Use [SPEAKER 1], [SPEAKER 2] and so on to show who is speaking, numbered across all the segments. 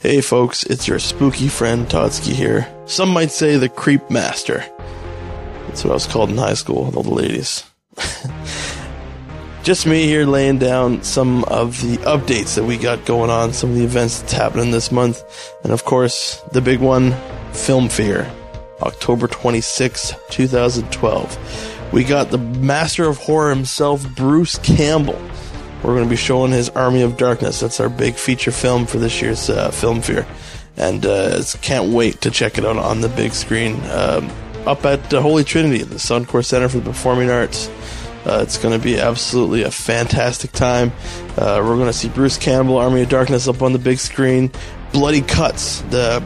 [SPEAKER 1] Hey folks, it's your spooky friend Totsky here. Some might say the creep master. That's what I was called in high school with all the ladies. Just me here laying down some of the updates that we got going on, some of the events that's happening this month, and of course, the big one, Film Fear, October 26, 2012. We got the master of horror himself, Bruce Campbell. We're going to be showing his Army of Darkness. That's our big feature film for this year's uh, Film Fear. And uh, it's- can't wait to check it out on the big screen um, up at uh, Holy Trinity, the Suncor Center for the Performing Arts. Uh, it's going to be absolutely a fantastic time. Uh, we're going to see Bruce Campbell, Army of Darkness, up on the big screen. Bloody Cuts, the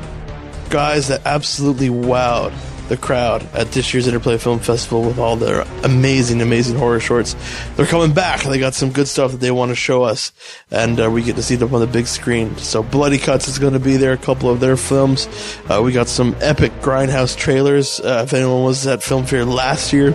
[SPEAKER 1] guys that absolutely wowed the crowd at this year's Interplay Film Festival with all their amazing, amazing horror shorts. They're coming back. They got some good stuff that they want to show us, and uh, we get to see them on the big screen. So, Bloody Cuts is going to be there. A couple of their films. Uh, we got some epic grindhouse trailers. Uh, if anyone was at Film Fair last year,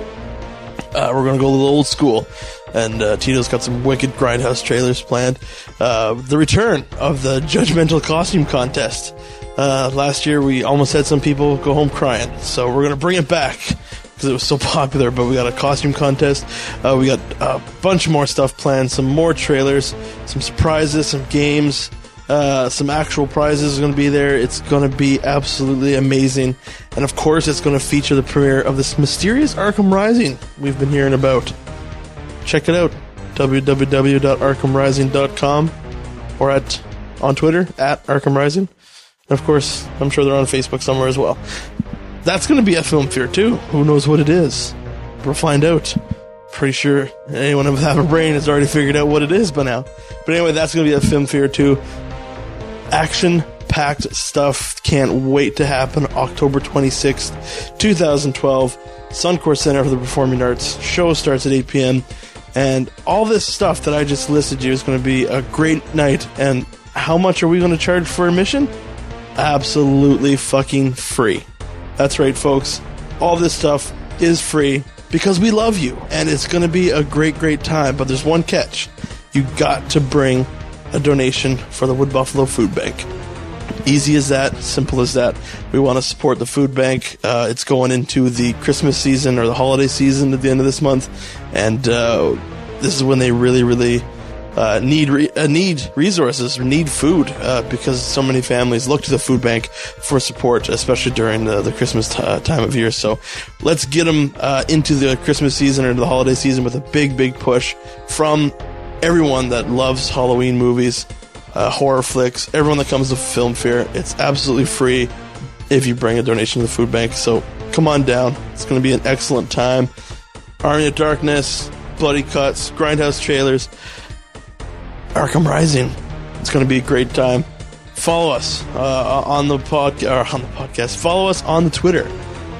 [SPEAKER 1] uh, we're gonna go a little old school, and uh, Tito's got some wicked grindhouse trailers planned. Uh, the return of the judgmental costume contest. Uh, last year we almost had some people go home crying, so we're gonna bring it back because it was so popular. But we got a costume contest. Uh, we got a bunch more stuff planned, some more trailers, some surprises, some games. Uh, some actual prizes are going to be there. It's going to be absolutely amazing. And of course, it's going to feature the premiere of this mysterious Arkham Rising we've been hearing about. Check it out www.arkhamrising.com or at on Twitter at Arkham Rising. And of course, I'm sure they're on Facebook somewhere as well. That's going to be a film fear too. Who knows what it is? We'll find out. Pretty sure anyone with half a brain has already figured out what it is by now. But anyway, that's going to be a film fear too action packed stuff. Can't wait to happen. October 26th, 2012, Suncor Center for the Performing Arts. Show starts at 8 p.m. And all this stuff that I just listed you is going to be a great night. And how much are we going to charge for admission? Absolutely fucking free. That's right, folks. All this stuff is free because we love you, and it's going to be a great, great time. But there's one catch you got to bring a donation for the Wood Buffalo Food Bank. Easy as that, simple as that. We want to support the food bank. Uh, it's going into the Christmas season or the holiday season at the end of this month, and uh, this is when they really, really uh, need re- uh, need resources, need food, uh, because so many families look to the food bank for support, especially during the, the Christmas t- uh, time of year. So let's get them uh, into the Christmas season or the holiday season with a big, big push from everyone that loves Halloween movies, uh, horror flicks, everyone that comes to Film Fair. It's absolutely free if you bring a donation to the food bank. So come on down. It's going to be an excellent time. Army of Darkness, Bloody Cuts, Grindhouse trailers. Arkham Rising. It's going to be a great time. Follow us uh, on the pod or on the podcast. Follow us on the Twitter.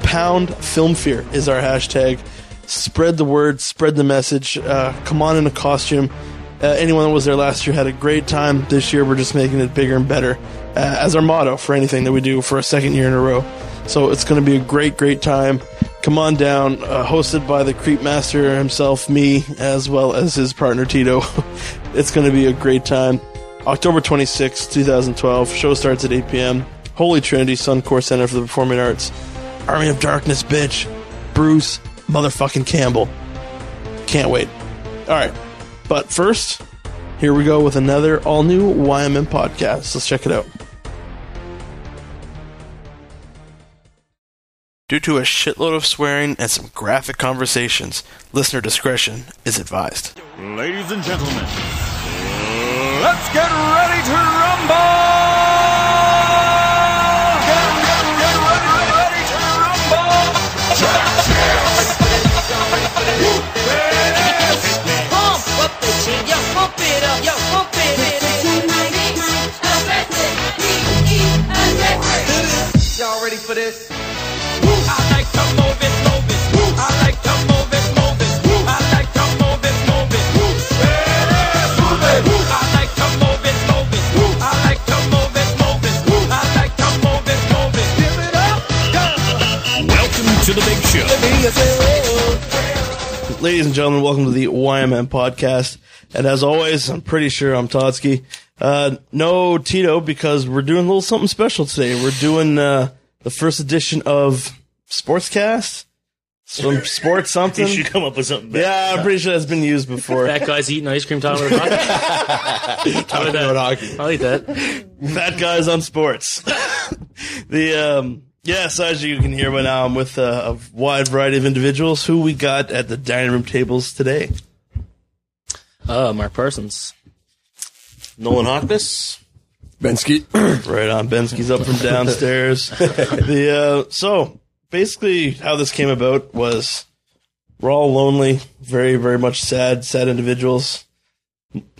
[SPEAKER 1] Pound Film Fear is our hashtag. Spread the word. Spread the message. Uh, come on in a costume. Uh, anyone that was there last year had a great time. This year, we're just making it bigger and better uh, as our motto for anything that we do for a second year in a row. So it's going to be a great, great time. Come on down, uh, hosted by the Creep Master himself, me, as well as his partner Tito. it's going to be a great time. October 26, 2012. Show starts at 8 p.m. Holy Trinity Suncor Center for the Performing Arts. Army of Darkness, bitch. Bruce motherfucking Campbell. Can't wait. All right. But first, here we go with another all new YMN podcast. Let's check it out. Due to a shitload of swearing and some graphic conversations, listener discretion is advised.
[SPEAKER 2] Ladies and gentlemen, let's get ready to rumble! Get, get, get ready, ready to rumble!
[SPEAKER 3] Pump up the jam, yo, pump it up, yo, pump it, it, it.
[SPEAKER 4] Y'all ready for this?
[SPEAKER 2] I like to move it, move it. I like to move it, move it. I like to move it, move it. It is moving. I like to move it, move it. I like to
[SPEAKER 1] Ladies and gentlemen, welcome to the YMM podcast. And as always, I'm pretty sure I'm Totsky. Uh, no Tito because we're doing a little something special today. We're doing, uh, the first edition of Sportscast. Some sports something.
[SPEAKER 5] You should come up with something. better.
[SPEAKER 1] Yeah, I'm pretty sure that's been used before.
[SPEAKER 6] That guy's eating ice cream talking about hockey. talking
[SPEAKER 1] about hockey.
[SPEAKER 6] I like that.
[SPEAKER 1] Fat guys on sports. the um, yeah, so as you can hear by now, I'm with uh, a wide variety of individuals who we got at the dining room tables today.
[SPEAKER 6] Uh, Mark Parsons.
[SPEAKER 5] Nolan Hockness.
[SPEAKER 7] Bensky.
[SPEAKER 1] Right on, Bensky's up from downstairs. the uh, so basically, how this came about was we're all lonely, very very much sad, sad individuals.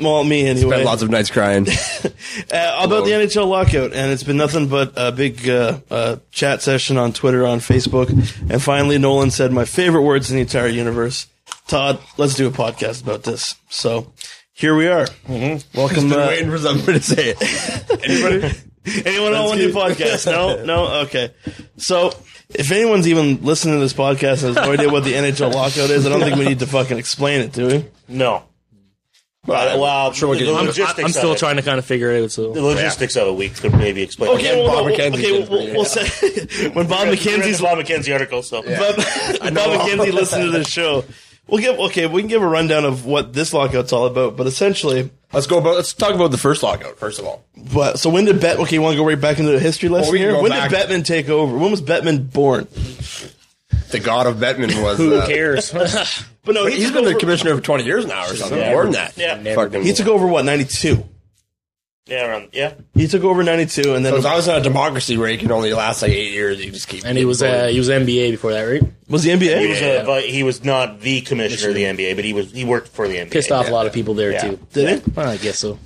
[SPEAKER 1] Well, me anyway.
[SPEAKER 7] Spent lots of nights crying.
[SPEAKER 1] uh, about the NHL lockout, and it's been nothing but a big uh, uh, chat session on Twitter, on Facebook, and finally Nolan said my favorite words in the entire universe. Todd, let's do a podcast about this. So here we are. Welcome. uh,
[SPEAKER 7] Waiting for something to say it.
[SPEAKER 1] anyone on one new podcast? No, no. Okay. So if anyone's even listening to this podcast and has no idea what the NHL lockout is, I don't think we need to fucking explain it, do we?
[SPEAKER 5] No. But, well, I'm sure we'll get
[SPEAKER 6] I'm, I- I'm still trying to kind of figure it out.
[SPEAKER 5] The
[SPEAKER 6] So
[SPEAKER 5] logistics of it, we could maybe explain.
[SPEAKER 1] Okay, well,
[SPEAKER 7] Bob
[SPEAKER 1] no,
[SPEAKER 7] McKenzie
[SPEAKER 1] okay,
[SPEAKER 7] did
[SPEAKER 1] we'll,
[SPEAKER 7] pretty
[SPEAKER 1] we'll say when Bob McKenzie's
[SPEAKER 5] McKenzie's Law McKenzie article. So
[SPEAKER 1] Bob, Bob McKenzie listened to this show. We'll give okay. We can give a rundown of what this lockout's all about, but essentially,
[SPEAKER 7] Let's go about. Let's talk about the first lockout first of all.
[SPEAKER 1] but so when did Bet? Okay, you want to go right back into the history lesson
[SPEAKER 7] Well, we can
[SPEAKER 1] here?
[SPEAKER 7] go
[SPEAKER 1] When
[SPEAKER 7] back.
[SPEAKER 1] did Bettman take over? When was Bettman born?
[SPEAKER 7] The god of Bettman was.
[SPEAKER 5] who
[SPEAKER 7] uh,
[SPEAKER 5] cares?
[SPEAKER 1] But no, he
[SPEAKER 7] He's
[SPEAKER 1] took
[SPEAKER 7] been the
[SPEAKER 1] over-
[SPEAKER 7] commissioner for twenty years now, or something.
[SPEAKER 5] Yeah.
[SPEAKER 7] More than that.
[SPEAKER 5] Yeah.
[SPEAKER 7] Fucking.
[SPEAKER 1] He took over what ninety two.
[SPEAKER 5] yeah, around, yeah.
[SPEAKER 1] He took over ninety two, and then
[SPEAKER 7] So it's always in a democracy where you can only last like eight years. You just keep.
[SPEAKER 6] and he was uh, he was NBA before that, right?
[SPEAKER 1] was the NBA.
[SPEAKER 5] He was,
[SPEAKER 6] uh,
[SPEAKER 5] a, but he was not the commissioner of the NBA, but he was he worked for the NBA.
[SPEAKER 6] Pissed off a lot of people there
[SPEAKER 5] Yeah.
[SPEAKER 6] too.
[SPEAKER 1] Did it?
[SPEAKER 6] Well, I guess so.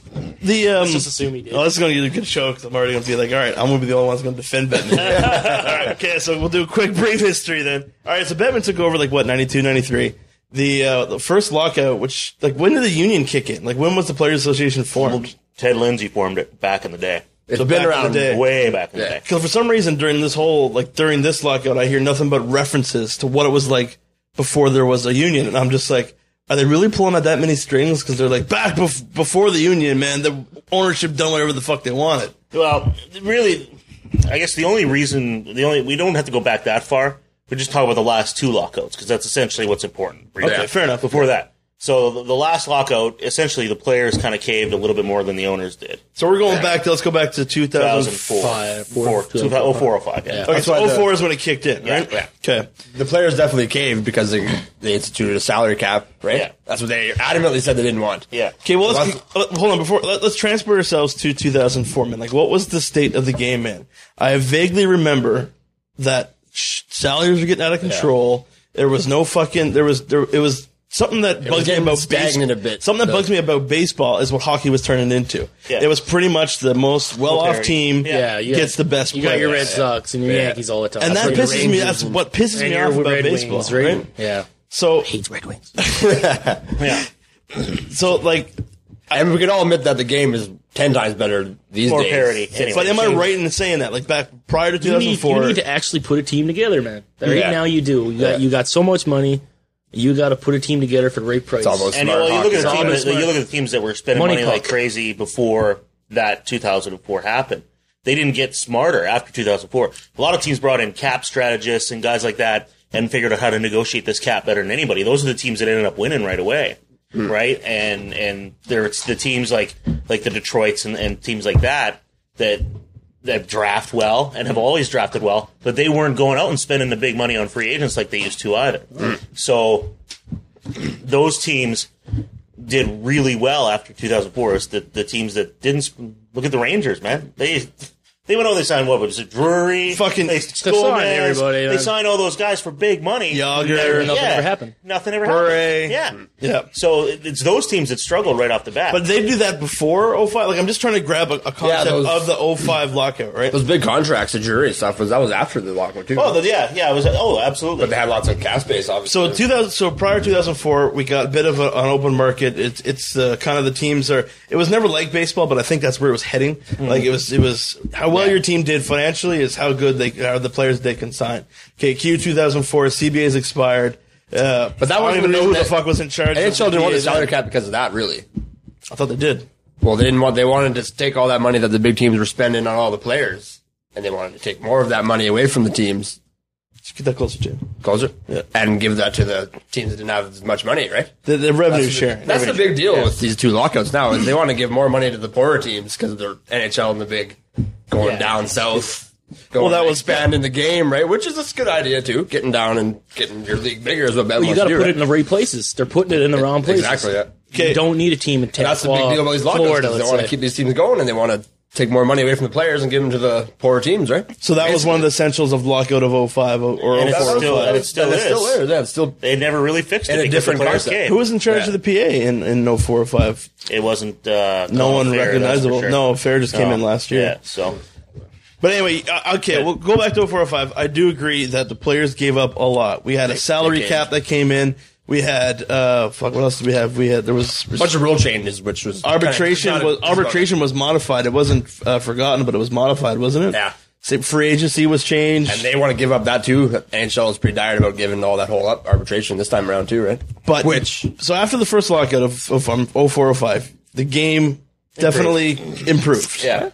[SPEAKER 1] The um,
[SPEAKER 6] just assume he did.
[SPEAKER 1] Oh, this is going to be a good show because I'm already going to be like, all right, I'm going to be the only one that's going to defend Bettman. all right, okay, so we'll do a quick brief history then. All right, so Bettman took over like what 92, 93. The uh, the first lockout, which like when did the union kick in? Like when was the Players Association formed?
[SPEAKER 5] Ted Lindsay formed it back in the day,
[SPEAKER 7] It's
[SPEAKER 1] So
[SPEAKER 7] been
[SPEAKER 1] back in the
[SPEAKER 7] around.
[SPEAKER 1] day.
[SPEAKER 5] way back in the
[SPEAKER 7] Yeah.
[SPEAKER 5] day.
[SPEAKER 1] Because for some reason during this whole like during this lockout, I hear nothing but references to what it was like before there was a union, and I'm just like, are they really pulling out that many strings? Because they're like back bef- before the union, man, the ownership done whatever the fuck they wanted.
[SPEAKER 5] Well, really, I guess the only reason, the only we don't have to go back that far. We just talk about the last two lockouts because that's essentially what's important.
[SPEAKER 1] Okay, fair enough.
[SPEAKER 5] Before that, so the, the last lockout, essentially, the players kind of caved a little bit more than the owners did.
[SPEAKER 1] So we're going back to let's go back to 2004.
[SPEAKER 5] 2004,
[SPEAKER 6] Five, four,
[SPEAKER 5] Four-
[SPEAKER 6] two,
[SPEAKER 5] 2004, 05, yeah.
[SPEAKER 1] Okay,
[SPEAKER 7] That's
[SPEAKER 1] so
[SPEAKER 7] why the-
[SPEAKER 1] 04 is when it kicked in, right?
[SPEAKER 5] Yeah,
[SPEAKER 1] Okay.
[SPEAKER 7] The players definitely caved because they, they instituted a salary cap, right?
[SPEAKER 5] Yeah.
[SPEAKER 7] That's what they adamantly said they didn't want.
[SPEAKER 5] yeah.
[SPEAKER 1] Okay, well, let's
[SPEAKER 7] Last-
[SPEAKER 1] uh, hold on before let, let's transport ourselves to 2004, man. Like, what was the state of the game, man? I vaguely remember that sh- salaries were getting out of control. There was no fucking. There was there. It was something that bugs me
[SPEAKER 7] getting
[SPEAKER 1] about
[SPEAKER 7] stagnant
[SPEAKER 1] base-
[SPEAKER 7] a bit.
[SPEAKER 1] Something that
[SPEAKER 7] The-
[SPEAKER 1] bugs me about baseball is what hockey was turning into.
[SPEAKER 5] Yeah.
[SPEAKER 1] It was pretty much the most well-off
[SPEAKER 5] Military.
[SPEAKER 1] team
[SPEAKER 5] Yeah.
[SPEAKER 6] Yeah, you
[SPEAKER 1] gets
[SPEAKER 6] got-
[SPEAKER 1] the best.
[SPEAKER 6] You got your
[SPEAKER 1] players.
[SPEAKER 6] Red Sox and your Yankees all the time,
[SPEAKER 1] and
[SPEAKER 6] That's
[SPEAKER 1] that
[SPEAKER 6] what your
[SPEAKER 1] pisses me.
[SPEAKER 6] Rangers
[SPEAKER 1] That's
[SPEAKER 6] and-
[SPEAKER 1] what pisses
[SPEAKER 6] and
[SPEAKER 1] me
[SPEAKER 6] your
[SPEAKER 1] off about
[SPEAKER 6] Red Wings,
[SPEAKER 1] baseball,
[SPEAKER 6] right?
[SPEAKER 1] right?
[SPEAKER 6] Yeah,
[SPEAKER 1] So
[SPEAKER 6] hates Red Wings.
[SPEAKER 5] Yeah.
[SPEAKER 1] so like
[SPEAKER 7] And we can all admit that the game is ten times better these
[SPEAKER 5] More
[SPEAKER 7] days.
[SPEAKER 5] parity. Anyway.
[SPEAKER 1] But am I right in saying that? Like back prior to
[SPEAKER 6] you need,
[SPEAKER 1] 2004,
[SPEAKER 6] you need to actually put a team together, man. Right
[SPEAKER 7] Yeah.
[SPEAKER 6] now, you do. You got
[SPEAKER 7] Yeah.
[SPEAKER 6] you got so much money. You got to put a team together for the right price.
[SPEAKER 7] almost-
[SPEAKER 5] And
[SPEAKER 7] Smart
[SPEAKER 5] well, you look at the
[SPEAKER 6] hockey.
[SPEAKER 5] team,
[SPEAKER 6] Smart.
[SPEAKER 5] you look at the teams that were spending money,
[SPEAKER 6] Money
[SPEAKER 5] like
[SPEAKER 6] puck.
[SPEAKER 5] crazy before that 2004 happened. They didn't get smarter after 2004. A lot of teams brought in cap strategists and guys like that and figured out how to negotiate this cap better than anybody. Those are the teams that ended up winning right away. Right. And, and there's the teams like, like the Detroits and, and teams like that that, that draft well and have always drafted well, but they weren't going out and spending the big money on free agents like they used to either. So those teams did really well after 2004. It's the, the teams that didn't sp- look at the Rangers, man. They they went out. They signed what was it? Drury,
[SPEAKER 1] Fucking-
[SPEAKER 5] they
[SPEAKER 6] signed
[SPEAKER 5] Gomez,
[SPEAKER 6] everybody,
[SPEAKER 5] They
[SPEAKER 6] man.
[SPEAKER 5] signed all those guys for big money.
[SPEAKER 1] Yager.
[SPEAKER 5] Never-
[SPEAKER 6] Nothing ever happened.
[SPEAKER 5] Nothing ever
[SPEAKER 1] Bure.
[SPEAKER 5] happened. Yeah,
[SPEAKER 1] Yeah.
[SPEAKER 5] So it- it's those teams that struggled right off the bat.
[SPEAKER 1] But they do that before 05. Like I'm just trying to grab a, a concept
[SPEAKER 7] those-
[SPEAKER 1] of the 05 lockout, right?
[SPEAKER 7] Those big contracts, the jury stuff was that was after the lockout too.
[SPEAKER 5] oh the- yeah, yeah. It was oh absolutely.
[SPEAKER 7] but they had lots of cap space, obviously.
[SPEAKER 1] So 2000. So prior to 2004, we got a bit of a, an open market. It's it's uh, kind of the teams are. It was never like baseball, but I think that's where it was heading.
[SPEAKER 7] Mm-hmm.
[SPEAKER 1] Like it was it was how well your team did financially is how good they are the players they can sign. Okay, Q 2004 CBA's expired. Uh, but
[SPEAKER 7] that
[SPEAKER 1] I don't
[SPEAKER 7] wasn't
[SPEAKER 1] even
[SPEAKER 7] the
[SPEAKER 1] know who the
[SPEAKER 7] reason that-
[SPEAKER 1] fuck was in charge. of
[SPEAKER 7] NHL didn't want the
[SPEAKER 1] DA's.
[SPEAKER 7] salary cap because of that, really.
[SPEAKER 1] I thought they did.
[SPEAKER 7] Well, they didn't want. They wanted to take all that money that the big teams were spending on all the players, and they wanted to take more of that money away from the teams,
[SPEAKER 1] Just get that closer to you.
[SPEAKER 7] closer,
[SPEAKER 1] Yeah.
[SPEAKER 7] and give that to the teams that didn't have as much money, right?
[SPEAKER 1] The, the revenue
[SPEAKER 7] That's the-
[SPEAKER 1] sharing.
[SPEAKER 7] That's the
[SPEAKER 1] Revenue
[SPEAKER 7] big deal with these two lockouts now. Is they want to give more money to the poorer teams because they're NHL and the big going down south. Going
[SPEAKER 1] that
[SPEAKER 7] and
[SPEAKER 1] was-
[SPEAKER 7] expanding the game, right? Which is a good idea too. Getting down and getting your league bigger is what Ben
[SPEAKER 6] But you
[SPEAKER 7] wants
[SPEAKER 6] got to
[SPEAKER 7] do,
[SPEAKER 6] put it
[SPEAKER 7] right?
[SPEAKER 6] in the right places. They're putting it in the wrong places.
[SPEAKER 7] Exactly. Yeah.
[SPEAKER 1] Okay.
[SPEAKER 6] You don't need a team in Tampa.
[SPEAKER 7] That's the big deal about these lockouts.
[SPEAKER 6] Florida,
[SPEAKER 7] because They
[SPEAKER 6] let's
[SPEAKER 7] want
[SPEAKER 6] say.
[SPEAKER 7] to keep these teams going and they want to take more money away from the players and give them to the poorer teams, right?
[SPEAKER 1] So that was one of the essentials of lockout of 05 or 04.
[SPEAKER 5] And it's still- and it still
[SPEAKER 7] and It's still
[SPEAKER 5] is.
[SPEAKER 7] there. Yeah, it's still.
[SPEAKER 5] They never really fixed it.
[SPEAKER 7] And a
[SPEAKER 5] because the
[SPEAKER 7] different
[SPEAKER 5] players
[SPEAKER 7] concept.
[SPEAKER 5] came.
[SPEAKER 1] Who was in charge of the PA in, in 04 or 05?
[SPEAKER 5] It wasn't. Uh,
[SPEAKER 1] No
[SPEAKER 5] Colin
[SPEAKER 1] one
[SPEAKER 5] Fair, that's for
[SPEAKER 1] recognizable.
[SPEAKER 5] sure.
[SPEAKER 1] No, Fair just came in last year.
[SPEAKER 5] Yeah, so
[SPEAKER 1] But anyway, uh, okay, we'll go back to 04 or 05. I do agree that the players gave up a lot. We had a salary
[SPEAKER 7] did.
[SPEAKER 1] cap that came in. We had, uh, fuck, what else did we have? We had, there was
[SPEAKER 7] A bunch of rule changes, which was
[SPEAKER 1] arbitration
[SPEAKER 7] kinda-
[SPEAKER 1] was arbitration was modified. It wasn't uh, forgotten, but it was modified, wasn't it?
[SPEAKER 7] Yeah.
[SPEAKER 1] Sa- Free agency was changed,
[SPEAKER 7] And they want to give up that too. NHL is pretty dired about giving all that whole up arbitration this time around too, right?
[SPEAKER 1] but
[SPEAKER 7] which
[SPEAKER 1] so after the first lockout of, of um, 0405, the game definitely improved.
[SPEAKER 7] yeah,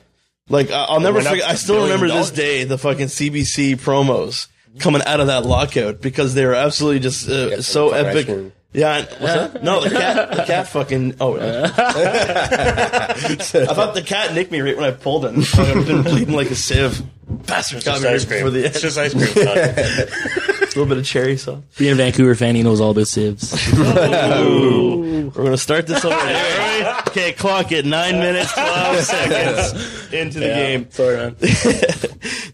[SPEAKER 1] Like I- I'll never
[SPEAKER 7] went up
[SPEAKER 1] forget. I still
[SPEAKER 7] billion
[SPEAKER 1] remember this
[SPEAKER 7] dollars.
[SPEAKER 1] day the fucking CBC promos coming out of that lockout because they were absolutely just uh,
[SPEAKER 7] some
[SPEAKER 1] so
[SPEAKER 7] fucking ice
[SPEAKER 1] epic.
[SPEAKER 7] cream.
[SPEAKER 1] Yeah, and- what's that? no, the cat, the cat fucking. Oh, yeah. I thought the cat nicked me right when I pulled it. And I've been bleeding like a sieve. Bastard, got
[SPEAKER 5] just
[SPEAKER 1] me right
[SPEAKER 5] ice cream.
[SPEAKER 1] before the end.
[SPEAKER 5] It's just ice cream. Todd.
[SPEAKER 1] a little bit of cherry sauce.
[SPEAKER 6] Being a Vancouver fan, he knows all about sieves.
[SPEAKER 1] We're gonna start this over. okay, clock it. Nine minutes, twelve seconds into the game.
[SPEAKER 6] Sorry, man.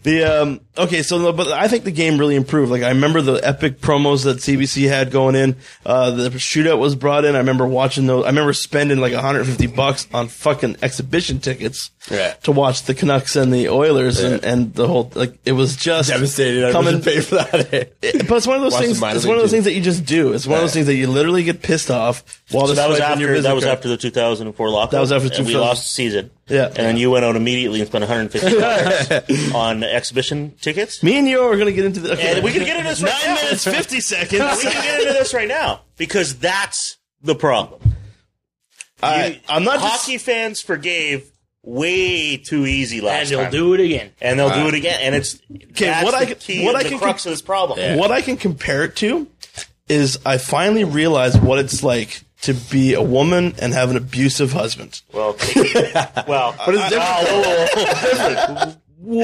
[SPEAKER 1] The um okay, so no, but I think the game really improved. Like I remember the epic promos that CBC had going in. Uh, the shootout was brought in. I remember watching those. I remember spending like 150 bucks on fucking exhibition tickets
[SPEAKER 7] Yeah.
[SPEAKER 1] to watch the Canucks and the Oilers and,
[SPEAKER 7] Yeah.
[SPEAKER 1] and the whole like it was just
[SPEAKER 7] devastated. I
[SPEAKER 1] Coming-
[SPEAKER 7] coming pay for that. eh?
[SPEAKER 1] It- but it's one of those
[SPEAKER 7] Watch the
[SPEAKER 1] things.
[SPEAKER 7] minor
[SPEAKER 1] It's one of
[SPEAKER 7] league
[SPEAKER 1] those
[SPEAKER 7] team.
[SPEAKER 1] things that you just do. It's one of those things that you literally get pissed off while
[SPEAKER 5] So
[SPEAKER 1] the
[SPEAKER 5] that was
[SPEAKER 1] swipe in your
[SPEAKER 5] after
[SPEAKER 1] business
[SPEAKER 5] that was
[SPEAKER 1] card.
[SPEAKER 5] after the 2004 lockout.
[SPEAKER 1] That was after
[SPEAKER 5] and we
[SPEAKER 1] 2000.
[SPEAKER 5] lost the season.
[SPEAKER 1] Yeah.
[SPEAKER 5] and then you went out immediately and spent 150 dollars on exhibition tickets.
[SPEAKER 1] Me and you are going to get into the. Okay.
[SPEAKER 5] And we can get into this right
[SPEAKER 1] Nine
[SPEAKER 5] now.
[SPEAKER 1] minutes fifty seconds.
[SPEAKER 5] we can get into this right now because that's the problem.
[SPEAKER 1] I, am not. just-
[SPEAKER 5] Hockey fans forgave way too easy
[SPEAKER 6] And
[SPEAKER 5] last
[SPEAKER 6] they'll
[SPEAKER 5] time,
[SPEAKER 6] do it again.
[SPEAKER 5] and they'll do it again. And it's
[SPEAKER 1] Uh,
[SPEAKER 5] that's
[SPEAKER 1] what
[SPEAKER 5] the
[SPEAKER 1] I can-
[SPEAKER 5] key
[SPEAKER 1] what
[SPEAKER 5] and
[SPEAKER 1] I
[SPEAKER 5] the
[SPEAKER 1] can
[SPEAKER 5] crux
[SPEAKER 1] con-
[SPEAKER 5] of this problem.
[SPEAKER 1] What I can compare it to is I finally realized what it's like to be a woman and have an abusive husband.
[SPEAKER 5] Well, well, but
[SPEAKER 1] it's different.
[SPEAKER 5] whoa, whoa, whoa.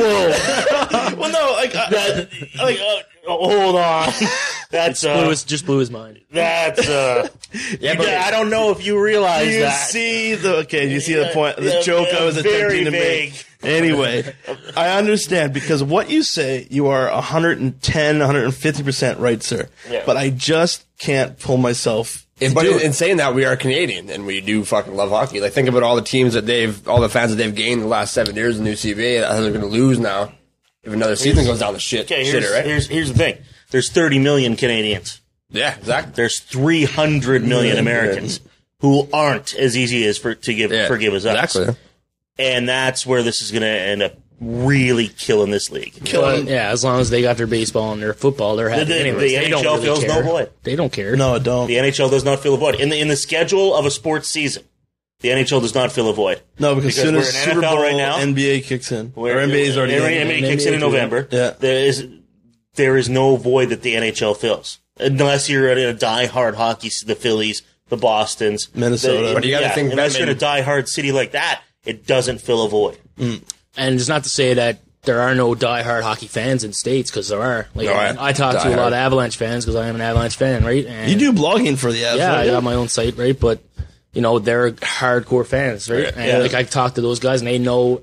[SPEAKER 1] Well, no, like, I,
[SPEAKER 5] like, uh, hold on. That's uh,
[SPEAKER 6] Lewis just blew his mind.
[SPEAKER 5] that's uh,
[SPEAKER 7] Yeah, but
[SPEAKER 5] I don't know if you realize
[SPEAKER 1] you
[SPEAKER 5] that.
[SPEAKER 1] see the okay, you see the
[SPEAKER 5] Yeah,
[SPEAKER 1] point, the
[SPEAKER 5] yeah,
[SPEAKER 1] joke I was
[SPEAKER 5] very
[SPEAKER 1] attempting to
[SPEAKER 5] vague.
[SPEAKER 1] make. Anyway, I understand because what you say, you are 110, 150 percent right, sir.
[SPEAKER 5] Yeah.
[SPEAKER 1] But I just can't pull myself.
[SPEAKER 7] If- but in, in saying that, we are Canadian and we do fucking love hockey. Like, think about all the teams that they've, all the fans that they've gained in the last seven years in the new CBA that they're going to lose now if another season goes down the shit.
[SPEAKER 5] okay, here's,
[SPEAKER 7] shitter, right?
[SPEAKER 5] here's here's the thing. There's 30 million Canadians.
[SPEAKER 7] yeah, exactly.
[SPEAKER 5] There's 300 million Americans who aren't as easy as for to give
[SPEAKER 7] yeah,
[SPEAKER 5] forgive as us,
[SPEAKER 7] Exactly.
[SPEAKER 5] and that's where this is going to end up really killing this league.
[SPEAKER 6] But, yeah, as long as they got their baseball and their football, they're happy.
[SPEAKER 5] The- the-
[SPEAKER 6] Anyways,
[SPEAKER 5] the
[SPEAKER 6] they don't
[SPEAKER 5] NHL
[SPEAKER 6] really
[SPEAKER 5] feels no
[SPEAKER 6] care.
[SPEAKER 5] void.
[SPEAKER 6] They don't care.
[SPEAKER 1] No, I don't.
[SPEAKER 5] The NHL does not fill a void in the in the schedule of a sports season. The NHL does not fill a void.
[SPEAKER 1] No, because,
[SPEAKER 5] Because
[SPEAKER 1] soon
[SPEAKER 5] we're
[SPEAKER 1] as
[SPEAKER 5] in
[SPEAKER 1] Super
[SPEAKER 5] NFL
[SPEAKER 1] Bowl
[SPEAKER 5] right now.
[SPEAKER 1] NBA kicks in,
[SPEAKER 5] Where-
[SPEAKER 1] or NBA's already
[SPEAKER 5] NBA,
[SPEAKER 1] in.
[SPEAKER 5] NBA kicks in in
[SPEAKER 6] NBA too.
[SPEAKER 5] November.
[SPEAKER 1] Yeah.
[SPEAKER 5] There is there is no void that the NHL fills unless you're a, a die-hard hockey. The Phillies, the Boston's,
[SPEAKER 1] Minnesota.
[SPEAKER 5] The,
[SPEAKER 1] But
[SPEAKER 7] you gotta
[SPEAKER 5] yeah,
[SPEAKER 7] think
[SPEAKER 5] unless
[SPEAKER 7] Venom-
[SPEAKER 5] you're in a die-hard city like that, it doesn't fill a void.
[SPEAKER 6] and it's not to say that there are no diehard hockey fans in states because there are. Like
[SPEAKER 7] No,
[SPEAKER 6] I,
[SPEAKER 7] I-
[SPEAKER 6] I talk to a lot
[SPEAKER 7] diehard.
[SPEAKER 6] of Avalanche fans because I am an Avalanche fan, right? And
[SPEAKER 1] You do blogging for the Avs,
[SPEAKER 6] yeah,
[SPEAKER 1] don't
[SPEAKER 6] I
[SPEAKER 1] you?
[SPEAKER 6] got my own site, right? But you know, they're hardcore fans, right?
[SPEAKER 7] Right,
[SPEAKER 6] And
[SPEAKER 1] yeah.
[SPEAKER 6] like I talk to those guys, and they know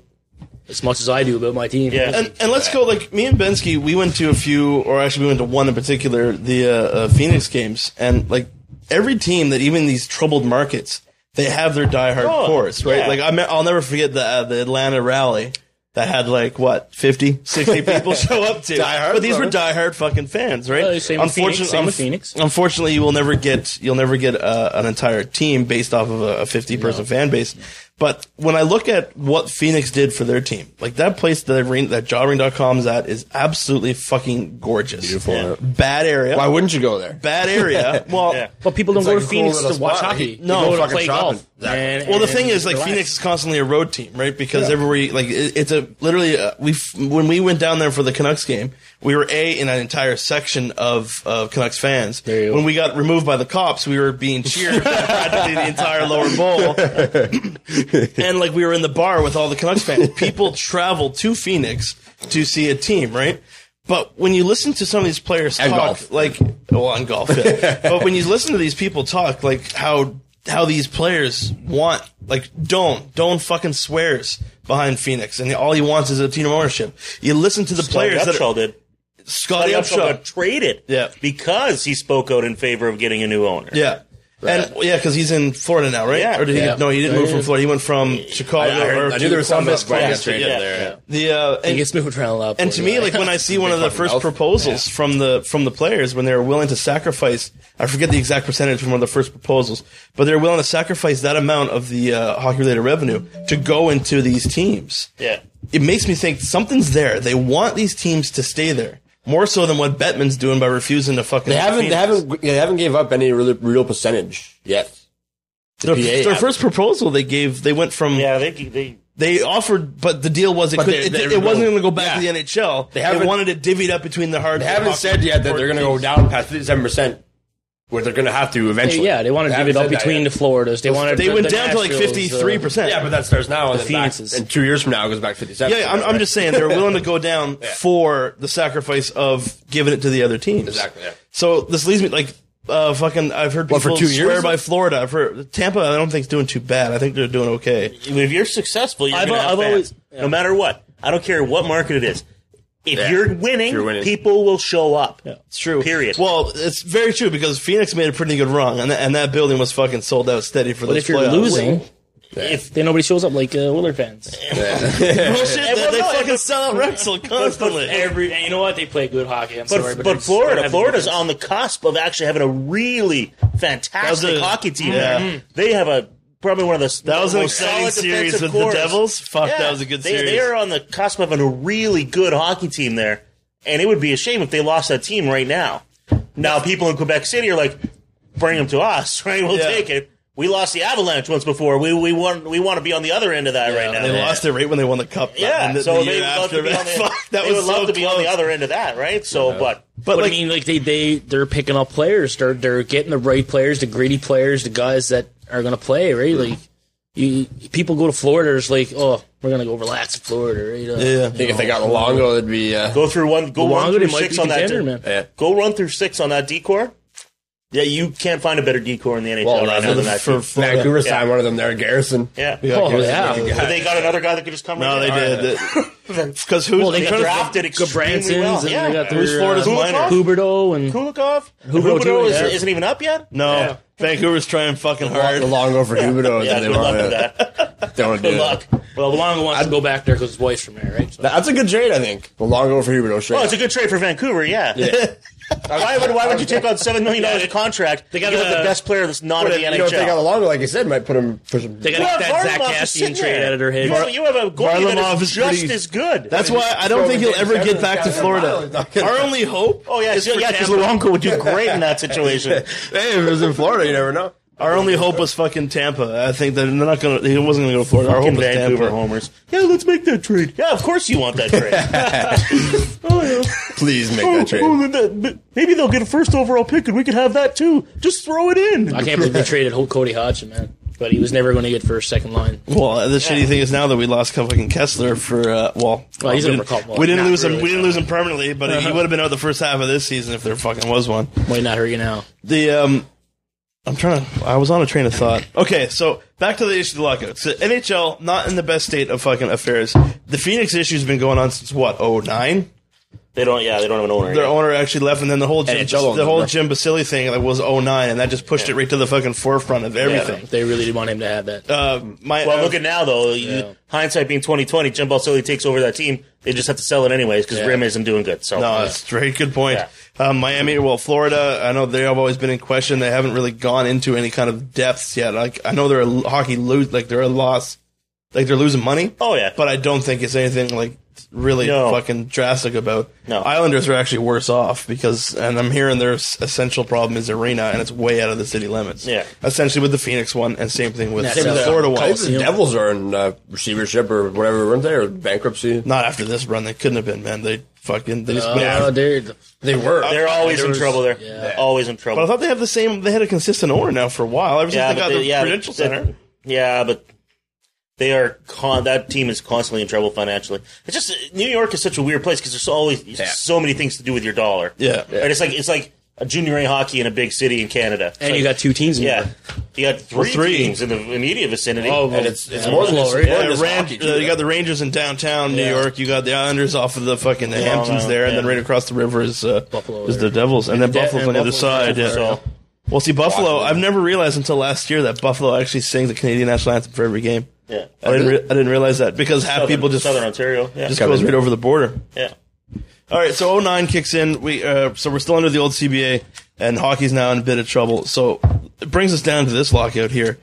[SPEAKER 6] as much as I do about my team.
[SPEAKER 5] Yeah.
[SPEAKER 1] and, and let's go like me and Bensky. We went to a few, or actually, we went to one in particular, the uh, uh, Phoenix games, and like every team that even these troubled markets, they have their diehard
[SPEAKER 5] Oh,
[SPEAKER 1] cores, right?
[SPEAKER 5] yeah.
[SPEAKER 1] Like I me- I'll never forget the uh, the Atlanta rally that had like what 50, 60 people show up to.
[SPEAKER 7] Diehard,
[SPEAKER 1] but these were
[SPEAKER 7] bro.
[SPEAKER 1] diehard fucking fans, right?
[SPEAKER 6] Well, Oh, same with Phoenix,
[SPEAKER 1] Unfortunately-
[SPEAKER 6] same with
[SPEAKER 1] unf-
[SPEAKER 6] Phoenix.
[SPEAKER 1] Unfortunately, you will never get you'll never get uh, an entire team based off of a, a fifty person fan base. But when I look at what Phoenix did for their team, like that place that ring, that jawring.com is at is absolutely fucking gorgeous.
[SPEAKER 7] Beautiful.
[SPEAKER 5] Yeah.
[SPEAKER 1] Bad area.
[SPEAKER 7] Why wouldn't you go there?
[SPEAKER 1] Bad area. Well,
[SPEAKER 5] Yeah.
[SPEAKER 6] But people don't
[SPEAKER 7] It's
[SPEAKER 6] go
[SPEAKER 7] like
[SPEAKER 6] to
[SPEAKER 7] a cool
[SPEAKER 6] Phoenix
[SPEAKER 7] little
[SPEAKER 6] to watch
[SPEAKER 7] spot.
[SPEAKER 6] hockey.
[SPEAKER 7] You
[SPEAKER 6] They
[SPEAKER 7] go
[SPEAKER 6] go to
[SPEAKER 7] fucking
[SPEAKER 6] play
[SPEAKER 7] shopping.
[SPEAKER 6] golf.
[SPEAKER 7] Exactly.
[SPEAKER 6] and-
[SPEAKER 1] Well, the
[SPEAKER 6] oh, and
[SPEAKER 1] thing is, like
[SPEAKER 6] relax.
[SPEAKER 1] Phoenix is constantly a road team, right? Because everywhere, you- like it, it's a literally uh, we f- when we went down there for the Canucks game, we were a in an entire section of of Canucks fans.
[SPEAKER 6] There you go.
[SPEAKER 1] When we got removed by the cops, we were being cheered by practically the entire lower bowl, and like we were in the bar with all the Canucks fans. People travel to Phoenix to see a team, right? But when you listen to some of these players
[SPEAKER 7] And
[SPEAKER 1] talk,
[SPEAKER 7] golf.
[SPEAKER 1] like well on golf yeah. but when you listen to these people talk like how how these players want like don't don't fucking swears behind phoenix and all he wants is a team ownership you listen to the players that
[SPEAKER 5] Upshaw
[SPEAKER 1] are
[SPEAKER 5] did.
[SPEAKER 1] scotty
[SPEAKER 5] Scotty Upshaw
[SPEAKER 1] upshaw
[SPEAKER 5] got traded.
[SPEAKER 1] Yeah.
[SPEAKER 5] Because he spoke out in favor of getting a new owner.
[SPEAKER 1] yeah and yeah, because he's in Florida now, right?
[SPEAKER 5] Yeah.
[SPEAKER 1] Or did he?
[SPEAKER 6] Yeah.
[SPEAKER 1] No, he didn't move from Florida. He went from Chicago.
[SPEAKER 7] I,
[SPEAKER 1] or
[SPEAKER 7] heard, I knew there was something about Brian
[SPEAKER 5] Columbus,
[SPEAKER 7] Strange
[SPEAKER 5] yeah.
[SPEAKER 7] there.
[SPEAKER 1] the uh,
[SPEAKER 6] He
[SPEAKER 1] and-
[SPEAKER 6] gets moved around a lot.
[SPEAKER 1] And to me, like when I see one of the
[SPEAKER 7] fucking
[SPEAKER 1] first
[SPEAKER 7] mouth.
[SPEAKER 1] proposals from the from the players when they were willing to sacrifice, I forget the exact percentage from one of the first proposals, but they're willing to sacrifice that amount of the uh, hockey related revenue to go into these teams.
[SPEAKER 5] Yeah.
[SPEAKER 1] It makes me think something's there. They want these teams to stay there more so than what Bettman's doing by refusing to fucking.
[SPEAKER 7] They haven't, they
[SPEAKER 1] Phoenix.
[SPEAKER 7] haven't, they haven't gave up any real, real percentage yet.
[SPEAKER 1] Their,
[SPEAKER 7] PA
[SPEAKER 1] their
[SPEAKER 7] haven't.
[SPEAKER 1] first proposal they gave, they went from
[SPEAKER 5] Yeah, they, they
[SPEAKER 1] they offered, but the deal was it,
[SPEAKER 7] But
[SPEAKER 1] could,
[SPEAKER 7] they-
[SPEAKER 1] it,
[SPEAKER 7] they
[SPEAKER 1] it wasn't
[SPEAKER 7] were-
[SPEAKER 1] going to go back
[SPEAKER 7] yeah.
[SPEAKER 1] to the NHL. They,
[SPEAKER 7] haven't-
[SPEAKER 1] wanted it divvied up between the hard.
[SPEAKER 7] They haven't said yet that they're going to go down past 57%, where they're going to have to eventually.
[SPEAKER 6] yeah, they want to give
[SPEAKER 7] haven't
[SPEAKER 6] it up
[SPEAKER 7] said that
[SPEAKER 6] between the
[SPEAKER 7] yet.
[SPEAKER 6] Floridas. They want to.
[SPEAKER 1] They went down to like
[SPEAKER 6] uh,
[SPEAKER 1] fifty three percent.
[SPEAKER 7] Yeah, but that starts now, and,
[SPEAKER 6] The
[SPEAKER 7] then back,
[SPEAKER 6] Phoenixes.
[SPEAKER 7] and two years from now, it goes back to 57
[SPEAKER 1] Yeah, yeah, I'm, I'm just saying they're willing to go down for the sacrifice of giving it to the other teams.
[SPEAKER 7] Exactly, yeah.
[SPEAKER 1] So this leaves me like uh, fucking. I've heard people
[SPEAKER 7] What, for two
[SPEAKER 1] swear
[SPEAKER 7] years?
[SPEAKER 1] by Florida. I've heard Tampa. I don't think is doing too bad. I think they're doing okay.
[SPEAKER 5] if you're successful, you're
[SPEAKER 6] I've-
[SPEAKER 5] going to have
[SPEAKER 6] I've
[SPEAKER 5] fans,
[SPEAKER 6] always- yeah.
[SPEAKER 5] no matter what. I don't care what market it is. If
[SPEAKER 7] Yeah.
[SPEAKER 5] you're winning,
[SPEAKER 7] If you're winning.
[SPEAKER 5] people will show up.
[SPEAKER 1] It's true.
[SPEAKER 5] Period.
[SPEAKER 1] Well, it's very true because Phoenix made a pretty good run, and, that and that building was fucking sold out steady for
[SPEAKER 6] But
[SPEAKER 1] those
[SPEAKER 6] if you're
[SPEAKER 1] playoffs.
[SPEAKER 6] losing,
[SPEAKER 5] if
[SPEAKER 6] then nobody shows up like uh, Willard fans.
[SPEAKER 1] bullshit, they,
[SPEAKER 5] Everyone
[SPEAKER 1] they
[SPEAKER 5] knows.
[SPEAKER 1] fucking sell out Rexall constantly.
[SPEAKER 6] Every and you know what? They play good hockey. I'm
[SPEAKER 5] but,
[SPEAKER 6] sorry, but,
[SPEAKER 5] but
[SPEAKER 6] there's-
[SPEAKER 5] Florida,
[SPEAKER 6] there's-
[SPEAKER 5] Florida's on the cusp of actually having a really fantastic
[SPEAKER 1] That was a-
[SPEAKER 5] hockey team.
[SPEAKER 1] yeah. Mm-hmm.
[SPEAKER 5] there. They have a probably one of the
[SPEAKER 1] that was an
[SPEAKER 5] most
[SPEAKER 1] exciting
[SPEAKER 5] solid
[SPEAKER 1] series
[SPEAKER 5] defensive
[SPEAKER 1] with
[SPEAKER 5] cores.
[SPEAKER 1] the Devils. Fuck,
[SPEAKER 5] Yeah,
[SPEAKER 1] that was a good
[SPEAKER 5] they,
[SPEAKER 1] series.
[SPEAKER 5] They are on the cusp of having a really good hockey team there, and it would be a shame if they lost that team right now. Now people in Quebec City are like, "Bring them to us, right? We'll
[SPEAKER 1] Yeah.
[SPEAKER 5] take it." We lost the Avalanche once before. We we want we want to be on the other end of that right now.
[SPEAKER 1] They lost it right when they won the cup.
[SPEAKER 5] Yeah,
[SPEAKER 1] and the-
[SPEAKER 5] so
[SPEAKER 1] the
[SPEAKER 5] they
[SPEAKER 1] year
[SPEAKER 5] would love to
[SPEAKER 1] after
[SPEAKER 5] be on
[SPEAKER 1] that.
[SPEAKER 5] the,
[SPEAKER 1] Fuck, that
[SPEAKER 5] they
[SPEAKER 1] was
[SPEAKER 5] would love
[SPEAKER 1] so
[SPEAKER 5] to be on the
[SPEAKER 1] close.
[SPEAKER 5] other end of that, right? So, but
[SPEAKER 1] But
[SPEAKER 6] But
[SPEAKER 1] like,
[SPEAKER 6] I mean, like they they they're picking up players. They're they're getting the right players, the greedy players, the guys that are gonna play. Right, like you people go to Florida. It's like, oh, we're gonna go relax in Florida. Right? Uh,
[SPEAKER 1] Yeah.
[SPEAKER 7] I think if they got Longo, it'd be. Uh,
[SPEAKER 5] go through one, go
[SPEAKER 6] Longer,
[SPEAKER 5] one
[SPEAKER 6] they
[SPEAKER 5] through
[SPEAKER 6] might
[SPEAKER 5] six
[SPEAKER 6] be
[SPEAKER 5] on that.
[SPEAKER 6] contender, man.
[SPEAKER 5] de-
[SPEAKER 7] yeah.
[SPEAKER 5] Go run through six on that decor. Yeah, you can't find a better decor in the NHL
[SPEAKER 7] Well,
[SPEAKER 5] right
[SPEAKER 7] for
[SPEAKER 5] now
[SPEAKER 7] the-
[SPEAKER 5] than that.
[SPEAKER 1] for
[SPEAKER 5] For,
[SPEAKER 1] Florida.
[SPEAKER 7] Vancouver signed one of them there, Garrison.
[SPEAKER 5] yeah,
[SPEAKER 6] Oh yeah.
[SPEAKER 7] Garrison's a good guy.
[SPEAKER 5] But they got another guy that could just come.
[SPEAKER 1] No,
[SPEAKER 5] right
[SPEAKER 1] they
[SPEAKER 5] in.
[SPEAKER 1] did. Because who's
[SPEAKER 6] Well, they
[SPEAKER 5] They
[SPEAKER 6] Trying to-
[SPEAKER 5] drafted extremely
[SPEAKER 6] Gabransons
[SPEAKER 5] well.
[SPEAKER 6] and
[SPEAKER 5] Yeah,
[SPEAKER 6] they got
[SPEAKER 1] Who's
[SPEAKER 6] their,
[SPEAKER 1] Florida's
[SPEAKER 6] uh,
[SPEAKER 1] minor?
[SPEAKER 6] Huberto and
[SPEAKER 5] Kulikov.
[SPEAKER 6] Huberto,
[SPEAKER 5] Huberto
[SPEAKER 6] yeah.
[SPEAKER 5] is, isn't even up yet.
[SPEAKER 1] No, Vancouver's trying fucking hard.
[SPEAKER 7] The Longo for Huberto.
[SPEAKER 5] Yeah,
[SPEAKER 7] they
[SPEAKER 5] good luck
[SPEAKER 7] wanna-
[SPEAKER 5] with that.
[SPEAKER 7] they wanna do
[SPEAKER 5] Good
[SPEAKER 7] that.
[SPEAKER 5] luck.
[SPEAKER 6] well, Belongo wants to go back there because his wife's from there, right? So.
[SPEAKER 7] That's a good trade, I think. The Longo for Huberto. Straight
[SPEAKER 5] Oh, it's a good trade for Vancouver. Yeah. why would why would you take on seven million dollars contract? They
[SPEAKER 6] got
[SPEAKER 5] got the
[SPEAKER 6] a-
[SPEAKER 5] best player that's not in the
[SPEAKER 7] You know, if they got
[SPEAKER 5] NHL.
[SPEAKER 7] the Longo, like you said, might put him for some.
[SPEAKER 6] They got that Zach
[SPEAKER 5] Varlamov is
[SPEAKER 6] Cassian
[SPEAKER 5] sitting
[SPEAKER 6] trade
[SPEAKER 5] there.
[SPEAKER 6] out of their
[SPEAKER 5] You have,
[SPEAKER 6] head.
[SPEAKER 5] you have a goalie that
[SPEAKER 1] Varlamov
[SPEAKER 5] is
[SPEAKER 1] is
[SPEAKER 5] just
[SPEAKER 1] pretty-
[SPEAKER 5] as good.
[SPEAKER 1] That's why I don't think he'll ever get back to Florida. Our only hope.
[SPEAKER 5] Oh yeah,
[SPEAKER 1] is for
[SPEAKER 5] yeah, because
[SPEAKER 1] Tampa.
[SPEAKER 5] Luongo would do great in that situation.
[SPEAKER 7] Hey, if it was in Florida, you never know.
[SPEAKER 1] Our only hope was fucking Tampa. I think that they're not gonna. He wasn't gonna go to Florida. Our hope
[SPEAKER 5] Fucking
[SPEAKER 1] was
[SPEAKER 5] Vancouver
[SPEAKER 1] Tampa.
[SPEAKER 5] homers. Yeah, let's make that trade. Yeah, of course you want that trade.
[SPEAKER 7] Please make that trade.
[SPEAKER 5] maybe they'll get a first overall pick, and we could have that too. Just throw it in.
[SPEAKER 6] I can't believe they traded whole Cody Hodgson, man. But he was never going to get first, second line.
[SPEAKER 1] Well, the shitty thing is now that we lost fucking Kessler for uh, well,
[SPEAKER 6] Well, he's
[SPEAKER 1] we
[SPEAKER 6] over
[SPEAKER 1] didn't,
[SPEAKER 6] Caldwell.
[SPEAKER 1] we didn't
[SPEAKER 6] Not
[SPEAKER 1] lose him.
[SPEAKER 6] really.
[SPEAKER 1] We didn't lose him permanently, but he would have been out the first half of this season if there fucking was one.
[SPEAKER 6] Might not hurt you now.
[SPEAKER 1] the um I'm trying to I was on a train of thought. Okay, so back to the issue of the lockout. So NHL not in the best state of fucking affairs. The Phoenix issue's been going on since what, oh nine?
[SPEAKER 5] They don't. Yeah, they don't have an owner.
[SPEAKER 1] Their
[SPEAKER 5] yet.
[SPEAKER 1] owner actually left and then the whole Jim,
[SPEAKER 7] NHL owns
[SPEAKER 1] the
[SPEAKER 7] it,
[SPEAKER 1] whole
[SPEAKER 7] bro.
[SPEAKER 1] Jim Basile thing like, was oh nine and that just pushed it right to the fucking forefront of everything.
[SPEAKER 6] They really did want him to have that.
[SPEAKER 5] Oh,
[SPEAKER 1] Uh, my
[SPEAKER 5] Well,
[SPEAKER 1] uh,
[SPEAKER 5] look at now though. You-
[SPEAKER 6] Yeah.
[SPEAKER 5] Hindsight being twenty twenty, Jim Balsillie takes over that team. They just have to sell it anyways because
[SPEAKER 6] Yeah.
[SPEAKER 5] Rim isn't doing good. So
[SPEAKER 1] No, that's a very good point.
[SPEAKER 5] Yeah.
[SPEAKER 1] Um, Miami, well, Florida, I know they have always been in question. They haven't really gone into any kind of depths yet. Like I know they're a l- hockey lose, like they're a loss Like they're losing money.
[SPEAKER 5] Oh, yeah.
[SPEAKER 1] But I don't think it's anything like really
[SPEAKER 5] No.
[SPEAKER 1] fucking drastic about.
[SPEAKER 5] No.
[SPEAKER 1] Islanders are actually worse off because, and I'm hearing their s- essential problem is arena, and it's way out of the city limits.
[SPEAKER 5] Yeah.
[SPEAKER 1] essentially with the Phoenix one, and same thing with
[SPEAKER 6] Same
[SPEAKER 1] the
[SPEAKER 6] with the
[SPEAKER 1] Florida one.
[SPEAKER 7] I think
[SPEAKER 6] Coliseum.
[SPEAKER 7] the Devils are in uh, receivership or whatever, weren't they? Or bankruptcy?
[SPEAKER 1] Not after this run, they couldn't have been. Man, they fucking they just.
[SPEAKER 6] Oh, dude.
[SPEAKER 7] They were.
[SPEAKER 5] They're always in trouble there.
[SPEAKER 6] yeah.
[SPEAKER 5] Always in
[SPEAKER 1] But I
[SPEAKER 5] trouble.
[SPEAKER 1] thought they have the same. They had a consistent order now for a while. Ever since they
[SPEAKER 5] but
[SPEAKER 1] got
[SPEAKER 5] they-
[SPEAKER 1] the
[SPEAKER 5] yeah, but
[SPEAKER 1] Prudential
[SPEAKER 5] they-
[SPEAKER 1] Center.
[SPEAKER 5] Yeah, but they are con- that team is constantly in trouble financially. It's just uh, New York is such a weird place because there's always so many things to do with your dollar.
[SPEAKER 1] Yeah. Yeah.
[SPEAKER 5] and it's like it's like a junior A hockey in a big city in Canada. It's
[SPEAKER 6] And
[SPEAKER 5] like-
[SPEAKER 6] you got two teams in
[SPEAKER 5] yeah,
[SPEAKER 6] there.
[SPEAKER 5] you got three,
[SPEAKER 1] three.
[SPEAKER 5] teams in the immediate vicinity.
[SPEAKER 6] Oh,
[SPEAKER 7] And it's, it's
[SPEAKER 6] Yeah,
[SPEAKER 7] more than
[SPEAKER 6] Buffalo,
[SPEAKER 7] just,
[SPEAKER 6] right?
[SPEAKER 7] more than
[SPEAKER 1] Yeah,
[SPEAKER 7] just
[SPEAKER 1] Ran-
[SPEAKER 7] hockey,
[SPEAKER 1] uh,
[SPEAKER 7] too.
[SPEAKER 1] you got the Rangers in downtown New
[SPEAKER 6] Yeah.
[SPEAKER 1] York. You got the Islanders off of the fucking the Hamptons
[SPEAKER 5] Island,
[SPEAKER 1] there, and then
[SPEAKER 5] yeah.
[SPEAKER 1] right across the river is uh,
[SPEAKER 6] Buffalo
[SPEAKER 1] is
[SPEAKER 6] there.
[SPEAKER 1] the Devils, and then
[SPEAKER 6] Yeah,
[SPEAKER 1] Buffalo's
[SPEAKER 6] and
[SPEAKER 1] on the other
[SPEAKER 6] Buffalo's
[SPEAKER 1] side.
[SPEAKER 6] there.
[SPEAKER 1] Yeah.
[SPEAKER 5] So-
[SPEAKER 1] Well, see, Buffalo.
[SPEAKER 7] Buffalo.
[SPEAKER 1] I've never realized until last year that Buffalo actually sings the Canadian national anthem for every game.
[SPEAKER 5] yeah,
[SPEAKER 1] I didn't. Re- I didn't realize that because half people just
[SPEAKER 5] Southern Ontario. Yeah,
[SPEAKER 1] just goes right over the border.
[SPEAKER 5] yeah.
[SPEAKER 1] All right, so 09 kicks in. We uh, so we're still under the old CBA, and hockey's now in a bit of trouble. So it brings us down to this lockout here.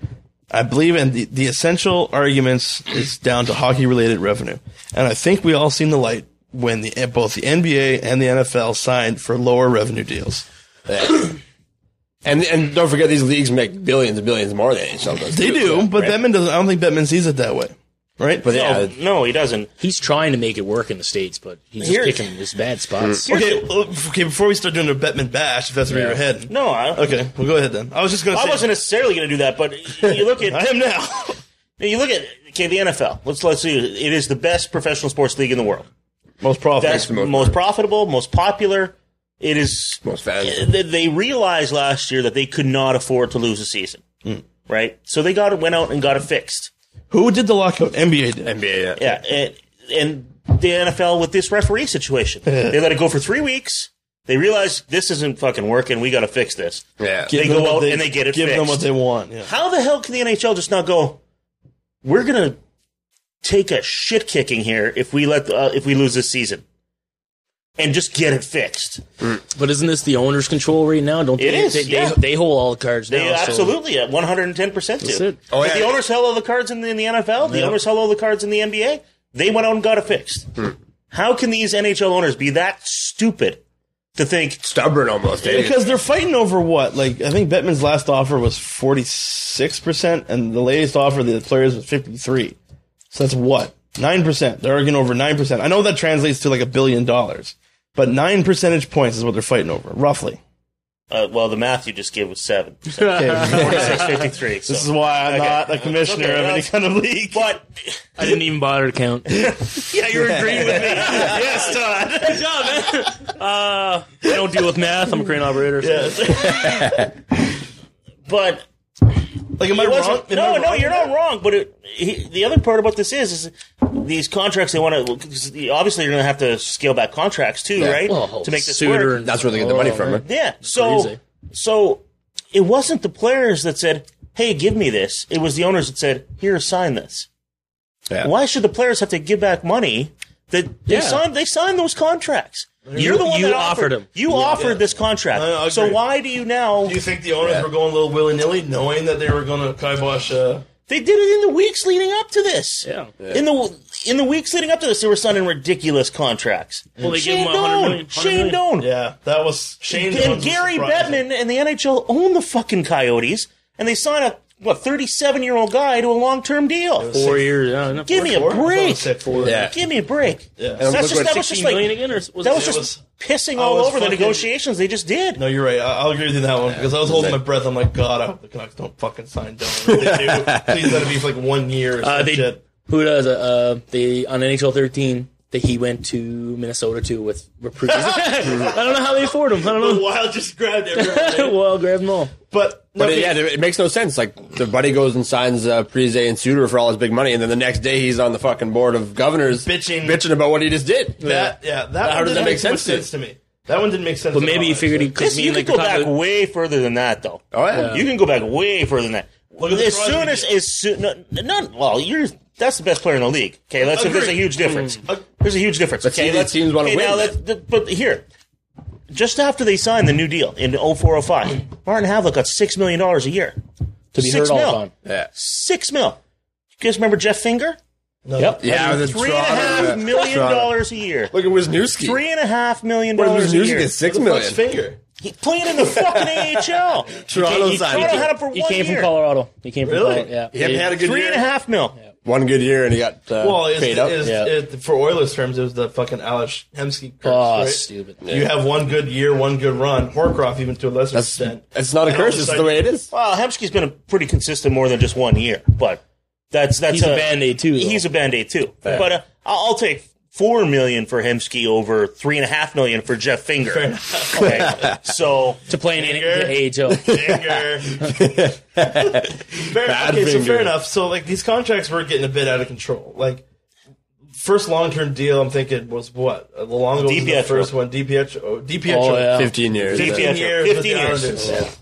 [SPEAKER 1] I believe, and the, the essential arguments is down to hockey related revenue, and I think we all seen the light when the both the NBA and the NFL signed for lower revenue deals.
[SPEAKER 7] And and don't forget these leagues make billions and billions more than NHL does.
[SPEAKER 1] They
[SPEAKER 7] too.
[SPEAKER 1] do,
[SPEAKER 7] Yeah,
[SPEAKER 1] but
[SPEAKER 7] right.
[SPEAKER 1] Bettman doesn't. I don't think Bettman sees it that way, right?
[SPEAKER 7] But yeah,
[SPEAKER 5] Oh, no, he doesn't.
[SPEAKER 6] He's trying to make it work in the States, but he's
[SPEAKER 5] Here-
[SPEAKER 6] just picking his bad spots.
[SPEAKER 1] okay, uh, okay. Before we start doing a Bettman bash, if that's where
[SPEAKER 6] Yeah.
[SPEAKER 1] you're heading,
[SPEAKER 5] No, I,
[SPEAKER 1] Okay, well, go ahead then. I was just gonna.
[SPEAKER 5] I
[SPEAKER 1] say,
[SPEAKER 5] wasn't necessarily going to do that, but you look at
[SPEAKER 1] I am now.
[SPEAKER 5] you look at okay the NFL. Let's let's see. It is the best professional sports league in the world.
[SPEAKER 1] Most profitable.
[SPEAKER 5] That's
[SPEAKER 7] the most
[SPEAKER 5] most, profitable, most popular. It is
[SPEAKER 7] Most fans.
[SPEAKER 5] They, they realized last year that they could not afford to lose a season, right? So they got it, went out and got it fixed.
[SPEAKER 1] Who did the lockout? NBA did.
[SPEAKER 7] NBA. Yeah.
[SPEAKER 5] Yeah, and, and the NFL with this referee situation, they let it go for three weeks. They realized this isn't fucking working. We got to fix this.
[SPEAKER 7] yeah.
[SPEAKER 5] They
[SPEAKER 1] Give them
[SPEAKER 5] go
[SPEAKER 1] what
[SPEAKER 5] out and they get it
[SPEAKER 1] Give them
[SPEAKER 5] fixed.
[SPEAKER 1] what they want. Yeah.
[SPEAKER 5] How the hell can the NHL just not go? We're gonna take a shit kicking here if we let uh, if we lose this season, and just get it fixed.
[SPEAKER 6] But isn't this the owner's control right now? Don't
[SPEAKER 5] It
[SPEAKER 6] they,
[SPEAKER 5] is,
[SPEAKER 6] They,
[SPEAKER 5] yeah.
[SPEAKER 6] they, they hold all the cards
[SPEAKER 5] They
[SPEAKER 6] now. so-
[SPEAKER 5] absolutely at one hundred and ten percent
[SPEAKER 6] That's
[SPEAKER 5] do.
[SPEAKER 6] it.
[SPEAKER 7] Oh,
[SPEAKER 5] but
[SPEAKER 7] yeah.
[SPEAKER 5] the owners held all the cards in the, in the NFL. The
[SPEAKER 6] Yeah.
[SPEAKER 5] owners held all the cards in the NBA. They went out and got it fixed.
[SPEAKER 6] Hmm.
[SPEAKER 5] How can these NHL owners be that stupid to think?
[SPEAKER 7] Stubborn almost. eh?
[SPEAKER 1] Because they're fighting over what? Like I think Bettman's last offer was forty six percent, and the latest offer the players was fifty three. So that's what nine percent. They're arguing over nine percent. I know that translates to like a billion dollars, but nine percentage points is what they're fighting over, roughly.
[SPEAKER 5] Uh, well, the math you just gave was seven.
[SPEAKER 1] Okay.
[SPEAKER 5] Six fifty three. So.
[SPEAKER 1] this is why I'm
[SPEAKER 5] Okay.
[SPEAKER 1] not a commissioner
[SPEAKER 5] Okay,
[SPEAKER 1] of any
[SPEAKER 5] that's-
[SPEAKER 1] kind of league.
[SPEAKER 5] but
[SPEAKER 6] I didn't even bother to count. Good
[SPEAKER 5] yeah, you're agreeing with me.
[SPEAKER 1] yes, Todd.
[SPEAKER 6] job, man. Uh, I don't deal with math. I'm a crane operator. so-
[SPEAKER 5] But
[SPEAKER 1] Like, am I
[SPEAKER 5] It
[SPEAKER 1] wrong?
[SPEAKER 5] wasn't-
[SPEAKER 1] Am I
[SPEAKER 5] No,
[SPEAKER 1] wrong?
[SPEAKER 5] no, you're not wrong. But it, he, the other part about this is, is these contracts they want to. Obviously, you're going to have to scale back contracts too, right?
[SPEAKER 6] Oh,
[SPEAKER 5] to make this
[SPEAKER 6] suitor
[SPEAKER 5] work.
[SPEAKER 6] and-
[SPEAKER 7] That's where they get the
[SPEAKER 6] Oh,
[SPEAKER 7] money from.
[SPEAKER 6] man.
[SPEAKER 7] Right?
[SPEAKER 5] Yeah. So,
[SPEAKER 6] Crazy.
[SPEAKER 5] so it wasn't the players that said, "Hey, give me this." It was the owners that said, "Here, sign this."
[SPEAKER 7] Yeah.
[SPEAKER 5] Why should the players have to give back money that they
[SPEAKER 6] Yeah.
[SPEAKER 5] signed? They signed those contracts. You're the one
[SPEAKER 6] you
[SPEAKER 5] that
[SPEAKER 6] offered
[SPEAKER 5] offered
[SPEAKER 6] them.
[SPEAKER 5] You offered this contract.
[SPEAKER 1] I- I
[SPEAKER 5] so
[SPEAKER 1] agree.
[SPEAKER 5] why do you now?
[SPEAKER 1] Do you think the owners were going a little willy nilly, knowing that they were going to kibosh? Uh,
[SPEAKER 5] They did it in the weeks leading up to this.
[SPEAKER 6] Yeah.
[SPEAKER 5] In the in the weeks leading up to this, they were signing ridiculous contracts.
[SPEAKER 6] Well, they give
[SPEAKER 5] Shane
[SPEAKER 6] him 100
[SPEAKER 5] Doan,
[SPEAKER 6] million, 100
[SPEAKER 5] Shane
[SPEAKER 6] million.
[SPEAKER 5] Doan,
[SPEAKER 1] yeah, that was Shane
[SPEAKER 5] and Gary Bettman and the NHL own the fucking Coyotes, and they sign a what thirty-seven year old guy to a long-term deal.
[SPEAKER 6] Four years. Yeah, enough.
[SPEAKER 5] Give me a break.
[SPEAKER 7] Yeah.
[SPEAKER 5] Give me a break.
[SPEAKER 1] And
[SPEAKER 5] That's just,
[SPEAKER 7] look what-
[SPEAKER 5] that was just
[SPEAKER 6] 16
[SPEAKER 5] like
[SPEAKER 6] million again, or was
[SPEAKER 5] that was
[SPEAKER 1] It
[SPEAKER 5] just
[SPEAKER 1] was-
[SPEAKER 5] pissing
[SPEAKER 1] I
[SPEAKER 5] all
[SPEAKER 1] was
[SPEAKER 5] over the
[SPEAKER 1] fucking-
[SPEAKER 5] negotiations they just did.
[SPEAKER 1] No, you're right. I, I'll agree with you on that one because I was holding my breath. I'm like, God, I hope the Canucks don't fucking sign Doan. If they do, please let it be for like one year or
[SPEAKER 6] Uh,
[SPEAKER 1] some
[SPEAKER 6] they,
[SPEAKER 1] shit.
[SPEAKER 6] who does it? Uh, they on NHL 13 that he went to Minnesota too with recruits. I don't know how they afford him. I
[SPEAKER 1] The
[SPEAKER 6] don't
[SPEAKER 1] Wild just grabbed everything.
[SPEAKER 6] know. well, grab them all.
[SPEAKER 1] but no,
[SPEAKER 7] But it,
[SPEAKER 1] yeah,
[SPEAKER 7] yeah, there- it makes no sense. Like the buddy goes and signs uh, Prize and Suter for all his big money, and then the next day he's on the fucking board of governors
[SPEAKER 1] Bitching.
[SPEAKER 7] bitching about what he just did.
[SPEAKER 1] that yeah, that
[SPEAKER 7] How
[SPEAKER 1] one
[SPEAKER 7] does
[SPEAKER 1] didn't
[SPEAKER 7] that make
[SPEAKER 1] too much
[SPEAKER 7] sense to you?
[SPEAKER 1] sense to me. That one didn't make sense.
[SPEAKER 6] But maybe he figured he
[SPEAKER 5] This,
[SPEAKER 6] because
[SPEAKER 5] you
[SPEAKER 6] like
[SPEAKER 5] can go
[SPEAKER 6] the top
[SPEAKER 5] back
[SPEAKER 6] of-
[SPEAKER 5] way further than that, though.
[SPEAKER 7] Oh yeah.
[SPEAKER 5] You can go back way further than that.
[SPEAKER 1] at the
[SPEAKER 5] as
[SPEAKER 1] Crosby
[SPEAKER 5] soon as
[SPEAKER 1] deal.
[SPEAKER 5] as soon, no, no, well, you're that's the best player in the league. Okay, let's if there's a
[SPEAKER 1] Agreed.
[SPEAKER 5] huge difference.
[SPEAKER 1] Ag-
[SPEAKER 5] There's a huge difference.
[SPEAKER 7] But see,
[SPEAKER 5] okay,
[SPEAKER 7] the
[SPEAKER 5] let's,
[SPEAKER 7] teams wanna
[SPEAKER 5] okay,
[SPEAKER 7] win,
[SPEAKER 5] Now
[SPEAKER 7] man.
[SPEAKER 5] let's, th- but here, just after they signed the new deal in 0405, Martin Havlick got six million dollars a year
[SPEAKER 6] to be
[SPEAKER 5] six
[SPEAKER 6] heard all
[SPEAKER 5] mil.
[SPEAKER 6] the time.
[SPEAKER 7] Yeah.
[SPEAKER 5] Six mil. You guys remember Jeff Finger?
[SPEAKER 1] No.
[SPEAKER 5] Yep.
[SPEAKER 7] Yeah, with the
[SPEAKER 5] Three and a
[SPEAKER 7] Toronto-
[SPEAKER 5] half million
[SPEAKER 7] Toronto.
[SPEAKER 5] dollars a year.
[SPEAKER 7] Look at Wisniewski.
[SPEAKER 5] Three and a half million
[SPEAKER 7] Where's
[SPEAKER 5] dollars a
[SPEAKER 7] Wisniewski
[SPEAKER 5] year.
[SPEAKER 7] get six
[SPEAKER 8] Who the fuck's
[SPEAKER 7] million?
[SPEAKER 8] Finger?
[SPEAKER 5] He played in the fucking AHL.
[SPEAKER 7] Toronto
[SPEAKER 5] He-
[SPEAKER 7] signed.
[SPEAKER 5] Toronto had him for
[SPEAKER 6] He
[SPEAKER 5] one
[SPEAKER 6] came
[SPEAKER 5] year.
[SPEAKER 6] from Colorado. He came from
[SPEAKER 8] Really?
[SPEAKER 6] Colorado. Yeah.
[SPEAKER 8] He hadn't had a good
[SPEAKER 5] Three
[SPEAKER 8] year.
[SPEAKER 5] and a half mil.
[SPEAKER 7] One good year and he got uh,
[SPEAKER 8] Well, it's,
[SPEAKER 7] paid up.
[SPEAKER 8] it's,
[SPEAKER 6] Yeah.
[SPEAKER 8] it- for Oilers terms, it was the fucking Alex Hemsky curse.
[SPEAKER 6] Oh,
[SPEAKER 8] right?
[SPEAKER 6] stupid.
[SPEAKER 8] You have one good year, one good run. Horcroft, even to a lesser
[SPEAKER 7] That's-
[SPEAKER 8] extent.
[SPEAKER 7] it's not a
[SPEAKER 8] And all
[SPEAKER 7] curse.
[SPEAKER 8] of
[SPEAKER 7] It's
[SPEAKER 8] sudden-
[SPEAKER 7] the way it is.
[SPEAKER 5] Well, Hemsky's been a pretty consistent more than just one year, but that's that's
[SPEAKER 6] He's a Band-Aid too, though.
[SPEAKER 5] He's a band aid too. But uh, I'll I'll take four million for Hemsky over three and a half million for Jeff Finger. Okay, so
[SPEAKER 6] To play in the AHL.
[SPEAKER 8] Finger. fair,
[SPEAKER 7] Bad
[SPEAKER 8] okay, so
[SPEAKER 7] finger.
[SPEAKER 8] fair enough. So like these contracts were getting a bit out of control. Like first long term deal, I'm thinking was what Uh, the long was the
[SPEAKER 5] DiPietro.
[SPEAKER 8] first one. DiPietro, DiPietro,
[SPEAKER 6] Oh, yeah.
[SPEAKER 7] Fifteen years.
[SPEAKER 5] Fifteen
[SPEAKER 7] yeah.
[SPEAKER 5] years.
[SPEAKER 8] with
[SPEAKER 5] 15
[SPEAKER 8] the
[SPEAKER 5] years.
[SPEAKER 8] Islanders.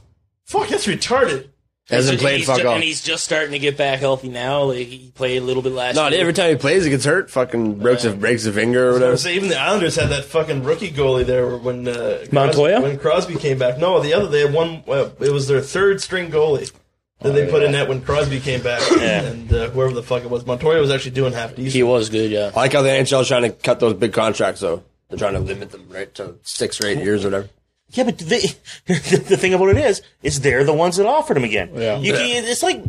[SPEAKER 8] Fuck, that's retarded.
[SPEAKER 7] Hasn't played
[SPEAKER 6] He's
[SPEAKER 7] fuck
[SPEAKER 6] ju-
[SPEAKER 7] off.
[SPEAKER 6] And he's just starting to get back healthy now. Like he played a little bit last
[SPEAKER 7] No,
[SPEAKER 6] year.
[SPEAKER 7] every time he plays, he gets hurt. Fucking breaks a, breaks a finger or whatever.
[SPEAKER 8] So even the Islanders had that fucking rookie goalie there when uh, Cros-
[SPEAKER 6] Montoya?
[SPEAKER 8] when Crosby came back. No, the other they had one. Uh, it was their third string goalie that they put in net when Crosby came back, and uh, whoever the fuck it was, Montoya was actually doing half decent.
[SPEAKER 6] he was good. Yeah.
[SPEAKER 7] I like how the NHL is trying to cut those big contracts, though. They're trying to limit them, right, to six or eight years or whatever.
[SPEAKER 5] Yeah, but they, the thing about it is, is they're the ones that offered him again. Yeah. You can, it's like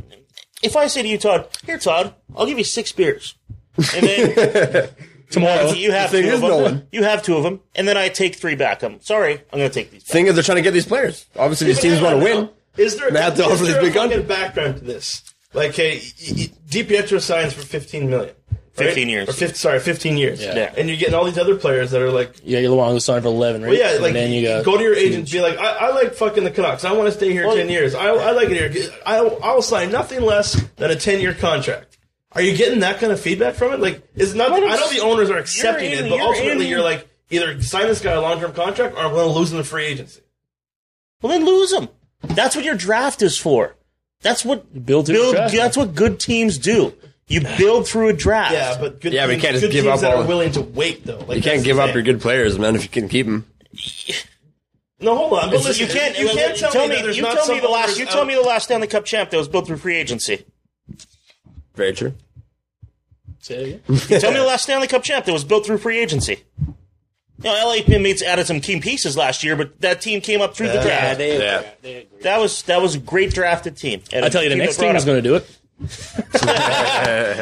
[SPEAKER 5] if I say to you, Todd, here, Todd, I'll give you six beers, and then tomorrow you have
[SPEAKER 7] The thing
[SPEAKER 5] two
[SPEAKER 7] is,
[SPEAKER 5] of them.
[SPEAKER 7] Nolan-
[SPEAKER 5] You have two of them, and then I take three back. I'm sorry, I'm going to take these. Back.
[SPEAKER 7] Thing is, they're trying to get these players. Obviously, these teams want to win.
[SPEAKER 8] Is there?
[SPEAKER 7] They have to
[SPEAKER 8] is
[SPEAKER 7] offer
[SPEAKER 8] there
[SPEAKER 7] these
[SPEAKER 8] a
[SPEAKER 7] big
[SPEAKER 8] fucking
[SPEAKER 7] contracts.
[SPEAKER 8] background to this? Like, hey, DiPietro signs for fifteen million. right?
[SPEAKER 5] 15 years.
[SPEAKER 8] Or 15, sorry, fifteen years.
[SPEAKER 5] Yeah.
[SPEAKER 8] And you're getting all these other players that are like,
[SPEAKER 6] Yeah, you're the one who signed for eleven, right?
[SPEAKER 8] well, yeah, like
[SPEAKER 6] and then you got
[SPEAKER 8] go to your agent and be like, I, I like fucking the Canucks. I want to stay here ten years. I, I like it here. I, I'll sign nothing less than a ten year contract. Are you getting that kind of feedback from it? Like, it's not.
[SPEAKER 5] Well,
[SPEAKER 8] I know the owners are accepting
[SPEAKER 5] you're in-
[SPEAKER 8] it, but
[SPEAKER 5] you're
[SPEAKER 8] ultimately
[SPEAKER 5] in-
[SPEAKER 8] you're like, either sign this guy a long term contract, or I'm going to lose in the free agency.
[SPEAKER 5] Well, then lose them. That's what your draft is for. That's what
[SPEAKER 6] Build through
[SPEAKER 5] build.
[SPEAKER 6] the draft.
[SPEAKER 5] That's what good teams do. You build through a draft.
[SPEAKER 8] Yeah, but good.
[SPEAKER 7] Yeah,
[SPEAKER 8] teams,
[SPEAKER 7] but you can't just
[SPEAKER 8] good
[SPEAKER 7] give
[SPEAKER 8] teams
[SPEAKER 7] up
[SPEAKER 8] that
[SPEAKER 7] all-
[SPEAKER 8] are willing to wait though. Like
[SPEAKER 7] You can't
[SPEAKER 8] that's
[SPEAKER 7] give
[SPEAKER 8] the
[SPEAKER 7] up
[SPEAKER 8] thing.
[SPEAKER 7] your good players, man, if you can keep them.
[SPEAKER 8] No, hold on. But
[SPEAKER 5] Listen,
[SPEAKER 8] listen,
[SPEAKER 5] you can't.
[SPEAKER 8] You can't tell, me. that there's
[SPEAKER 5] you
[SPEAKER 8] not
[SPEAKER 5] tell me
[SPEAKER 8] some
[SPEAKER 5] the last.
[SPEAKER 8] owners
[SPEAKER 5] You
[SPEAKER 8] out-
[SPEAKER 5] tell me the last Stanley Cup champ that was built through free agency.
[SPEAKER 7] Very true.
[SPEAKER 6] Say it
[SPEAKER 5] Tell me the last Stanley Cup champ that was built through free agency. You know, LA Pimmates added some team pieces last year, but that team came up through the
[SPEAKER 6] Yeah,
[SPEAKER 5] draft.
[SPEAKER 6] they,
[SPEAKER 7] Yeah.
[SPEAKER 6] they agree.
[SPEAKER 5] that was that was a great drafted team. And
[SPEAKER 6] I tell you, the
[SPEAKER 5] team
[SPEAKER 6] next
[SPEAKER 5] that brought
[SPEAKER 6] team is
[SPEAKER 5] up-
[SPEAKER 6] going to do it.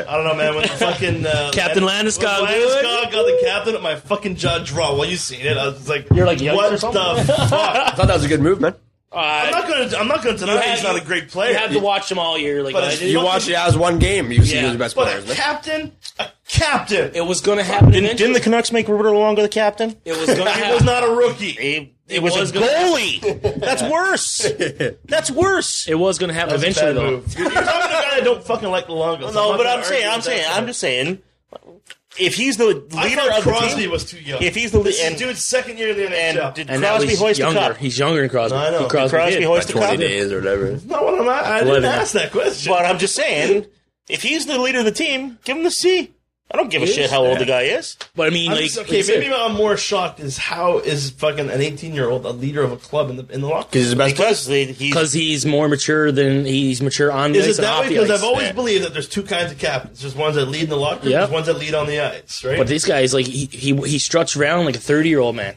[SPEAKER 8] I don't know, man. When the fucking uh,
[SPEAKER 6] Captain
[SPEAKER 8] when-
[SPEAKER 6] Landeskog
[SPEAKER 8] when
[SPEAKER 6] Wood.
[SPEAKER 8] Landeskog got the captain, my fucking jaw dropped. Well, you seen it? I was like,
[SPEAKER 6] You're like Young
[SPEAKER 8] what
[SPEAKER 6] or something.
[SPEAKER 8] the
[SPEAKER 7] I
[SPEAKER 8] fuck?
[SPEAKER 7] thought that was a good move, man.
[SPEAKER 8] I'm not gonna. I'm not gonna deny
[SPEAKER 6] had-
[SPEAKER 8] he's not a great player.
[SPEAKER 6] You Uh, have to watch them all year. Like
[SPEAKER 8] But
[SPEAKER 6] I
[SPEAKER 8] it's-
[SPEAKER 6] did.
[SPEAKER 7] You watch it as one game, you see
[SPEAKER 6] Yeah.
[SPEAKER 7] who's the best
[SPEAKER 8] but a
[SPEAKER 7] players, man.
[SPEAKER 8] captain, a captain.
[SPEAKER 6] it was going to happen.
[SPEAKER 5] Didn't, didn't the
[SPEAKER 6] eventually.
[SPEAKER 5] Canucks make Roberto Luongo the captain?
[SPEAKER 6] it was going to
[SPEAKER 8] He was
[SPEAKER 6] happen.
[SPEAKER 8] not a rookie.
[SPEAKER 5] It, it was,
[SPEAKER 6] was
[SPEAKER 5] a
[SPEAKER 6] gonna-
[SPEAKER 5] goalie. That's worse. That's worse.
[SPEAKER 6] It was going to happen
[SPEAKER 8] That's a
[SPEAKER 6] eventually,
[SPEAKER 8] bad
[SPEAKER 6] though.
[SPEAKER 8] move. You're, you're talking to a guy that don't fucking like the longos.
[SPEAKER 5] No, but
[SPEAKER 8] not gonna
[SPEAKER 5] I'm saying,
[SPEAKER 8] argue
[SPEAKER 5] I'm
[SPEAKER 8] with
[SPEAKER 5] saying,
[SPEAKER 8] that.
[SPEAKER 5] I'm just saying, if he's the
[SPEAKER 8] I
[SPEAKER 5] leader
[SPEAKER 8] thought
[SPEAKER 5] of the
[SPEAKER 8] Crosby
[SPEAKER 5] team,
[SPEAKER 8] was too young.
[SPEAKER 5] if he's the
[SPEAKER 8] this
[SPEAKER 5] leader,
[SPEAKER 8] is dude's second year in the
[SPEAKER 5] and,
[SPEAKER 8] NHL.
[SPEAKER 5] and did
[SPEAKER 6] And now
[SPEAKER 5] Crosby
[SPEAKER 6] he's
[SPEAKER 5] hoist the
[SPEAKER 6] younger.
[SPEAKER 5] cup?
[SPEAKER 6] He's younger than Crosby.
[SPEAKER 8] I know.
[SPEAKER 6] Did Crosby,
[SPEAKER 5] Crosby
[SPEAKER 6] did.
[SPEAKER 5] hoist the
[SPEAKER 7] Twenty
[SPEAKER 5] cup?
[SPEAKER 7] days or whatever.
[SPEAKER 8] No, I'm not, I didn't
[SPEAKER 6] Eleven.
[SPEAKER 8] ask that question.
[SPEAKER 5] But I'm just saying, if he's the leader of the team, give him the C. I don't give a shit how old the guy is.
[SPEAKER 6] But I mean,
[SPEAKER 8] I'm
[SPEAKER 6] like,
[SPEAKER 8] just-
[SPEAKER 6] like
[SPEAKER 8] okay,
[SPEAKER 6] I said,
[SPEAKER 8] maybe I'm more shocked is how is fucking an 18 year old a leader of a club in the in the locker
[SPEAKER 7] Because
[SPEAKER 8] room?
[SPEAKER 7] he's the best player.
[SPEAKER 5] Because the- he's
[SPEAKER 6] because he's more mature than he's mature on the
[SPEAKER 8] Is
[SPEAKER 6] ice
[SPEAKER 8] it
[SPEAKER 6] and
[SPEAKER 8] that
[SPEAKER 6] off
[SPEAKER 8] way?
[SPEAKER 6] the
[SPEAKER 8] Because
[SPEAKER 6] ice.
[SPEAKER 8] I've always believed that there's two kinds of captains. There's ones that lead in the locker room.
[SPEAKER 6] Yeah.
[SPEAKER 8] There's ones that lead on the ice, right?
[SPEAKER 6] But this guy is like he he, he struts around like a thirty year old man,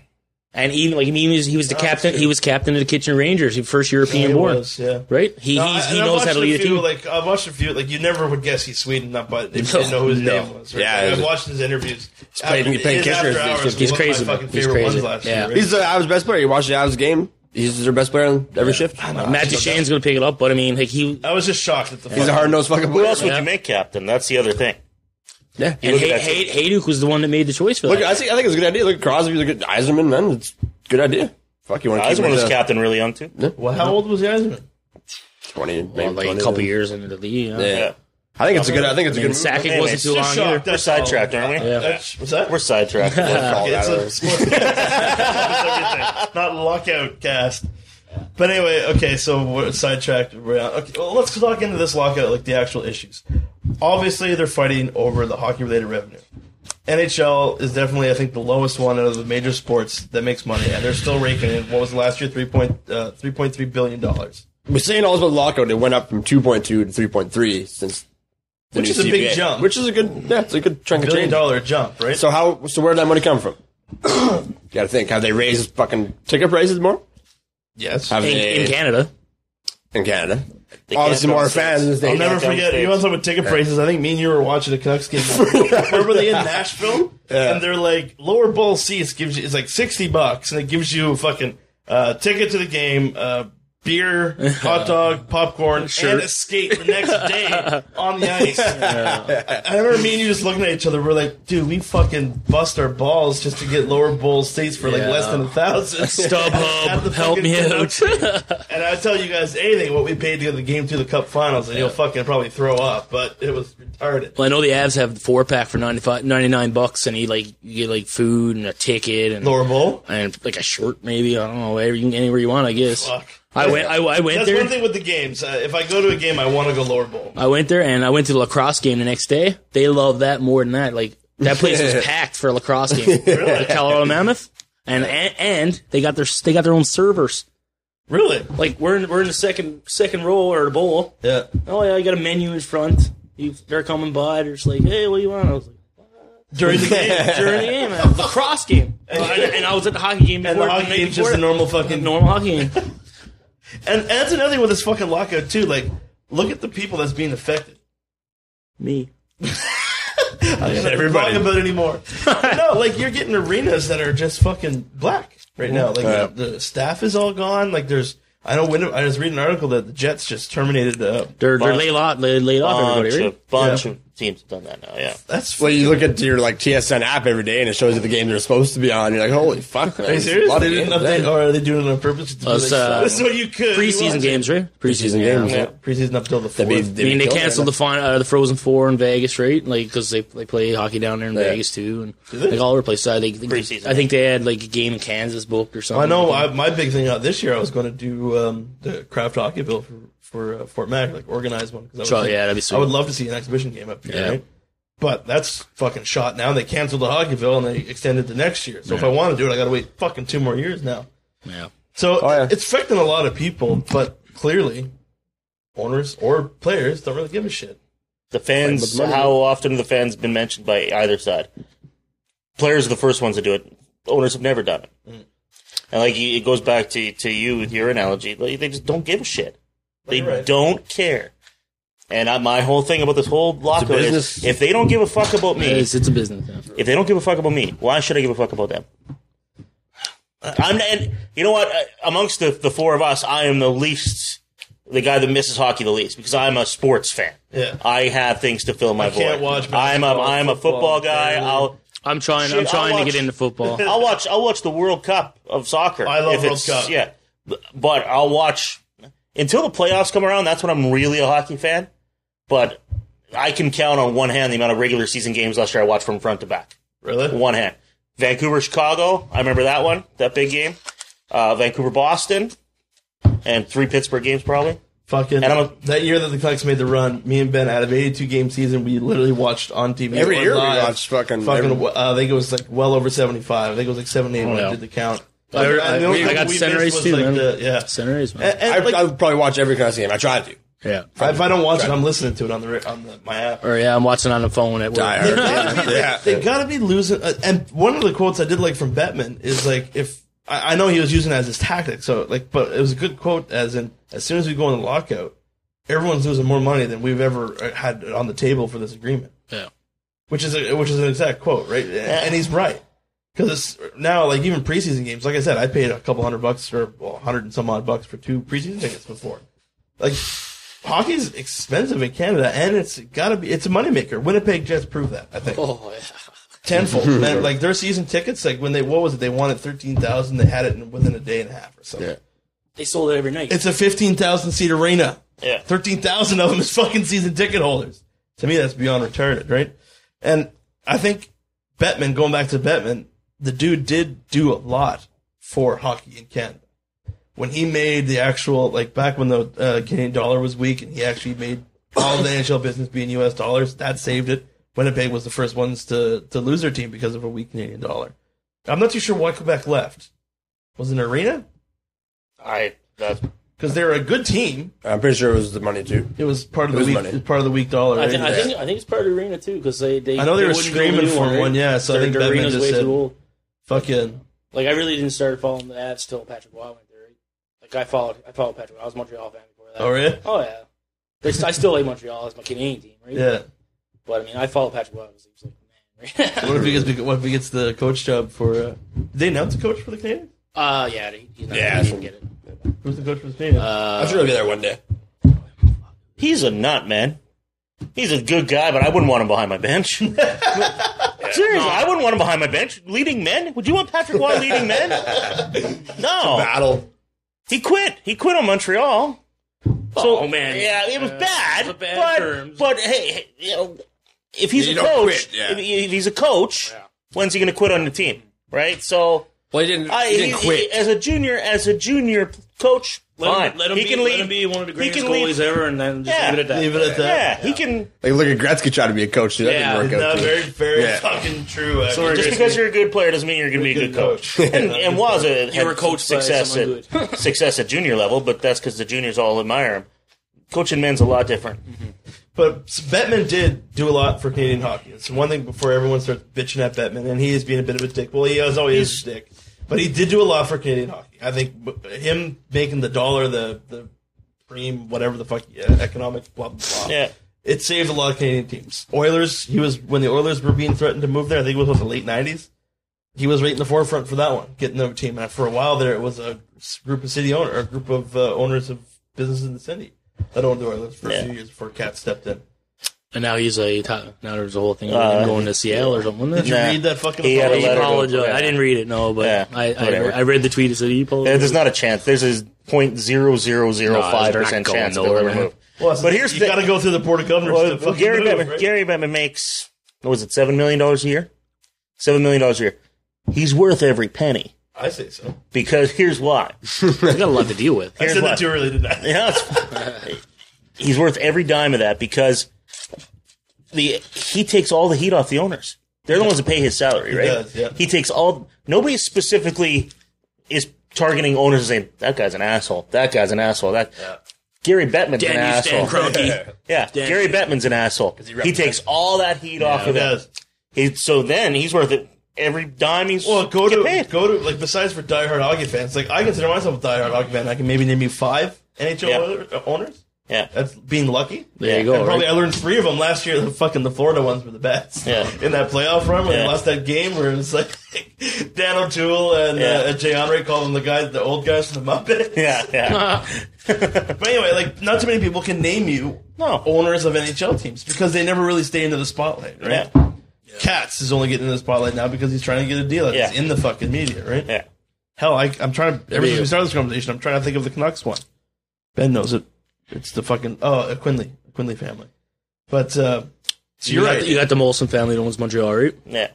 [SPEAKER 6] and even like I mean, he was, he was the captain. He was captain of the Kitchen Rangers, he first European
[SPEAKER 8] He
[SPEAKER 6] born,
[SPEAKER 8] was, yeah.
[SPEAKER 6] right? He
[SPEAKER 8] No,
[SPEAKER 6] he's,
[SPEAKER 8] I-
[SPEAKER 6] he
[SPEAKER 8] and I've
[SPEAKER 6] knows how to
[SPEAKER 8] watched
[SPEAKER 6] lead a
[SPEAKER 8] few,
[SPEAKER 6] team.
[SPEAKER 8] Like I've watched a few. Like you never would guess he's Sweden, not but they
[SPEAKER 6] No,
[SPEAKER 8] didn't know who his
[SPEAKER 6] no.
[SPEAKER 8] name was. Right?
[SPEAKER 7] Yeah,
[SPEAKER 8] Like, I've
[SPEAKER 7] he's-
[SPEAKER 8] watched his interviews.
[SPEAKER 7] played- he played
[SPEAKER 8] his
[SPEAKER 7] Kitchener's
[SPEAKER 8] after
[SPEAKER 7] division.
[SPEAKER 8] hours
[SPEAKER 6] He's
[SPEAKER 8] was
[SPEAKER 6] crazy,
[SPEAKER 8] One of my fucking
[SPEAKER 6] man. He's
[SPEAKER 8] favorite
[SPEAKER 6] crazy.
[SPEAKER 8] ones last
[SPEAKER 6] Yeah.
[SPEAKER 8] year. Right?
[SPEAKER 7] He's the Avs best player. You watch the Avs game, he's their best player on every shift.
[SPEAKER 6] Matt Duchene's going to pick it up, but I mean, like he
[SPEAKER 8] I was just shocked at the.
[SPEAKER 7] He's a hard nosed fucking
[SPEAKER 5] Who
[SPEAKER 7] player.
[SPEAKER 5] else would you make captain? That's the other thing.
[SPEAKER 7] Yeah.
[SPEAKER 6] and
[SPEAKER 5] look at
[SPEAKER 6] Hay-
[SPEAKER 5] that
[SPEAKER 6] Hay- Hayduk was the one that made the choice for
[SPEAKER 7] Look,
[SPEAKER 6] that.
[SPEAKER 7] I think I think it's a good idea. Look, Crosby's a good Eiserman, man. It's a good idea. Fuck, you want to keep
[SPEAKER 5] Eisenman
[SPEAKER 7] him
[SPEAKER 5] was
[SPEAKER 7] as a
[SPEAKER 5] captain really young too.
[SPEAKER 8] well, how old was Yasmin?
[SPEAKER 7] twenty,
[SPEAKER 6] Well,
[SPEAKER 7] maybe
[SPEAKER 6] like
[SPEAKER 7] 20,
[SPEAKER 6] a couple
[SPEAKER 7] yeah.
[SPEAKER 6] years into the league, you know?
[SPEAKER 7] Yeah. I think it's a good. I think it's a
[SPEAKER 6] I mean,
[SPEAKER 7] good.
[SPEAKER 6] Sakic
[SPEAKER 5] Anyways,
[SPEAKER 6] wasn't too long
[SPEAKER 8] Just
[SPEAKER 6] either.
[SPEAKER 8] shocked.
[SPEAKER 5] We're
[SPEAKER 8] That's all.
[SPEAKER 5] sidetracked, aren't we?
[SPEAKER 6] Yeah.
[SPEAKER 8] That's- What's that?
[SPEAKER 5] We're sidetracked. Yeah.
[SPEAKER 7] move.
[SPEAKER 8] It's a sports podcast. not lockout cast. But anyway, okay, so we're sidetracked. We're out. Okay, well, let's talk into this lockout, like the actual issues. Obviously, they're fighting over the hockey related revenue. NHL is definitely, I think, the lowest one out of the major sports that makes money, and they're still raking in what was last year three point uh, three point three billion dollars.
[SPEAKER 7] We're saying all about lockout. It went up from two point two to three point three since the
[SPEAKER 8] Which
[SPEAKER 7] new
[SPEAKER 8] is a big
[SPEAKER 7] CBA,
[SPEAKER 8] jump.
[SPEAKER 7] Which is a good, yeah, it's a good chunk of
[SPEAKER 8] Billion
[SPEAKER 7] change.
[SPEAKER 8] dollar jump, right?
[SPEAKER 7] So how? So where did that money come from? Got to think. Have they raised fucking ticket prices more?
[SPEAKER 8] yes.
[SPEAKER 7] Have
[SPEAKER 6] in,
[SPEAKER 7] they
[SPEAKER 6] in Canada.
[SPEAKER 7] in Canada?
[SPEAKER 5] They
[SPEAKER 7] Obviously,
[SPEAKER 5] can't
[SPEAKER 7] more
[SPEAKER 5] go to the
[SPEAKER 7] fans.
[SPEAKER 5] States.
[SPEAKER 7] in the States.
[SPEAKER 8] I'll never
[SPEAKER 5] Can't come
[SPEAKER 8] forget.
[SPEAKER 5] to
[SPEAKER 8] You want something with ticket prices? I think me and you were watching a Canucks game. Where were they in Nashville? And they're like lower bowl seats gives you it's like sixty bucks, and it gives you a fucking uh, ticket to the game, uh, beer, hot dog, popcorn, and a skate the next day on the ice. I remember me and you just looking at each other. We're like, dude, we fucking bust our balls just to get lower bowl seats for like less than a thousand. At the
[SPEAKER 6] StubHub, help
[SPEAKER 8] fucking
[SPEAKER 6] me out.
[SPEAKER 8] Canucks and I tell you guys anything what we paid to get the game to the Cup Finals, and you'll fucking probably throw up. But it was retarded.
[SPEAKER 6] well, I know the Avs have the four pack for 95, 99 bucks, and you like you get like food and a ticket and
[SPEAKER 8] Lower bowl.
[SPEAKER 6] and like a shirt maybe. I don't know. Wherever you can get anywhere you want, I guess.
[SPEAKER 8] Fuck.
[SPEAKER 6] I went. I, I went
[SPEAKER 8] That's
[SPEAKER 6] there.
[SPEAKER 8] one thing with the games. Uh, if I go to a game, I want to go lower bowl.
[SPEAKER 6] I went there and I went to the lacrosse game the next day. They love that more than that. Like that place was packed for a lacrosse game. Like Colorado Mammoth. And, and and they got their they got their own servers.
[SPEAKER 8] Really?
[SPEAKER 6] Like we're in we're in the second second row or the bowl.
[SPEAKER 8] Yeah.
[SPEAKER 6] Oh yeah, you got a menu in front. You, they're coming by. They're just like, hey, what do you want? I was like,
[SPEAKER 8] During the game.
[SPEAKER 6] during the game, man. lacrosse game. And, and I was at the hockey game before.
[SPEAKER 8] And the hockey
[SPEAKER 6] night
[SPEAKER 8] game's just
[SPEAKER 6] before.
[SPEAKER 8] a normal fucking.
[SPEAKER 6] normal hockey game.
[SPEAKER 8] And, and that's another thing with this fucking lockout too. Like, look at the people that's being affected.
[SPEAKER 6] Me.
[SPEAKER 8] Everybody. Talk about it anymore. no, like you're getting arenas that are just fucking black right now. Like
[SPEAKER 7] Yeah.
[SPEAKER 8] the, the staff is all gone. Like there's, I know. When, I was reading an article that the Jets just terminated. Uh,
[SPEAKER 6] They're they're
[SPEAKER 5] Bunch-
[SPEAKER 6] laid off laid, laid off
[SPEAKER 8] Oh,
[SPEAKER 5] bunch
[SPEAKER 6] everybody. Right?
[SPEAKER 5] of, bunch
[SPEAKER 8] Yeah.
[SPEAKER 5] of teams have done that now. Yeah,
[SPEAKER 8] that's
[SPEAKER 7] Well, you look at your like TSN app every day, and it shows you the game they're supposed to be on. You're like, holy fuck!
[SPEAKER 8] Are you serious? They didn't update, or are they doing it on purpose? To be
[SPEAKER 6] Us, uh,
[SPEAKER 8] this is what you could. you
[SPEAKER 6] Preseason
[SPEAKER 8] want.
[SPEAKER 6] games, right?
[SPEAKER 7] Preseason games.
[SPEAKER 5] Yeah.
[SPEAKER 7] Yeah.
[SPEAKER 8] Preseason up till the
[SPEAKER 7] That'd be-
[SPEAKER 8] fourth.
[SPEAKER 7] that'd
[SPEAKER 6] I mean,
[SPEAKER 7] be
[SPEAKER 6] they
[SPEAKER 7] killer,
[SPEAKER 6] canceled the
[SPEAKER 7] wouldn't
[SPEAKER 6] final, uh, the Frozen Four in Vegas, right? Like because they they play hockey down there in
[SPEAKER 7] Yeah.
[SPEAKER 6] Vegas too, and
[SPEAKER 8] they?
[SPEAKER 6] like all over the place. I think
[SPEAKER 5] Preseason.
[SPEAKER 6] I think they had like a game in Kansas booked or something.
[SPEAKER 8] I know.
[SPEAKER 6] Like,
[SPEAKER 8] I, my big thing out this year, I was going to do um, the craft hockey bill for for uh, Fort Mac, like organize one. 'cause I would
[SPEAKER 6] Sure,
[SPEAKER 8] think-
[SPEAKER 6] yeah, that'd be sweet.
[SPEAKER 8] I would love to see an exhibition game up here.
[SPEAKER 6] Yeah.
[SPEAKER 8] Right? But that's fucking shot now. They canceled the hockey bill and they extended to next year. So if I want to do it, I got to wait fucking two more years now.
[SPEAKER 6] yeah.
[SPEAKER 8] So
[SPEAKER 7] Oh, yeah.
[SPEAKER 8] it's affecting a lot of people, but clearly, owners or players don't really give a shit.
[SPEAKER 5] the fans.
[SPEAKER 7] money-
[SPEAKER 5] How often have the fans been mentioned by either side? Players are the first ones to do it. Owners have never done it. And like you- it goes back to to you with your analogy. Like, they just don't give a shit. They
[SPEAKER 8] You're right.
[SPEAKER 5] don't care. And I, my whole thing about this whole lockout
[SPEAKER 7] business.
[SPEAKER 5] is if they don't give a fuck about me,
[SPEAKER 6] It's, it's a business. Yeah.
[SPEAKER 5] If they don't give a fuck about me, why should I give a fuck about them? Uh, I'm and you know what? Uh, Amongst the, the four of us, I am the least the guy that misses hockey the least because I'm a sports fan.
[SPEAKER 8] Yeah.
[SPEAKER 5] I have things to fill my
[SPEAKER 8] I can't
[SPEAKER 5] void.
[SPEAKER 8] watch
[SPEAKER 5] I'm a
[SPEAKER 8] basketball,
[SPEAKER 5] I'm a
[SPEAKER 8] football,
[SPEAKER 5] football guy.
[SPEAKER 8] barely.
[SPEAKER 5] I'll
[SPEAKER 6] I'm trying.
[SPEAKER 5] Shit,
[SPEAKER 6] I'm trying
[SPEAKER 5] I'll
[SPEAKER 6] to
[SPEAKER 5] watch-
[SPEAKER 6] get into football.
[SPEAKER 5] I'll watch I'll watch the World Cup of soccer.
[SPEAKER 8] I love
[SPEAKER 5] if
[SPEAKER 8] World
[SPEAKER 5] it's-
[SPEAKER 8] Cup.
[SPEAKER 5] Yeah, but I'll watch until the playoffs come around. That's when I'm really a hockey fan. But I can count on one hand the amount of regular season games last year I watched from front to back
[SPEAKER 8] Really?
[SPEAKER 5] one hand. Vancouver, Chicago. I remember that one, that big game. Uh, Vancouver, Boston, and three Pittsburgh games probably.
[SPEAKER 8] Fucking
[SPEAKER 5] And I'm a-
[SPEAKER 8] that year that the Canucks made the run, me and Ben out of 82 game season, we literally watched on TV
[SPEAKER 7] Every
[SPEAKER 8] or
[SPEAKER 7] year we
[SPEAKER 8] live,
[SPEAKER 7] watched fucking-
[SPEAKER 8] fucking.
[SPEAKER 7] every-
[SPEAKER 8] uh, I think it was like well over 75. I think it was like 78 when
[SPEAKER 6] Oh, yeah.
[SPEAKER 8] I did the count.
[SPEAKER 6] I- I-
[SPEAKER 8] And the only
[SPEAKER 6] we- I
[SPEAKER 8] thing
[SPEAKER 6] got
[SPEAKER 8] we
[SPEAKER 6] center
[SPEAKER 8] missed
[SPEAKER 6] ice
[SPEAKER 8] was,
[SPEAKER 6] too, man.
[SPEAKER 8] the- yeah.
[SPEAKER 6] Center is
[SPEAKER 8] And,
[SPEAKER 6] man.
[SPEAKER 8] and,
[SPEAKER 7] I,
[SPEAKER 8] like,
[SPEAKER 7] I would probably watch every Canucks game. I try to.
[SPEAKER 8] Eh.
[SPEAKER 6] Yeah.
[SPEAKER 8] if I don't watch it, I'm listening to it on the ra- on the, my app.
[SPEAKER 6] Or yeah, I'm watching on the phone at work.
[SPEAKER 7] Die hard. yeah.
[SPEAKER 8] They gotta be losing. Uh, and one of the quotes I did like from Bettman is like, if I, I know he was using it as his tactic, so like, but it was a good quote. As in, as soon as we go on the lockout, everyone's losing more money than we've ever uh, had on the table for this agreement.
[SPEAKER 6] Yeah.
[SPEAKER 8] which is a, which is an exact quote, right? And he's right because now, like even preseason games, like I said, I paid a couple hundred bucks or well, a hundred and some odd bucks for two preseason tickets before. Like hockey's expensive in Canada, and it's gotta be it's a moneymaker. Winnipeg Jets prove that I think
[SPEAKER 6] Oh yeah.
[SPEAKER 8] tenfold. Man, like their season tickets, like when they what was it? They wanted thirteen thousand. They had it in, within a day and a half or something.
[SPEAKER 6] They sold it every night.
[SPEAKER 8] It's a fifteen thousand seat arena.
[SPEAKER 5] Yeah.
[SPEAKER 8] thirteen thousand of them is fucking season ticket holders. To me, that's beyond retarded, right? And I think Bettman, going back to Bettman, the dude did do a lot for hockey in Canada. When he made the actual like back when the uh, Canadian dollar was weak, and he actually made all the NHL business be in U.S. dollars, that saved it. Winnipeg was the first ones to to lose their team because of a weak Canadian dollar. I'm not too sure why Quebec left. Was it an arena?
[SPEAKER 5] I that's
[SPEAKER 8] because they're a good team.
[SPEAKER 7] I'm pretty sure it was the money too.
[SPEAKER 8] It was part of
[SPEAKER 7] It was
[SPEAKER 8] the week,
[SPEAKER 7] money.
[SPEAKER 8] part of the week dollar.
[SPEAKER 6] I,
[SPEAKER 8] right?
[SPEAKER 6] think, I think I think it's part of the arena too because they, they
[SPEAKER 8] I know they were
[SPEAKER 6] wouldn't go to
[SPEAKER 8] screaming
[SPEAKER 6] the new
[SPEAKER 8] for
[SPEAKER 6] right?
[SPEAKER 8] one, yeah, so I
[SPEAKER 6] Their-
[SPEAKER 8] think
[SPEAKER 6] their
[SPEAKER 8] Batman
[SPEAKER 6] arena's
[SPEAKER 8] just
[SPEAKER 6] way
[SPEAKER 8] said-
[SPEAKER 6] too old.
[SPEAKER 8] Fucking
[SPEAKER 6] Like I really didn't start following the ads till Patrick Wild went there. Right? Like I followed I followed Patrick. Wild. I was a Montreal fan before that.
[SPEAKER 8] oh really?
[SPEAKER 6] Oh yeah, they, I still like Montreal as my Canadian team, right?
[SPEAKER 8] Yeah.
[SPEAKER 6] But I mean, I follow Patrick Wild. He was like, man, right?
[SPEAKER 8] What if he gets what if he gets the coach job for? Uh, did they announce the coach for the Canadians?
[SPEAKER 6] uh, yeah, he, he's not,
[SPEAKER 7] Yeah,
[SPEAKER 6] he didn't
[SPEAKER 7] so-
[SPEAKER 6] get it.
[SPEAKER 8] Who's the coach for the Canadians?
[SPEAKER 7] I should really be there one day.
[SPEAKER 5] He's a nut, man. He's a good guy, but I wouldn't want him behind my bench. Seriously, I wouldn't want him behind my bench. Leading men? Would you want Patrick Waugh leading men?
[SPEAKER 7] oh.
[SPEAKER 5] No.
[SPEAKER 7] Battle.
[SPEAKER 5] He quit. He quit on Montreal.
[SPEAKER 6] oh man,
[SPEAKER 5] Yeah, it was
[SPEAKER 6] it
[SPEAKER 5] bad.
[SPEAKER 6] was a bad
[SPEAKER 5] but,
[SPEAKER 6] terms.
[SPEAKER 5] but hey, hey, you know, if he's
[SPEAKER 7] You
[SPEAKER 5] a
[SPEAKER 7] don't quit,
[SPEAKER 5] coach,
[SPEAKER 7] yeah.
[SPEAKER 5] if, if he's a coach, when's he going to quit on the team? Right? So,
[SPEAKER 7] Well, he didn't.
[SPEAKER 5] I,
[SPEAKER 7] he didn't
[SPEAKER 5] he-
[SPEAKER 7] quit.
[SPEAKER 5] as a junior, as a junior coach,
[SPEAKER 6] Let him,
[SPEAKER 5] fine.
[SPEAKER 6] let him
[SPEAKER 5] he
[SPEAKER 6] be,
[SPEAKER 5] can
[SPEAKER 6] let
[SPEAKER 5] lead-
[SPEAKER 6] him be one of the
[SPEAKER 5] he
[SPEAKER 6] greatest
[SPEAKER 5] can lead-
[SPEAKER 6] goalies ever, and then just
[SPEAKER 5] Yeah.
[SPEAKER 6] leave it at that.
[SPEAKER 8] Leave it at that.
[SPEAKER 5] yeah, he can.
[SPEAKER 7] like look at Gretzky trying to be a coach too. That
[SPEAKER 6] Yeah.
[SPEAKER 7] didn't work out.
[SPEAKER 8] No,
[SPEAKER 7] too.
[SPEAKER 8] very, very
[SPEAKER 7] Yeah.
[SPEAKER 8] fucking true. uh, Actually.
[SPEAKER 5] Just because you're a good player doesn't mean you're going to be a good, coach. And, and was a
[SPEAKER 6] You were coached by
[SPEAKER 5] success
[SPEAKER 6] someone
[SPEAKER 5] at success at junior level, but that's because the juniors all admire him. Coaching men's a lot different.
[SPEAKER 8] But Bettman did do a lot for Canadian hockey. It's one thing before everyone starts bitching at Bettman, and he is being a bit of a dick. Well, he is always a dick, but he did do a lot for Canadian hockey. I think b- him making the dollar the the cream, whatever the fuck, yeah, economic blah blah blah.
[SPEAKER 5] Yeah.
[SPEAKER 8] It saved a lot of Canadian teams. Oilers, he was when the Oilers were being threatened to move there. I think it was what, the late '90s. He was right in the forefront for that one, getting the team. And for a while there, it was a s- group of city owner, a group of uh, owners of businesses in the city that owned the Oilers for a few years before Cat stepped in.
[SPEAKER 6] And now he's a top, now there's a whole thing
[SPEAKER 5] Uh,
[SPEAKER 6] about him going to Seattle or something. Did
[SPEAKER 8] Did you
[SPEAKER 5] Nah.
[SPEAKER 8] read that fucking?
[SPEAKER 5] He had a
[SPEAKER 8] apology?
[SPEAKER 6] I
[SPEAKER 5] letter.
[SPEAKER 6] apologize.
[SPEAKER 5] Yeah.
[SPEAKER 6] I didn't read it, no, but
[SPEAKER 5] Yeah,
[SPEAKER 6] I, I,
[SPEAKER 5] whatever.
[SPEAKER 6] I read the tweet. It said he
[SPEAKER 5] There-
[SPEAKER 6] apologized.
[SPEAKER 5] There's not a chance. There's a point zero zero zero five
[SPEAKER 6] No, they're
[SPEAKER 5] percent
[SPEAKER 6] not going
[SPEAKER 5] chance that they'll
[SPEAKER 6] nowhere,
[SPEAKER 5] ever
[SPEAKER 6] man.
[SPEAKER 5] move.
[SPEAKER 8] Well,
[SPEAKER 5] But here's
[SPEAKER 8] you
[SPEAKER 5] the-
[SPEAKER 8] got to go through the board of governors.
[SPEAKER 5] Well,
[SPEAKER 8] to fucking
[SPEAKER 5] Gary
[SPEAKER 8] move,
[SPEAKER 5] Bettman,
[SPEAKER 8] right?
[SPEAKER 5] Gary Bettman makes what was it seven million dollars a year? Seven million dollars a year. He's worth every penny
[SPEAKER 8] I say so.
[SPEAKER 5] because here's why.
[SPEAKER 6] He's got a lot to deal with.
[SPEAKER 8] I
[SPEAKER 5] Here's
[SPEAKER 8] said
[SPEAKER 5] why.
[SPEAKER 8] that too early, didn't I?
[SPEAKER 5] Yeah, it's- he's worth every dime of that because the he takes all the heat off the owners. They're the ones that pay his salary, right?
[SPEAKER 8] does, yeah.
[SPEAKER 5] He takes all. Nobody specifically is targeting owners and saying that guy's an asshole. That guy's an asshole. That Gary Bettman's an
[SPEAKER 6] Dan, you
[SPEAKER 5] asshole.
[SPEAKER 6] stand Kroenke.
[SPEAKER 5] yeah,
[SPEAKER 6] Dan-
[SPEAKER 5] Gary Bettman's an asshole. He, takes all that heat off of that.
[SPEAKER 8] Yes.
[SPEAKER 5] He, so then he's worth it. Every dime he's
[SPEAKER 8] Well, go
[SPEAKER 5] get
[SPEAKER 8] to
[SPEAKER 5] paid.
[SPEAKER 8] go to like besides for diehard hockey fans, like I consider myself a diehard hockey fan. I can maybe name you five NHL
[SPEAKER 5] Yeah.
[SPEAKER 8] owner- uh, owners.
[SPEAKER 5] Yeah.
[SPEAKER 8] That's being lucky.
[SPEAKER 6] There you
[SPEAKER 8] And
[SPEAKER 6] go.
[SPEAKER 8] probably
[SPEAKER 6] Right?
[SPEAKER 8] I learned three of them last year. The fucking the Florida ones were the best.
[SPEAKER 5] Yeah.
[SPEAKER 8] In that playoff run when
[SPEAKER 5] Yeah.
[SPEAKER 8] they lost that game, where it was like Dan O'Toole and,
[SPEAKER 5] Yeah.
[SPEAKER 8] uh, and Jay Henry called them the guys, the old guys from the Muppets.
[SPEAKER 5] Yeah, yeah.
[SPEAKER 8] But anyway, like not too many people can name you
[SPEAKER 5] No.
[SPEAKER 8] owners of NHL teams because they never really stay into the spotlight, right?
[SPEAKER 5] Yeah.
[SPEAKER 8] Katz is only getting into the spotlight now because he's trying to get a deal. It's
[SPEAKER 5] Yeah.
[SPEAKER 8] in the fucking media, right?
[SPEAKER 5] yeah.
[SPEAKER 8] Hell, I, I'm trying to. Ever since
[SPEAKER 6] Yeah.
[SPEAKER 8] we started this conversation, I'm trying to think of the Canucks one. Ben knows it. It's the fucking oh Quinley Quinley family. But uh,
[SPEAKER 6] You
[SPEAKER 8] so you're
[SPEAKER 6] got,
[SPEAKER 8] right.
[SPEAKER 6] the, you got the Molson family that owns Montreal, right?
[SPEAKER 5] Yeah.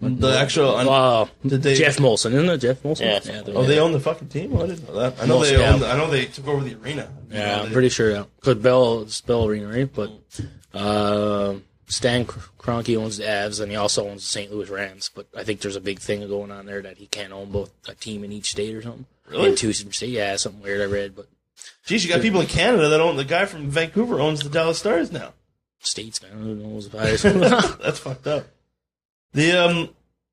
[SPEAKER 8] the actual
[SPEAKER 6] Wow.
[SPEAKER 8] Did they-
[SPEAKER 6] Jeff Molson, isn't it? Jeff Molson?
[SPEAKER 5] Yeah.
[SPEAKER 8] oh they own the fucking team. Oh, I didn't know that. I know
[SPEAKER 6] Most-
[SPEAKER 8] they
[SPEAKER 6] yeah.
[SPEAKER 8] own. I know they took over the arena.
[SPEAKER 6] Yeah,
[SPEAKER 8] they,
[SPEAKER 6] I'm pretty sure. Yeah. Cause Bell, it's Bell Arena, right? But uh, Stan Kr- Kroenke owns the Avs, and he also owns the St. Louis Rams. But I think there's a big thing going on there that he can't own both a team in each state or something. Really? In two different states. Yeah, something weird I read, but
[SPEAKER 8] Geez, you got people in Canada that own. The guy from Vancouver owns the Dallas Stars now.
[SPEAKER 6] states, man. Who knows if I
[SPEAKER 8] That's fucked up. The um.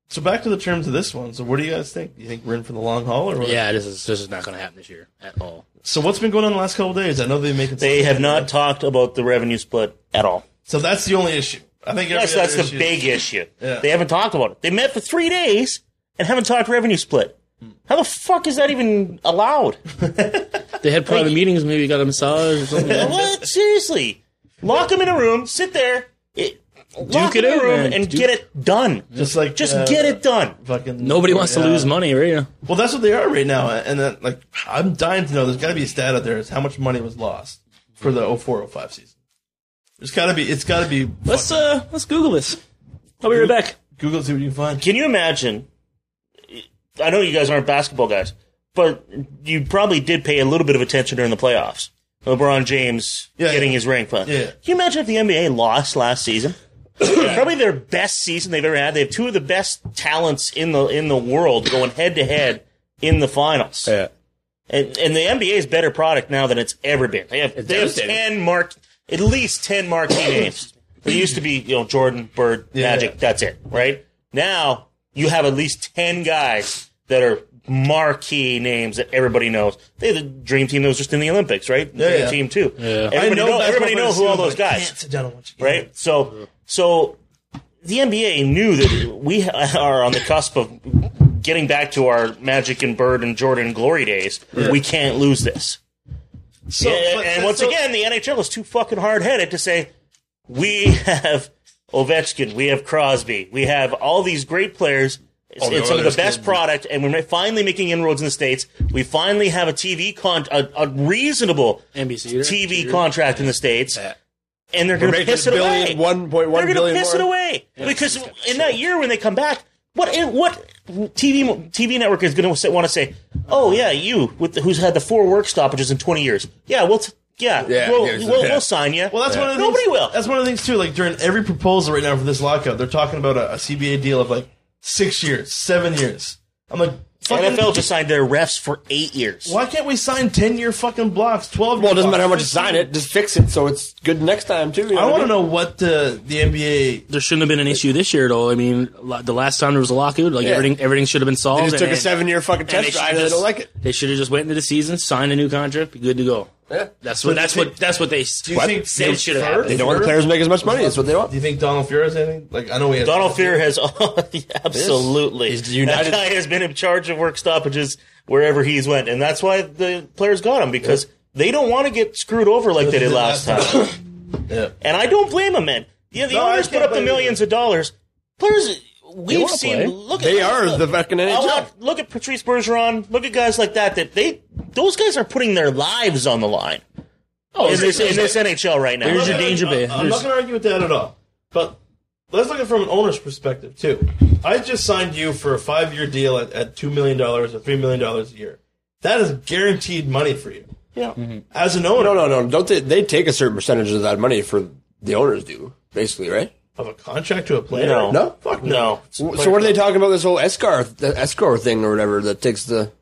[SPEAKER 8] So back to the terms of this one. So what do you guys think? Do you think we're in for the long haul or what?
[SPEAKER 6] Yeah, this is this is not going to happen this year at all.
[SPEAKER 8] So what's been going on the last couple of days? I know they've been making.
[SPEAKER 5] They have not talked about the revenue split at all.
[SPEAKER 8] So that's the only issue. I think. every
[SPEAKER 5] Yes, that's
[SPEAKER 8] other
[SPEAKER 5] the
[SPEAKER 8] issue-
[SPEAKER 5] big issue.
[SPEAKER 8] Yeah.
[SPEAKER 5] They haven't talked about it. They met for three days and haven't talked revenue split. How the fuck is that even allowed?
[SPEAKER 6] They had private meetings, maybe got a massage or something.
[SPEAKER 5] what? Seriously. Lock them in a room, sit there, it, lock
[SPEAKER 6] it
[SPEAKER 5] them in a
[SPEAKER 6] out,
[SPEAKER 5] room,
[SPEAKER 6] man.
[SPEAKER 5] and
[SPEAKER 6] Duke-
[SPEAKER 5] get it done.
[SPEAKER 8] Just like
[SPEAKER 5] Just
[SPEAKER 8] uh,
[SPEAKER 5] get it done.
[SPEAKER 8] Fucking
[SPEAKER 6] Nobody wants to
[SPEAKER 8] Yeah.
[SPEAKER 6] lose money, right?
[SPEAKER 8] Well, that's what they are right now, and then like I'm dying to know. There's got to be a stat out there. Is how much money was lost for the 0405 season? There's got to be. It's got to be.
[SPEAKER 6] Let's uh, let's Google this. I'll be right back.
[SPEAKER 8] Google see what you can find.
[SPEAKER 5] Can you imagine? I know you guys aren't basketball guys, but you probably did pay a little bit of attention during the playoffs. LeBron James
[SPEAKER 8] Yeah,
[SPEAKER 5] getting
[SPEAKER 8] yeah.
[SPEAKER 5] his ring. Can
[SPEAKER 8] Yeah.
[SPEAKER 5] you imagine if the NBA lost last season? probably their best season they've ever had. They have two of the best talents in the in the world going head to head in the finals.
[SPEAKER 7] Yeah.
[SPEAKER 5] And, and the NBA is better product now than it's ever been. They have, they have
[SPEAKER 7] devastating.
[SPEAKER 5] 10 mark, at least 10 marquee names. There used to be, you know, Jordan, Bird, Magic, that's it, right? Now you have at least 10 guys that are marquee names that everybody knows. They the dream team that was just in the Olympics, right? The Dream
[SPEAKER 8] yeah.
[SPEAKER 5] team too.
[SPEAKER 8] I
[SPEAKER 5] Everybody know,
[SPEAKER 8] basketball
[SPEAKER 5] everybody know
[SPEAKER 8] players
[SPEAKER 5] who all
[SPEAKER 8] too,
[SPEAKER 5] those
[SPEAKER 8] but I
[SPEAKER 5] guys
[SPEAKER 8] Can't sit down and watch a game.
[SPEAKER 5] right? So, so the NBA knew that we are on the cusp of getting back to our Magic and Bird and Jordan glory days. We can't lose this.
[SPEAKER 8] So,
[SPEAKER 5] and
[SPEAKER 8] but-
[SPEAKER 5] and once
[SPEAKER 8] so-
[SPEAKER 5] again, the NHL is too fucking hard headed to say we have Ovechkin, we have Crosby, we have all these great players. It's,
[SPEAKER 7] the
[SPEAKER 5] it's some of the
[SPEAKER 7] Oilers
[SPEAKER 5] best
[SPEAKER 7] can-
[SPEAKER 5] product, and we're ma- finally making inroads in the states. We finally have a TV con, a, a reasonable
[SPEAKER 6] NBC.
[SPEAKER 5] TV contract in the states, and they're going to
[SPEAKER 7] making
[SPEAKER 5] piss
[SPEAKER 7] a
[SPEAKER 5] it away.
[SPEAKER 7] billion- 1.1
[SPEAKER 5] They're going
[SPEAKER 7] billion
[SPEAKER 5] to piss
[SPEAKER 7] more.
[SPEAKER 5] it away because in that year when they come back, what eh, what TV mo- TV network is going to want to say? Oh yeah, you with the, who's had the four work stoppages in twenty years? Yeah, we'll t- yeah,
[SPEAKER 7] Yeah,
[SPEAKER 5] we'll,
[SPEAKER 7] here's the-
[SPEAKER 5] we'll,
[SPEAKER 7] yeah.
[SPEAKER 5] we'll sign you.
[SPEAKER 8] Well, that's one of the
[SPEAKER 5] nobody
[SPEAKER 8] things,
[SPEAKER 5] will.
[SPEAKER 8] That's one of the things too. Like during every proposal right now for this lockout, they're talking about a, a CBA deal of like six years, seven years. I'm like, fucking,
[SPEAKER 5] NFL just signed their refs for eight years.
[SPEAKER 8] Why can't we sign ten year fucking blocks, twelve?
[SPEAKER 7] Well, it doesn't matter how much you sign it, just fix it so it's good next time too. you
[SPEAKER 8] I
[SPEAKER 7] what
[SPEAKER 8] want to
[SPEAKER 7] mean?
[SPEAKER 8] know what the the NBA.
[SPEAKER 6] There shouldn't have been an issue this year, though. I mean, la- the last time there was a lockout, like
[SPEAKER 7] Yeah.
[SPEAKER 6] everything, everything should have been solved.
[SPEAKER 7] They just took
[SPEAKER 6] and-
[SPEAKER 7] a seven-year fucking
[SPEAKER 6] and
[SPEAKER 7] test
[SPEAKER 6] they
[SPEAKER 7] drive.
[SPEAKER 6] should
[SPEAKER 7] and They
[SPEAKER 6] just-
[SPEAKER 7] don't like it.
[SPEAKER 6] They should have just went into the season, signed a new contract, be good to go.
[SPEAKER 7] Yeah.
[SPEAKER 6] That's what. That's what. That's what they.
[SPEAKER 8] Do you
[SPEAKER 7] What?
[SPEAKER 8] think
[SPEAKER 6] They should have had it.
[SPEAKER 7] They don't want the players to make as much money. That's what they
[SPEAKER 8] Do
[SPEAKER 7] want.
[SPEAKER 8] you think Donald Fear has anything? Like I know he has
[SPEAKER 5] Donald Fear has oh, absolutely.
[SPEAKER 7] He's the United-
[SPEAKER 5] that guy has been in charge of work stoppages wherever he's went, and that's why the players got him because they don't want to get screwed over like they did last time.
[SPEAKER 8] yeah.
[SPEAKER 5] And I don't blame him, man. Yeah, the
[SPEAKER 8] No, I
[SPEAKER 5] owners put
[SPEAKER 8] can't
[SPEAKER 5] up the
[SPEAKER 8] blame
[SPEAKER 5] millions of dollars. Players, we've
[SPEAKER 7] wanna
[SPEAKER 5] seen.
[SPEAKER 7] play.
[SPEAKER 5] Look,
[SPEAKER 7] They
[SPEAKER 5] at,
[SPEAKER 7] are
[SPEAKER 5] look,
[SPEAKER 7] the fucking
[SPEAKER 5] I
[SPEAKER 7] NHL.
[SPEAKER 5] want- Look at Patrice Bergeron. Look at guys like that. That they, those guys are putting their lives on the line
[SPEAKER 6] Oh,
[SPEAKER 5] in this, in this NHL right now.
[SPEAKER 6] There's your danger
[SPEAKER 8] I,
[SPEAKER 6] bay.
[SPEAKER 8] I'm not going to argue with that at all. But let's look at it from an owner's perspective too. I just signed you for a five year deal at, at two million dollars or three million dollars a year. That is guaranteed money for you. Yeah. As an owner
[SPEAKER 7] No, no, no. Don't they? They take a certain percentage of that money for the owners do basically, right?
[SPEAKER 8] of a contract to a player.
[SPEAKER 5] No.
[SPEAKER 7] No.
[SPEAKER 8] Fuck no.
[SPEAKER 5] no,
[SPEAKER 7] So what are they talking about? This whole escrow, the escrow thing or whatever that takes the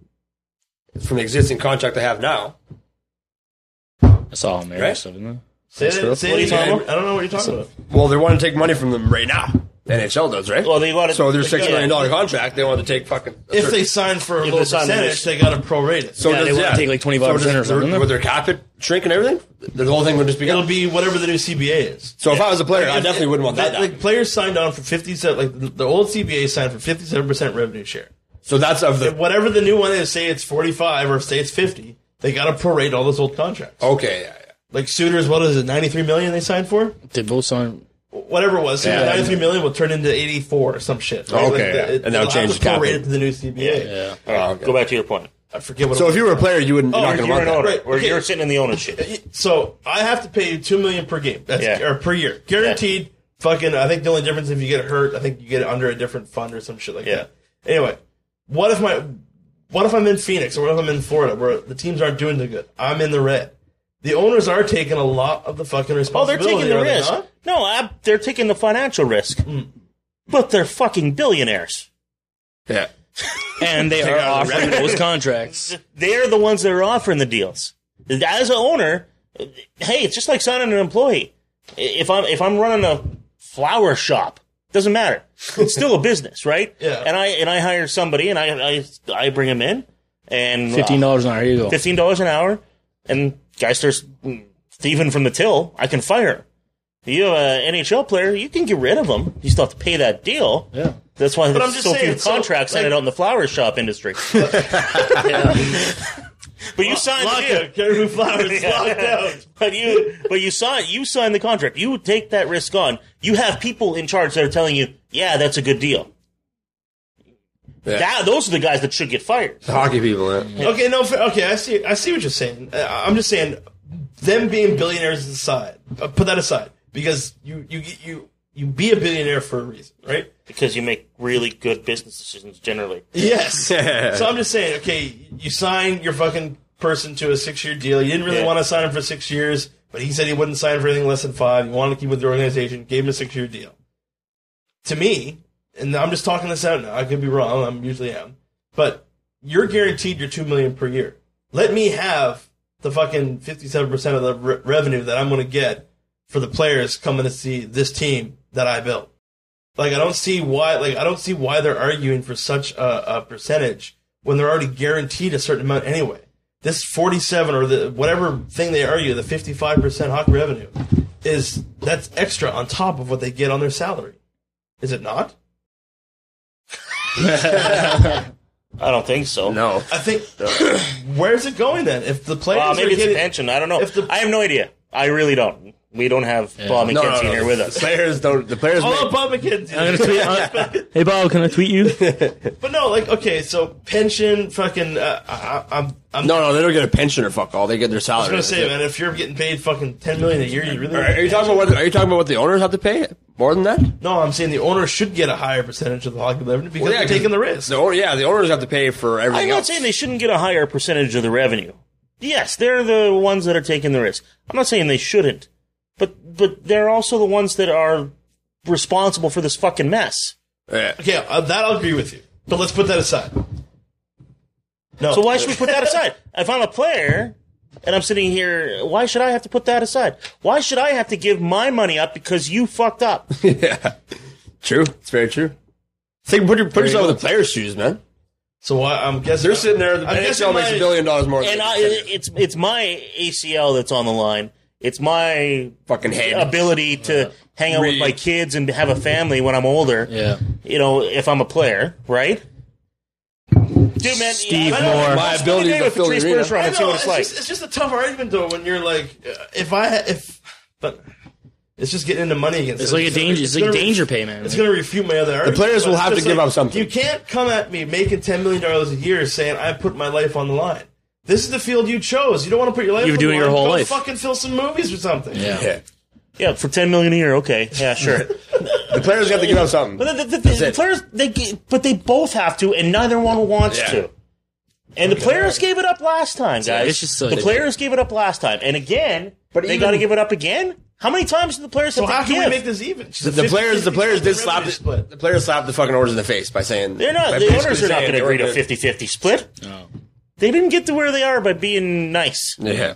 [SPEAKER 7] from the existing contract they have now.
[SPEAKER 6] That's all American
[SPEAKER 7] Right?
[SPEAKER 6] stuff, isn't it?
[SPEAKER 8] Say that, say
[SPEAKER 5] What are
[SPEAKER 8] that
[SPEAKER 5] you talking
[SPEAKER 8] again.
[SPEAKER 5] about?
[SPEAKER 8] I don't know what you're talking about.
[SPEAKER 7] Well, they want to take money from them right now. The NHL does, right?
[SPEAKER 5] Well, they want to-
[SPEAKER 7] so their six
[SPEAKER 5] yeah.
[SPEAKER 7] million dollar contract, they want to take fucking. a
[SPEAKER 8] If
[SPEAKER 7] certain-
[SPEAKER 8] they sign for a
[SPEAKER 5] If
[SPEAKER 8] low
[SPEAKER 5] they sign
[SPEAKER 8] percentage,
[SPEAKER 5] this-
[SPEAKER 8] they got to prorate it.
[SPEAKER 7] so
[SPEAKER 6] Yeah, they
[SPEAKER 7] does-
[SPEAKER 6] wanna take, like, 25%
[SPEAKER 7] does
[SPEAKER 6] or
[SPEAKER 7] their-
[SPEAKER 6] something.
[SPEAKER 7] With their cap it shrink and everything, the whole thing would just be.
[SPEAKER 8] It'll be whatever the new CBA is.
[SPEAKER 7] so if I was a player, I
[SPEAKER 8] If-
[SPEAKER 7] definitely wouldn't want that. down.
[SPEAKER 8] Like players signed on for fifty seven. Like the- the old CBA signed for fifty seven percent revenue share.
[SPEAKER 7] so that's of the
[SPEAKER 8] whatever the new one is, say it's 45 or say it's 50, they got to prorate all those old contracts.
[SPEAKER 7] okay. Yeah, yeah.
[SPEAKER 8] Like Suitors, what is it, 93 million they signed for?
[SPEAKER 6] They both signed.
[SPEAKER 8] Whatever it was, so
[SPEAKER 7] Yeah.
[SPEAKER 8] 93 million will turn into 84 or some shit.
[SPEAKER 7] Okay, yeah. And that'll
[SPEAKER 8] they'll
[SPEAKER 7] change
[SPEAKER 8] have
[SPEAKER 7] the
[SPEAKER 8] to
[SPEAKER 7] cap
[SPEAKER 8] prorate
[SPEAKER 7] rate.
[SPEAKER 8] it to the new CBA.
[SPEAKER 6] Yeah.
[SPEAKER 5] All right,
[SPEAKER 7] Oh, okay.
[SPEAKER 5] Go back to your point.
[SPEAKER 8] I forget what.
[SPEAKER 7] So
[SPEAKER 8] it
[SPEAKER 7] if you were a player, you wouldn't. you're not
[SPEAKER 5] Oh,
[SPEAKER 7] going
[SPEAKER 5] You're,
[SPEAKER 7] to want
[SPEAKER 5] an
[SPEAKER 7] that.
[SPEAKER 5] owner,
[SPEAKER 8] Right,
[SPEAKER 5] or
[SPEAKER 8] okay.
[SPEAKER 5] you're sitting in the ownership.
[SPEAKER 8] so I have to pay you two million per game, that's,
[SPEAKER 5] Yeah.
[SPEAKER 8] or per year, guaranteed. Fucking, I think the only difference if you get hurt, I think you get it under a different fund or some shit like
[SPEAKER 5] Yeah.
[SPEAKER 8] that. Anyway, what if my, what if I'm in Phoenix or what if I'm in Florida where the teams aren't doing too good? I'm in the red. The owners are taking a lot of the fucking
[SPEAKER 5] Oh, they're
[SPEAKER 8] responsibility.
[SPEAKER 5] taking the
[SPEAKER 8] are they
[SPEAKER 5] risk.
[SPEAKER 8] not? Hmm.
[SPEAKER 5] No, I, they're taking the financial risk. But they're fucking billionaires.
[SPEAKER 7] Yeah.
[SPEAKER 6] And they are
[SPEAKER 7] got
[SPEAKER 6] offering those contracts.
[SPEAKER 5] They're the ones that are offering the deals. As an owner, hey, it's just like signing an employee. If I'm if I'm running a flower shop, doesn't matter. It's still a business, right?
[SPEAKER 8] Yeah.
[SPEAKER 5] And I and I hire somebody and I I, I bring him in and uh,
[SPEAKER 6] Fifteen dollars an hour. Here you go.
[SPEAKER 5] fifteen dollars an hour, and guy starts thieving from the till. I can fire him. You have an NHL player, you can get rid of him. You still have to pay that deal.
[SPEAKER 6] Yeah.
[SPEAKER 5] That's why
[SPEAKER 8] I'm
[SPEAKER 5] there's
[SPEAKER 8] just
[SPEAKER 5] so
[SPEAKER 8] saying,
[SPEAKER 5] few
[SPEAKER 8] so,
[SPEAKER 5] contracts
[SPEAKER 8] like-
[SPEAKER 5] handed out in the flower shop industry. But you signed
[SPEAKER 8] Lock
[SPEAKER 5] the deal.
[SPEAKER 8] it, Caribou Flowers,
[SPEAKER 5] Yeah.
[SPEAKER 8] locked down.
[SPEAKER 5] But you, but you signed, you signed the contract. You take that risk on. You have people in charge that are telling you, "Yeah, that's a good deal."
[SPEAKER 7] Yeah.
[SPEAKER 5] That, those are the guys that should get fired.
[SPEAKER 7] The hockey people. Yeah.
[SPEAKER 8] Okay, no, fa- okay, I see, I see what you're saying. Uh, I'm just saying, them being billionaires aside, uh, put that aside because you you you you be a billionaire for a reason, right?
[SPEAKER 5] because you make really good business decisions generally.
[SPEAKER 8] Yes.
[SPEAKER 7] Yeah.
[SPEAKER 8] So I'm just saying, okay, you sign your fucking person to a six year deal. You didn't really
[SPEAKER 5] Yeah.
[SPEAKER 8] want to sign him for six years, but he said he wouldn't sign for anything less than five. You wanted to keep with the organization, gave him a six year deal. To me, and I'm just talking this out now, I could be wrong, I am usually am, but you're guaranteed your two million per year. Let me have the fucking 57% of the re- revenue that I'm going to get for the players coming to see this team that I built. Like I don't see why like I don't see why they're arguing for such a, a percentage when they're already guaranteed a certain amount anyway. This forty seven or the whatever thing they argue, the fifty five percent hockey revenue, is that's extra on top of what they get on their salary. Is it not?
[SPEAKER 5] I don't think so.
[SPEAKER 7] No.
[SPEAKER 8] I think where's it going then? If the players
[SPEAKER 5] Well,
[SPEAKER 8] are
[SPEAKER 5] maybe it's
[SPEAKER 8] getting,
[SPEAKER 5] a pension. I don't know.
[SPEAKER 8] if the-
[SPEAKER 5] I have no idea. I really don't. We don't have Bob McKenzie
[SPEAKER 7] No, no, no.
[SPEAKER 5] here with
[SPEAKER 7] The
[SPEAKER 5] us.
[SPEAKER 7] players don't. The players.
[SPEAKER 8] all
[SPEAKER 7] make-
[SPEAKER 8] about McKenzie.
[SPEAKER 6] I'm gonna uh, tweet. I'm- hey, Bob, can I tweet you?
[SPEAKER 8] but no, like okay, so pension, fucking, uh, I, I- I'm I'm
[SPEAKER 7] no, no, they don't get a pension or fuck all. They get their
[SPEAKER 8] I was
[SPEAKER 7] salary.
[SPEAKER 8] gonna say, man, if you're getting paid fucking ten million a year, you really
[SPEAKER 7] Are you talking about what? Are you talking about what the owners have to pay more than that?
[SPEAKER 8] No, I'm saying the owner should get a higher percentage of the hockey revenue because
[SPEAKER 7] yeah,
[SPEAKER 8] they're taking the risk.
[SPEAKER 7] The owner, yeah, the owners have to pay for everything.
[SPEAKER 5] I'm not
[SPEAKER 7] else.
[SPEAKER 5] saying they shouldn't get a higher percentage of the revenue. Yes, they're the ones that are taking the risk. I'm not saying they shouldn't, but but they're also the ones that are responsible for this fucking mess.
[SPEAKER 7] Yeah.
[SPEAKER 8] Okay, uh, that I'll agree with you. But let's put that aside. No.
[SPEAKER 5] So why should we put that aside? If I'm a player and I'm sitting here, why should I have to put that aside? Why should I have to give my money up because you fucked up?
[SPEAKER 7] yeah. True. It's very true. Think, put, your, put yourself in the players' shoes, man.
[SPEAKER 8] So why, I'm guessing
[SPEAKER 7] They're sitting there. The
[SPEAKER 8] I'm guessing
[SPEAKER 7] NHL makes
[SPEAKER 8] my-
[SPEAKER 7] a billion dollars more.
[SPEAKER 5] And
[SPEAKER 7] than
[SPEAKER 5] I, it's it's my ACL that's on the line. It's my
[SPEAKER 7] fucking head.
[SPEAKER 5] ability to hang out with
[SPEAKER 7] Read.
[SPEAKER 5] my kids and have a family when I'm older.
[SPEAKER 6] Yeah.
[SPEAKER 5] You know, if I'm a player, right? Dude, man,
[SPEAKER 6] Steve
[SPEAKER 5] I don't-
[SPEAKER 6] Moore.
[SPEAKER 5] I
[SPEAKER 6] My
[SPEAKER 5] spent the
[SPEAKER 7] ability
[SPEAKER 5] day
[SPEAKER 7] to
[SPEAKER 5] with
[SPEAKER 7] fill the
[SPEAKER 5] Patrice
[SPEAKER 7] arena.
[SPEAKER 5] Bergeron
[SPEAKER 8] I
[SPEAKER 5] and see
[SPEAKER 8] know,
[SPEAKER 5] what
[SPEAKER 8] it's,
[SPEAKER 5] it's like.
[SPEAKER 8] just, it's just a tough argument though when you're like, uh, if I if but it's just getting into money against.
[SPEAKER 6] It's
[SPEAKER 8] them.
[SPEAKER 6] like a danger. It's like
[SPEAKER 8] gonna
[SPEAKER 6] danger
[SPEAKER 8] ref-
[SPEAKER 6] pay, man.
[SPEAKER 8] It's going to refute my other argument.
[SPEAKER 7] players will
[SPEAKER 8] But
[SPEAKER 7] have to
[SPEAKER 8] just
[SPEAKER 7] give up something.
[SPEAKER 8] You can't come at me making ten million dollars a year saying I put my life on the line. This is the field you chose. You don't want to put your life.
[SPEAKER 6] You were
[SPEAKER 8] on
[SPEAKER 6] doing
[SPEAKER 8] the
[SPEAKER 6] your
[SPEAKER 8] line.
[SPEAKER 6] whole
[SPEAKER 8] Go
[SPEAKER 6] life.
[SPEAKER 8] Fucking fill some movies or something.
[SPEAKER 6] Yeah.
[SPEAKER 7] Yeah.
[SPEAKER 5] Yeah, for ten million a year, okay, yeah, sure.
[SPEAKER 7] The players got to give up something.
[SPEAKER 5] But the, the, the, the
[SPEAKER 7] it.
[SPEAKER 5] players, they g- but they both have to, and neither one wants
[SPEAKER 7] Yeah.
[SPEAKER 5] to. And the players gave it up last time, guys.
[SPEAKER 6] it's just so
[SPEAKER 5] the
[SPEAKER 6] they-
[SPEAKER 5] players gave it up last time, and again,
[SPEAKER 7] But
[SPEAKER 5] they
[SPEAKER 7] even-
[SPEAKER 5] got to give it up again. How many times do the players
[SPEAKER 8] So
[SPEAKER 5] have
[SPEAKER 8] how
[SPEAKER 5] to
[SPEAKER 8] can
[SPEAKER 5] give?
[SPEAKER 8] we make this even?
[SPEAKER 7] The, the players, the players did slap the,
[SPEAKER 8] Split.
[SPEAKER 7] the players slapped the fucking owners in the face by saying
[SPEAKER 5] They're not.
[SPEAKER 7] by
[SPEAKER 5] The
[SPEAKER 7] basically
[SPEAKER 5] owners are not
[SPEAKER 7] saying
[SPEAKER 5] going to
[SPEAKER 7] they
[SPEAKER 5] agree to
[SPEAKER 7] were-
[SPEAKER 5] 50-50 split.
[SPEAKER 6] No.
[SPEAKER 5] They didn't get to where they are by being nice.
[SPEAKER 7] Yeah.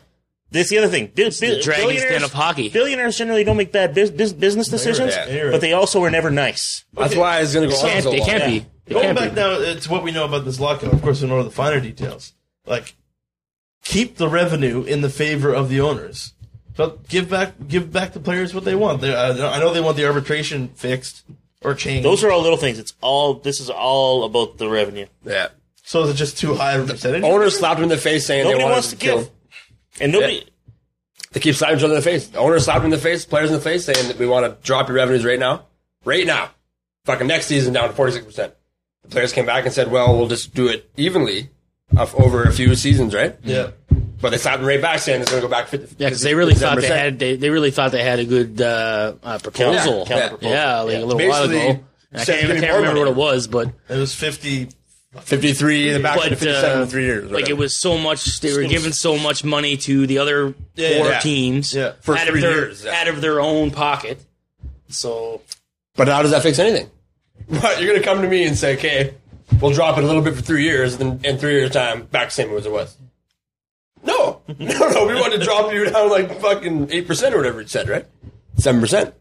[SPEAKER 5] That's the other thing. Bi- bi-
[SPEAKER 6] the Dragon's Den
[SPEAKER 5] billionaires-
[SPEAKER 6] of hockey.
[SPEAKER 5] Billionaires generally don't make bad bus- bus- business decisions,
[SPEAKER 7] yeah.
[SPEAKER 8] You're right.
[SPEAKER 5] but they also were never nice.
[SPEAKER 7] That's why it's going to go on
[SPEAKER 6] Can't,
[SPEAKER 7] so
[SPEAKER 6] it
[SPEAKER 7] long.
[SPEAKER 6] can't
[SPEAKER 5] Yeah.
[SPEAKER 6] be. It
[SPEAKER 8] Going
[SPEAKER 6] can't
[SPEAKER 8] back
[SPEAKER 6] be.
[SPEAKER 8] now to what we know about this lockout, of course, we know the finer details. Like, keep the revenue in the favor of the owners, but give back give back the players what they want. They, I I know they want the arbitration fixed or changed.
[SPEAKER 5] Those are all little things. It's all. This is all about the revenue.
[SPEAKER 7] Yeah.
[SPEAKER 8] so is it just too high of a percentage?
[SPEAKER 7] Owners slapped him in the face saying
[SPEAKER 5] Nobody
[SPEAKER 7] they wanted
[SPEAKER 5] wants to
[SPEAKER 7] kill
[SPEAKER 5] give,
[SPEAKER 7] him.
[SPEAKER 5] and nobody.
[SPEAKER 7] Yeah. They keep slapping each other in the face. The owners slapped him in the face, players in the face saying that we want to drop your revenues right now. Right now. Fucking next season down to 46%. The players came back and said, well, we'll just do it evenly of- over a few seasons, right?
[SPEAKER 8] yeah.
[SPEAKER 7] But they slapped him right back saying it's going to go back 50
[SPEAKER 6] Yeah, because they really thought they
[SPEAKER 7] 57%.
[SPEAKER 6] had they, they really thought they had a good uh, uh, proposal.
[SPEAKER 5] Yeah,
[SPEAKER 6] Yeah,
[SPEAKER 5] counterproposal.
[SPEAKER 6] like a little
[SPEAKER 7] Basically,
[SPEAKER 6] while ago. And I
[SPEAKER 7] said
[SPEAKER 6] can't, I
[SPEAKER 7] give me
[SPEAKER 6] can't
[SPEAKER 7] more
[SPEAKER 6] remember what
[SPEAKER 7] money.
[SPEAKER 6] it was, but
[SPEAKER 8] 50
[SPEAKER 7] 53 in the back to
[SPEAKER 6] but
[SPEAKER 7] 57
[SPEAKER 6] uh,
[SPEAKER 7] in three years.
[SPEAKER 6] like it was so much they were giving so much money to the other
[SPEAKER 8] Yeah,
[SPEAKER 6] four
[SPEAKER 7] yeah.
[SPEAKER 6] teams
[SPEAKER 8] Yeah.
[SPEAKER 7] For
[SPEAKER 6] out
[SPEAKER 7] three
[SPEAKER 6] of their
[SPEAKER 7] years, yeah.
[SPEAKER 6] out of their own pocket. So
[SPEAKER 7] But how does that fix anything? But you're going to come to me and say, okay, we'll drop it a little bit for three years, then in three years' time, back same as it was. No, no, no. We want to drop you down like fucking eight percent or whatever it said, right? Seven percent.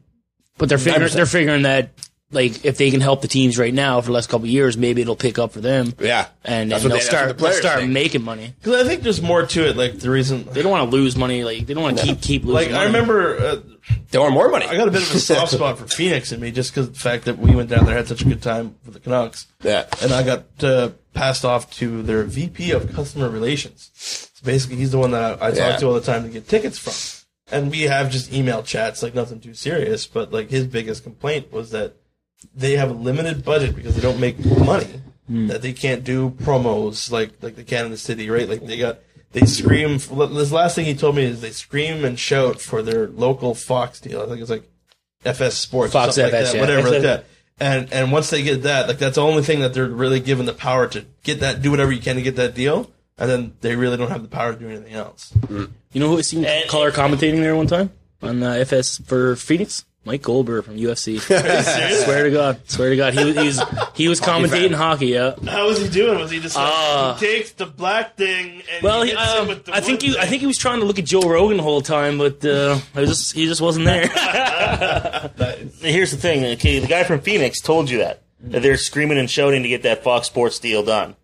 [SPEAKER 6] But they're figuring
[SPEAKER 7] 9%.
[SPEAKER 6] they're figuring that like if they can help the teams right now for the last couple of years, maybe it'll pick up for them.
[SPEAKER 7] Yeah,
[SPEAKER 6] And,
[SPEAKER 7] That's what they-
[SPEAKER 6] and they'll
[SPEAKER 7] that's what
[SPEAKER 6] start
[SPEAKER 7] the
[SPEAKER 6] they'll
[SPEAKER 7] players
[SPEAKER 6] start
[SPEAKER 7] think.
[SPEAKER 6] making money.
[SPEAKER 8] Because I think there's more to it. Like the reason,
[SPEAKER 6] They don't want to lose money. Like they don't want to keep keep losing.
[SPEAKER 8] like I
[SPEAKER 6] money.
[SPEAKER 8] remember. Uh,
[SPEAKER 7] They want more money.
[SPEAKER 8] I got a bit of a soft spot for Phoenix in me just because the fact that we went down there had such a good time with the Canucks.
[SPEAKER 7] Yeah.
[SPEAKER 8] And I got uh, passed off to their VP of customer relations. So basically, he's the one that I, I
[SPEAKER 7] Yeah.
[SPEAKER 8] talk to all the time to get tickets from. And we have just email chats, like nothing too serious. But like his biggest complaint was that they have a limited budget because they don't make money that they can't do promos like like they can in the city, right? Like they got they scream. This last thing he told me is they scream and shout for their local Fox deal. I think it's like FS Sports,
[SPEAKER 6] Fox
[SPEAKER 8] something like
[SPEAKER 6] FS,
[SPEAKER 8] that,
[SPEAKER 6] yeah.
[SPEAKER 8] whatever
[SPEAKER 6] FS.
[SPEAKER 8] like that. And and once they get that, like that's the only thing that they're really given the power to get that, do whatever you can to get that deal. And then they really don't have the power to do anything else.
[SPEAKER 6] Eh, you know who was seen color commentating there one time on uh, FS for Phoenix? Mike Goldberg from UFC. swear to God, swear to God, he was he was, he was commentating hockey. Yeah.
[SPEAKER 8] How was he doing? Was he just like,
[SPEAKER 6] Ah.
[SPEAKER 8] he takes the black thing and
[SPEAKER 6] Well,
[SPEAKER 8] he
[SPEAKER 6] he,
[SPEAKER 8] hits him
[SPEAKER 6] um,
[SPEAKER 8] with the
[SPEAKER 6] I think
[SPEAKER 8] wood
[SPEAKER 6] he I
[SPEAKER 8] thing?
[SPEAKER 6] think he was trying to look at Joe Rogan the whole time, but uh, I was just he just wasn't there.
[SPEAKER 5] Here's the thing, okay? The guy from Phoenix told you that. that they're screaming and shouting to get that Fox Sports deal done.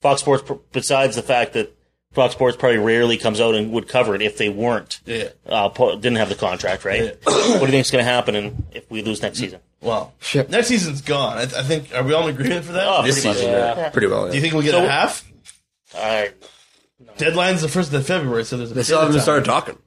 [SPEAKER 5] Fox Sports, pr- besides the fact that Fox Sports probably rarely comes out and would cover it if they weren't,
[SPEAKER 8] Yeah.
[SPEAKER 5] uh, po- didn't have the contract, right? what do you think's going to happen in, if we lose next season?
[SPEAKER 8] Well, next season's gone. I, I think. Are we all in agreement for that?
[SPEAKER 5] Oh,
[SPEAKER 8] Do
[SPEAKER 5] pretty
[SPEAKER 8] you-
[SPEAKER 5] much.
[SPEAKER 6] Yeah.
[SPEAKER 9] Pretty well.
[SPEAKER 8] do you
[SPEAKER 9] Yeah.
[SPEAKER 8] think we'll get
[SPEAKER 5] So-
[SPEAKER 8] a half?
[SPEAKER 5] I-
[SPEAKER 8] Deadline's the first of February, so there's a
[SPEAKER 9] They
[SPEAKER 8] bit
[SPEAKER 9] still
[SPEAKER 8] of
[SPEAKER 9] haven't
[SPEAKER 8] time.
[SPEAKER 9] started talking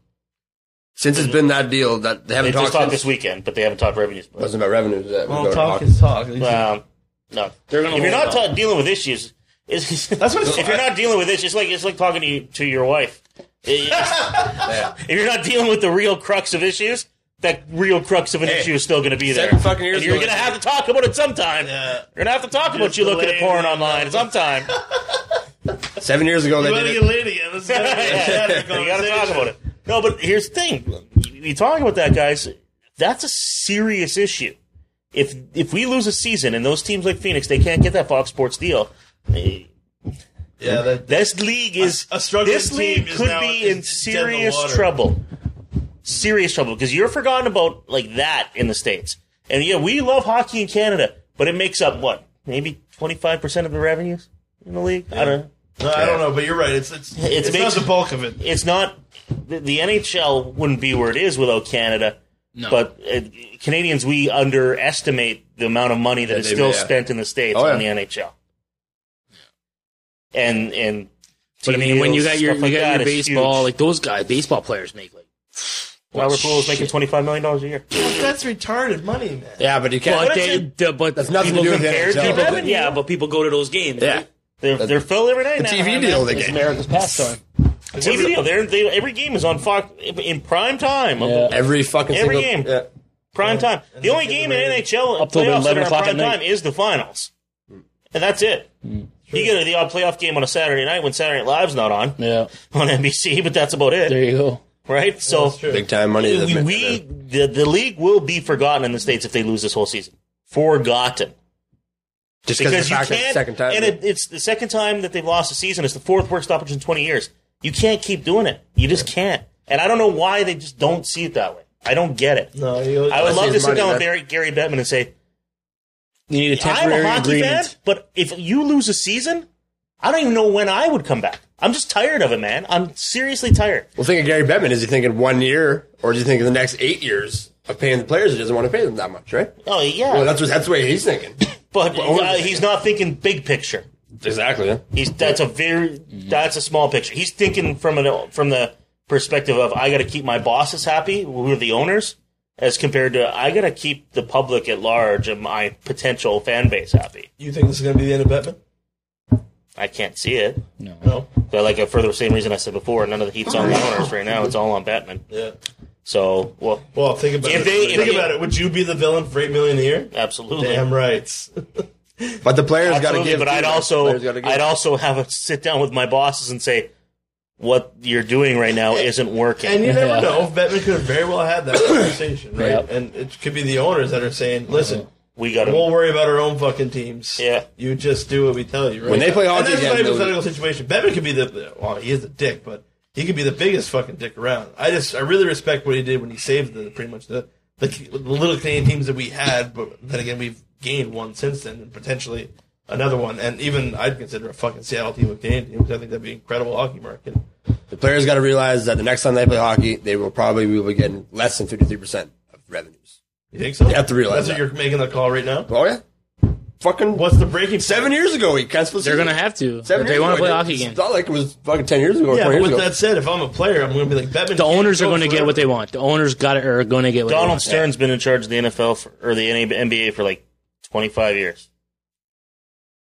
[SPEAKER 9] since it's been that deal that they
[SPEAKER 5] they
[SPEAKER 9] haven't
[SPEAKER 5] just
[SPEAKER 9] talked.
[SPEAKER 5] talked
[SPEAKER 9] since.
[SPEAKER 5] this weekend, but they haven't talked revenues.
[SPEAKER 9] It wasn't about revenues. That we
[SPEAKER 8] Well,
[SPEAKER 9] were
[SPEAKER 8] talk
[SPEAKER 9] talking.
[SPEAKER 8] is talk. At least-
[SPEAKER 5] Um, no,
[SPEAKER 6] They're gonna
[SPEAKER 5] if you're
[SPEAKER 6] hold
[SPEAKER 5] not
[SPEAKER 6] on.
[SPEAKER 5] ta- dealing with issues, it's, that's
[SPEAKER 8] what it's-
[SPEAKER 5] if you're not dealing with this, it's like it's like talking to you, to your wife. It's- if you're not dealing with the real crux of issues, that real crux of an issue is still going to be there.
[SPEAKER 7] seven fucking years
[SPEAKER 5] and you're
[SPEAKER 7] ago,
[SPEAKER 5] going to have to talk about it sometime.
[SPEAKER 8] Yeah.
[SPEAKER 5] You're going to have to talk about you looking at
[SPEAKER 8] delaying
[SPEAKER 5] porn
[SPEAKER 8] it.
[SPEAKER 5] online sometime.
[SPEAKER 9] Seven years ago,
[SPEAKER 8] You
[SPEAKER 9] they
[SPEAKER 8] want to
[SPEAKER 9] did
[SPEAKER 8] get
[SPEAKER 9] it.
[SPEAKER 8] laid again? Let's
[SPEAKER 5] you
[SPEAKER 8] get it.
[SPEAKER 5] got to talk about it. No, but here's the thing: you you talking about that, guys? That's a serious issue. If if we lose a season and those teams like Phoenix, they can't get that Fox Sports deal. eh,
[SPEAKER 8] Yeah, that,
[SPEAKER 5] This league is
[SPEAKER 8] A- a struggling
[SPEAKER 5] this league
[SPEAKER 8] team is
[SPEAKER 5] could
[SPEAKER 8] now-
[SPEAKER 5] be in
[SPEAKER 8] is dead in the
[SPEAKER 5] serious
[SPEAKER 8] water.
[SPEAKER 5] trouble. Serious trouble because you're forgotten about like that in the states. And yeah, we love hockey in Canada, but it makes up what maybe twenty five percent of the revenues in the league. I don't. know.
[SPEAKER 8] no, I don't know, but you're right. It's it's it's, not
[SPEAKER 5] makes-
[SPEAKER 8] the bulk of it.
[SPEAKER 5] It's not the, the NHL wouldn't be where it is without Canada. But uh, Canadians, we underestimate the amount of money that is
[SPEAKER 9] they-
[SPEAKER 5] still
[SPEAKER 9] yeah.
[SPEAKER 5] spent in the states
[SPEAKER 9] Oh,
[SPEAKER 5] on
[SPEAKER 9] yeah.
[SPEAKER 5] the NHL. And and
[SPEAKER 6] But I mean, when you got your you got your baseball,
[SPEAKER 5] like.
[SPEAKER 6] like those guys, baseball players make like
[SPEAKER 5] Robert Poole is making
[SPEAKER 6] shit.
[SPEAKER 5] twenty five million dollars a year.
[SPEAKER 8] That's retarded money, man.
[SPEAKER 9] Yeah, but you can't.
[SPEAKER 6] But
[SPEAKER 5] that's
[SPEAKER 6] they,
[SPEAKER 5] it.
[SPEAKER 6] the- but
[SPEAKER 9] That's nothing to
[SPEAKER 6] people
[SPEAKER 9] do with the
[SPEAKER 6] compare-
[SPEAKER 9] NHL.
[SPEAKER 6] people-
[SPEAKER 9] Revenue.
[SPEAKER 6] yeah, but people go to those games.
[SPEAKER 9] Yeah.
[SPEAKER 6] right?
[SPEAKER 5] They're they're filled every night.
[SPEAKER 9] The
[SPEAKER 5] now.
[SPEAKER 9] TV deal they
[SPEAKER 6] it's
[SPEAKER 9] get.
[SPEAKER 6] America's pastime.
[SPEAKER 5] TV deal. They're, they every game is on Fox in prime time. of the-
[SPEAKER 9] Every fucking
[SPEAKER 5] Every
[SPEAKER 9] single,
[SPEAKER 5] game.
[SPEAKER 9] Yeah.
[SPEAKER 5] Prime time. The only game in NHL
[SPEAKER 6] Up till
[SPEAKER 5] playoffs that
[SPEAKER 6] 11
[SPEAKER 5] are
[SPEAKER 6] o'clock
[SPEAKER 5] prime
[SPEAKER 6] at night.
[SPEAKER 5] time is the finals, and that's it.
[SPEAKER 9] Mm.
[SPEAKER 5] You get the odd playoff game on a Saturday night when Saturday Night Live's not on
[SPEAKER 6] Yeah,
[SPEAKER 5] on NBC, but that's about it,
[SPEAKER 6] there you go.
[SPEAKER 5] right? So
[SPEAKER 9] Big time money. that-
[SPEAKER 5] we, we the, the league will be forgotten in the states if they lose this whole season. Forgotten.
[SPEAKER 9] just because of
[SPEAKER 5] because
[SPEAKER 9] the
[SPEAKER 5] you
[SPEAKER 9] fact that it's
[SPEAKER 5] can't.
[SPEAKER 9] the second time.
[SPEAKER 5] and it, it's the second time that they've lost a season. It's the fourth worst stoppage in 20 years. You can't keep doing it. You just can't. And I don't know why they just don't see it that way. I don't get it.
[SPEAKER 8] No, you,
[SPEAKER 5] I would
[SPEAKER 9] That's
[SPEAKER 5] love to
[SPEAKER 9] his
[SPEAKER 5] sit
[SPEAKER 9] money,
[SPEAKER 5] down with
[SPEAKER 9] man.
[SPEAKER 5] Barry, Gary Bettman and say,
[SPEAKER 6] You need a
[SPEAKER 5] I'm
[SPEAKER 6] temporary
[SPEAKER 5] a hockey
[SPEAKER 6] agreement.
[SPEAKER 5] fan, but if you lose a season, I don't even know when I would come back. I'm just tired of it, man. I'm seriously tired.
[SPEAKER 9] Well, thinking Gary Bettman, is he thinking one year or is he thinking the next eight years of paying the players? He doesn't want to pay them that much, right?
[SPEAKER 5] Oh, yeah.
[SPEAKER 9] Well, that's what, that's the way he's thinking.
[SPEAKER 5] but
[SPEAKER 9] well,
[SPEAKER 5] uh,
[SPEAKER 9] only-
[SPEAKER 5] he's not thinking big picture.
[SPEAKER 9] exactly. Yeah.
[SPEAKER 5] He's that's a very that's a small picture. He's thinking from an from the perspective of I got to keep my bosses happy, who are the owners, as compared to I got to keep the public at large and my potential fan base happy.
[SPEAKER 8] you think this is going to be the end of Batman?
[SPEAKER 5] I can't see it.
[SPEAKER 8] No.
[SPEAKER 5] But like a further same reason I said before, none of the heat's on the owners right now. It's all on Batman.
[SPEAKER 8] Yeah.
[SPEAKER 5] So well,
[SPEAKER 8] Well, think about
[SPEAKER 5] If
[SPEAKER 8] it.
[SPEAKER 5] they-
[SPEAKER 8] think
[SPEAKER 5] if-
[SPEAKER 8] about it. Would you be the villain for eight million a year?
[SPEAKER 5] absolutely.
[SPEAKER 8] Damn right.
[SPEAKER 9] But the players got to
[SPEAKER 5] Absolutely,
[SPEAKER 9] give.
[SPEAKER 5] but
[SPEAKER 9] too,
[SPEAKER 5] I'd
[SPEAKER 9] man.
[SPEAKER 5] also
[SPEAKER 9] Players gotta give.
[SPEAKER 5] I'd also have a sit down with my bosses and say, what you're doing right now isn't working.
[SPEAKER 8] And you never
[SPEAKER 6] Yeah.
[SPEAKER 8] know. Bettman could have very well had that conversation, right?
[SPEAKER 6] Yep.
[SPEAKER 8] And it could be the owners that are saying, "Listen,
[SPEAKER 5] we got to
[SPEAKER 8] we'll worry about our own fucking teams.
[SPEAKER 5] Yeah.
[SPEAKER 8] you just do what we tell you." Right?
[SPEAKER 9] When they play hockey
[SPEAKER 8] and that's
[SPEAKER 9] again,
[SPEAKER 8] a
[SPEAKER 9] they'll-
[SPEAKER 8] hypothetical situation. Bettman could be the well, he is a dick, but he could be the biggest fucking dick around. I just I really respect what he did when he saved the pretty much the the, the little Canadian teams that we had, but then again we've gained one since then and potentially another one. And even I'd consider a fucking Seattle team a Canadian team because I think that'd be an incredible hockey market.
[SPEAKER 9] the players got to realize that the next time they play hockey, they will probably be getting less than fifty three percent of revenues.
[SPEAKER 8] You think so? You
[SPEAKER 9] have to realize
[SPEAKER 8] that's
[SPEAKER 9] that.
[SPEAKER 8] what you're making the call right now.
[SPEAKER 9] Oh yeah, fucking
[SPEAKER 8] What's the breaking
[SPEAKER 9] seven years ago? He can't supposed
[SPEAKER 6] They're
[SPEAKER 9] to.
[SPEAKER 6] gonna have to.
[SPEAKER 9] Seven
[SPEAKER 6] if they
[SPEAKER 9] years
[SPEAKER 6] want
[SPEAKER 9] ago,
[SPEAKER 6] to play
[SPEAKER 9] dude.
[SPEAKER 6] hockey
[SPEAKER 9] It's
[SPEAKER 6] games.
[SPEAKER 9] not like it was fucking ten years ago or
[SPEAKER 8] Yeah,
[SPEAKER 9] twenty
[SPEAKER 8] but
[SPEAKER 9] years
[SPEAKER 8] with
[SPEAKER 9] ago.
[SPEAKER 8] that said, if I'm a player, I'm going to be like Bettman.
[SPEAKER 6] The owners are going to get what
[SPEAKER 8] with
[SPEAKER 6] they want. The owners got it are going to get what they
[SPEAKER 5] Donald
[SPEAKER 6] want.
[SPEAKER 5] Stern's been in charge of the NFL for, or the NA NBA for like 25 years.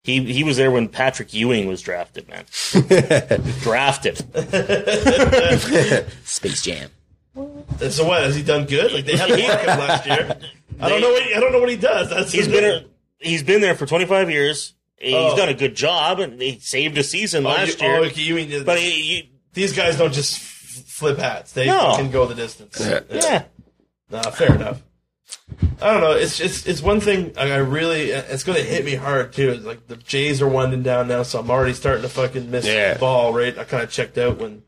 [SPEAKER 5] He he was there when Patrick Ewing was drafted, man. drafted.
[SPEAKER 6] Space Jam.
[SPEAKER 8] So what has he done good? Like they had a him last year. I don't know. What he, I don't know what he does. That's
[SPEAKER 5] He's been he's been there for 25 years. He's
[SPEAKER 8] Oh.
[SPEAKER 5] done a good job, and he saved a season
[SPEAKER 8] Oh,
[SPEAKER 5] last
[SPEAKER 8] you,
[SPEAKER 5] year.
[SPEAKER 8] oh, okay, you mean that-
[SPEAKER 5] But he, you-
[SPEAKER 8] these guys don't just f- flip hats? They
[SPEAKER 5] No.
[SPEAKER 8] can go the distance.
[SPEAKER 9] Yeah.
[SPEAKER 5] yeah,
[SPEAKER 8] Nah, fair enough. I don't know. It's it's it's one thing. Like, I really, it's going to hit me hard too. It's like the Jays are winding down now, so I'm already starting to fucking miss
[SPEAKER 9] Yeah.
[SPEAKER 8] the ball. Right? I kind of checked out when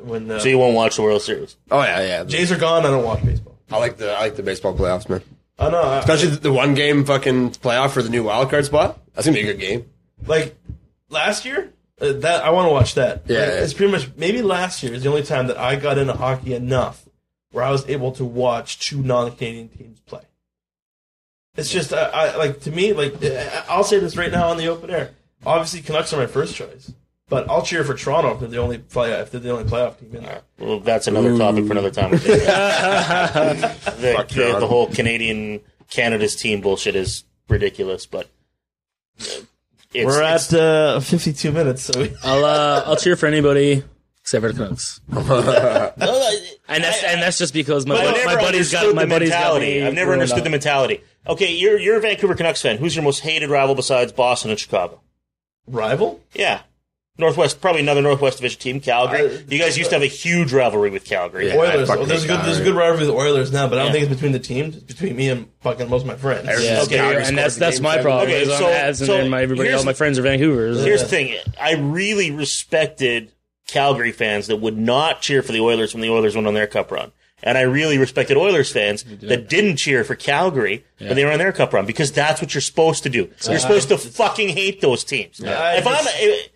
[SPEAKER 8] when uh,
[SPEAKER 5] So you won't watch the World Series.
[SPEAKER 9] Oh yeah, yeah.
[SPEAKER 8] Jays are gone. I don't watch baseball.
[SPEAKER 9] I like the I like the baseball playoffs, man.
[SPEAKER 8] I know. I,
[SPEAKER 9] Especially the- the one game fucking playoff for the new wild card spot. That's gonna be a good game.
[SPEAKER 8] like last year uh, that I want to watch that.
[SPEAKER 9] Yeah,
[SPEAKER 8] Like,
[SPEAKER 9] yeah.
[SPEAKER 8] it's pretty much maybe last year is the only time that I got into hockey enough where I was able to watch two non-Canadian teams play. It's just I, I like to me like I- I'll say this right now on the open air. Obviously, Canucks are my first choice, but I'll cheer for Toronto if they're the only play if they're the only playoff team in there.
[SPEAKER 5] Well, that's another topic for another time. the, the, the whole Canadian Canada's team bullshit is ridiculous, but uh, it's,
[SPEAKER 8] We're
[SPEAKER 5] it's-
[SPEAKER 8] at uh, 52 minutes, so we-
[SPEAKER 6] I'll uh, I'll cheer for anybody except for the Canucks. And that's and that's just because my,
[SPEAKER 5] But
[SPEAKER 6] buddy,
[SPEAKER 5] I
[SPEAKER 6] my
[SPEAKER 5] never
[SPEAKER 6] buddy's got
[SPEAKER 5] understood
[SPEAKER 6] my
[SPEAKER 5] the
[SPEAKER 6] buddy's got
[SPEAKER 5] mentality.
[SPEAKER 6] me
[SPEAKER 5] I've never
[SPEAKER 6] ruined
[SPEAKER 5] understood
[SPEAKER 6] up.
[SPEAKER 5] the mentality. Okay, you're you're a Vancouver Canucks fan. Who's your most hated rival besides Boston and Chicago?
[SPEAKER 8] rival.
[SPEAKER 5] Yeah, Northwest, probably another Northwest Division team, Calgary.
[SPEAKER 8] I-
[SPEAKER 5] you guys used to have a huge rivalry with Calgary.
[SPEAKER 9] Yeah.
[SPEAKER 8] Oilers.
[SPEAKER 9] fucking
[SPEAKER 8] Oh, there's a
[SPEAKER 9] hate
[SPEAKER 8] good there's a
[SPEAKER 9] Calgary.
[SPEAKER 8] good rivalry with the Oilers now, but I don't
[SPEAKER 5] Yeah.
[SPEAKER 8] think it's between the teams. It's between me and fucking most of my friends.
[SPEAKER 6] Yeah,
[SPEAKER 5] Okay,
[SPEAKER 6] okay,
[SPEAKER 5] Calgary
[SPEAKER 6] and that's that's my problem.
[SPEAKER 5] Okay,
[SPEAKER 6] is I'm
[SPEAKER 5] so-
[SPEAKER 6] Habs and
[SPEAKER 5] so
[SPEAKER 6] then my, everybody,
[SPEAKER 5] here's-
[SPEAKER 6] all my friends are Vancouver's.
[SPEAKER 5] Here's the thing: I really respected Calgary fans that would not cheer for the Oilers when the Oilers went on their cup run, and I really respected Oilers fans that didn't cheer for Calgary when they were on their cup run because that's what you're supposed to do. you're supposed to fucking hate those teams.
[SPEAKER 8] I
[SPEAKER 5] If I'm if-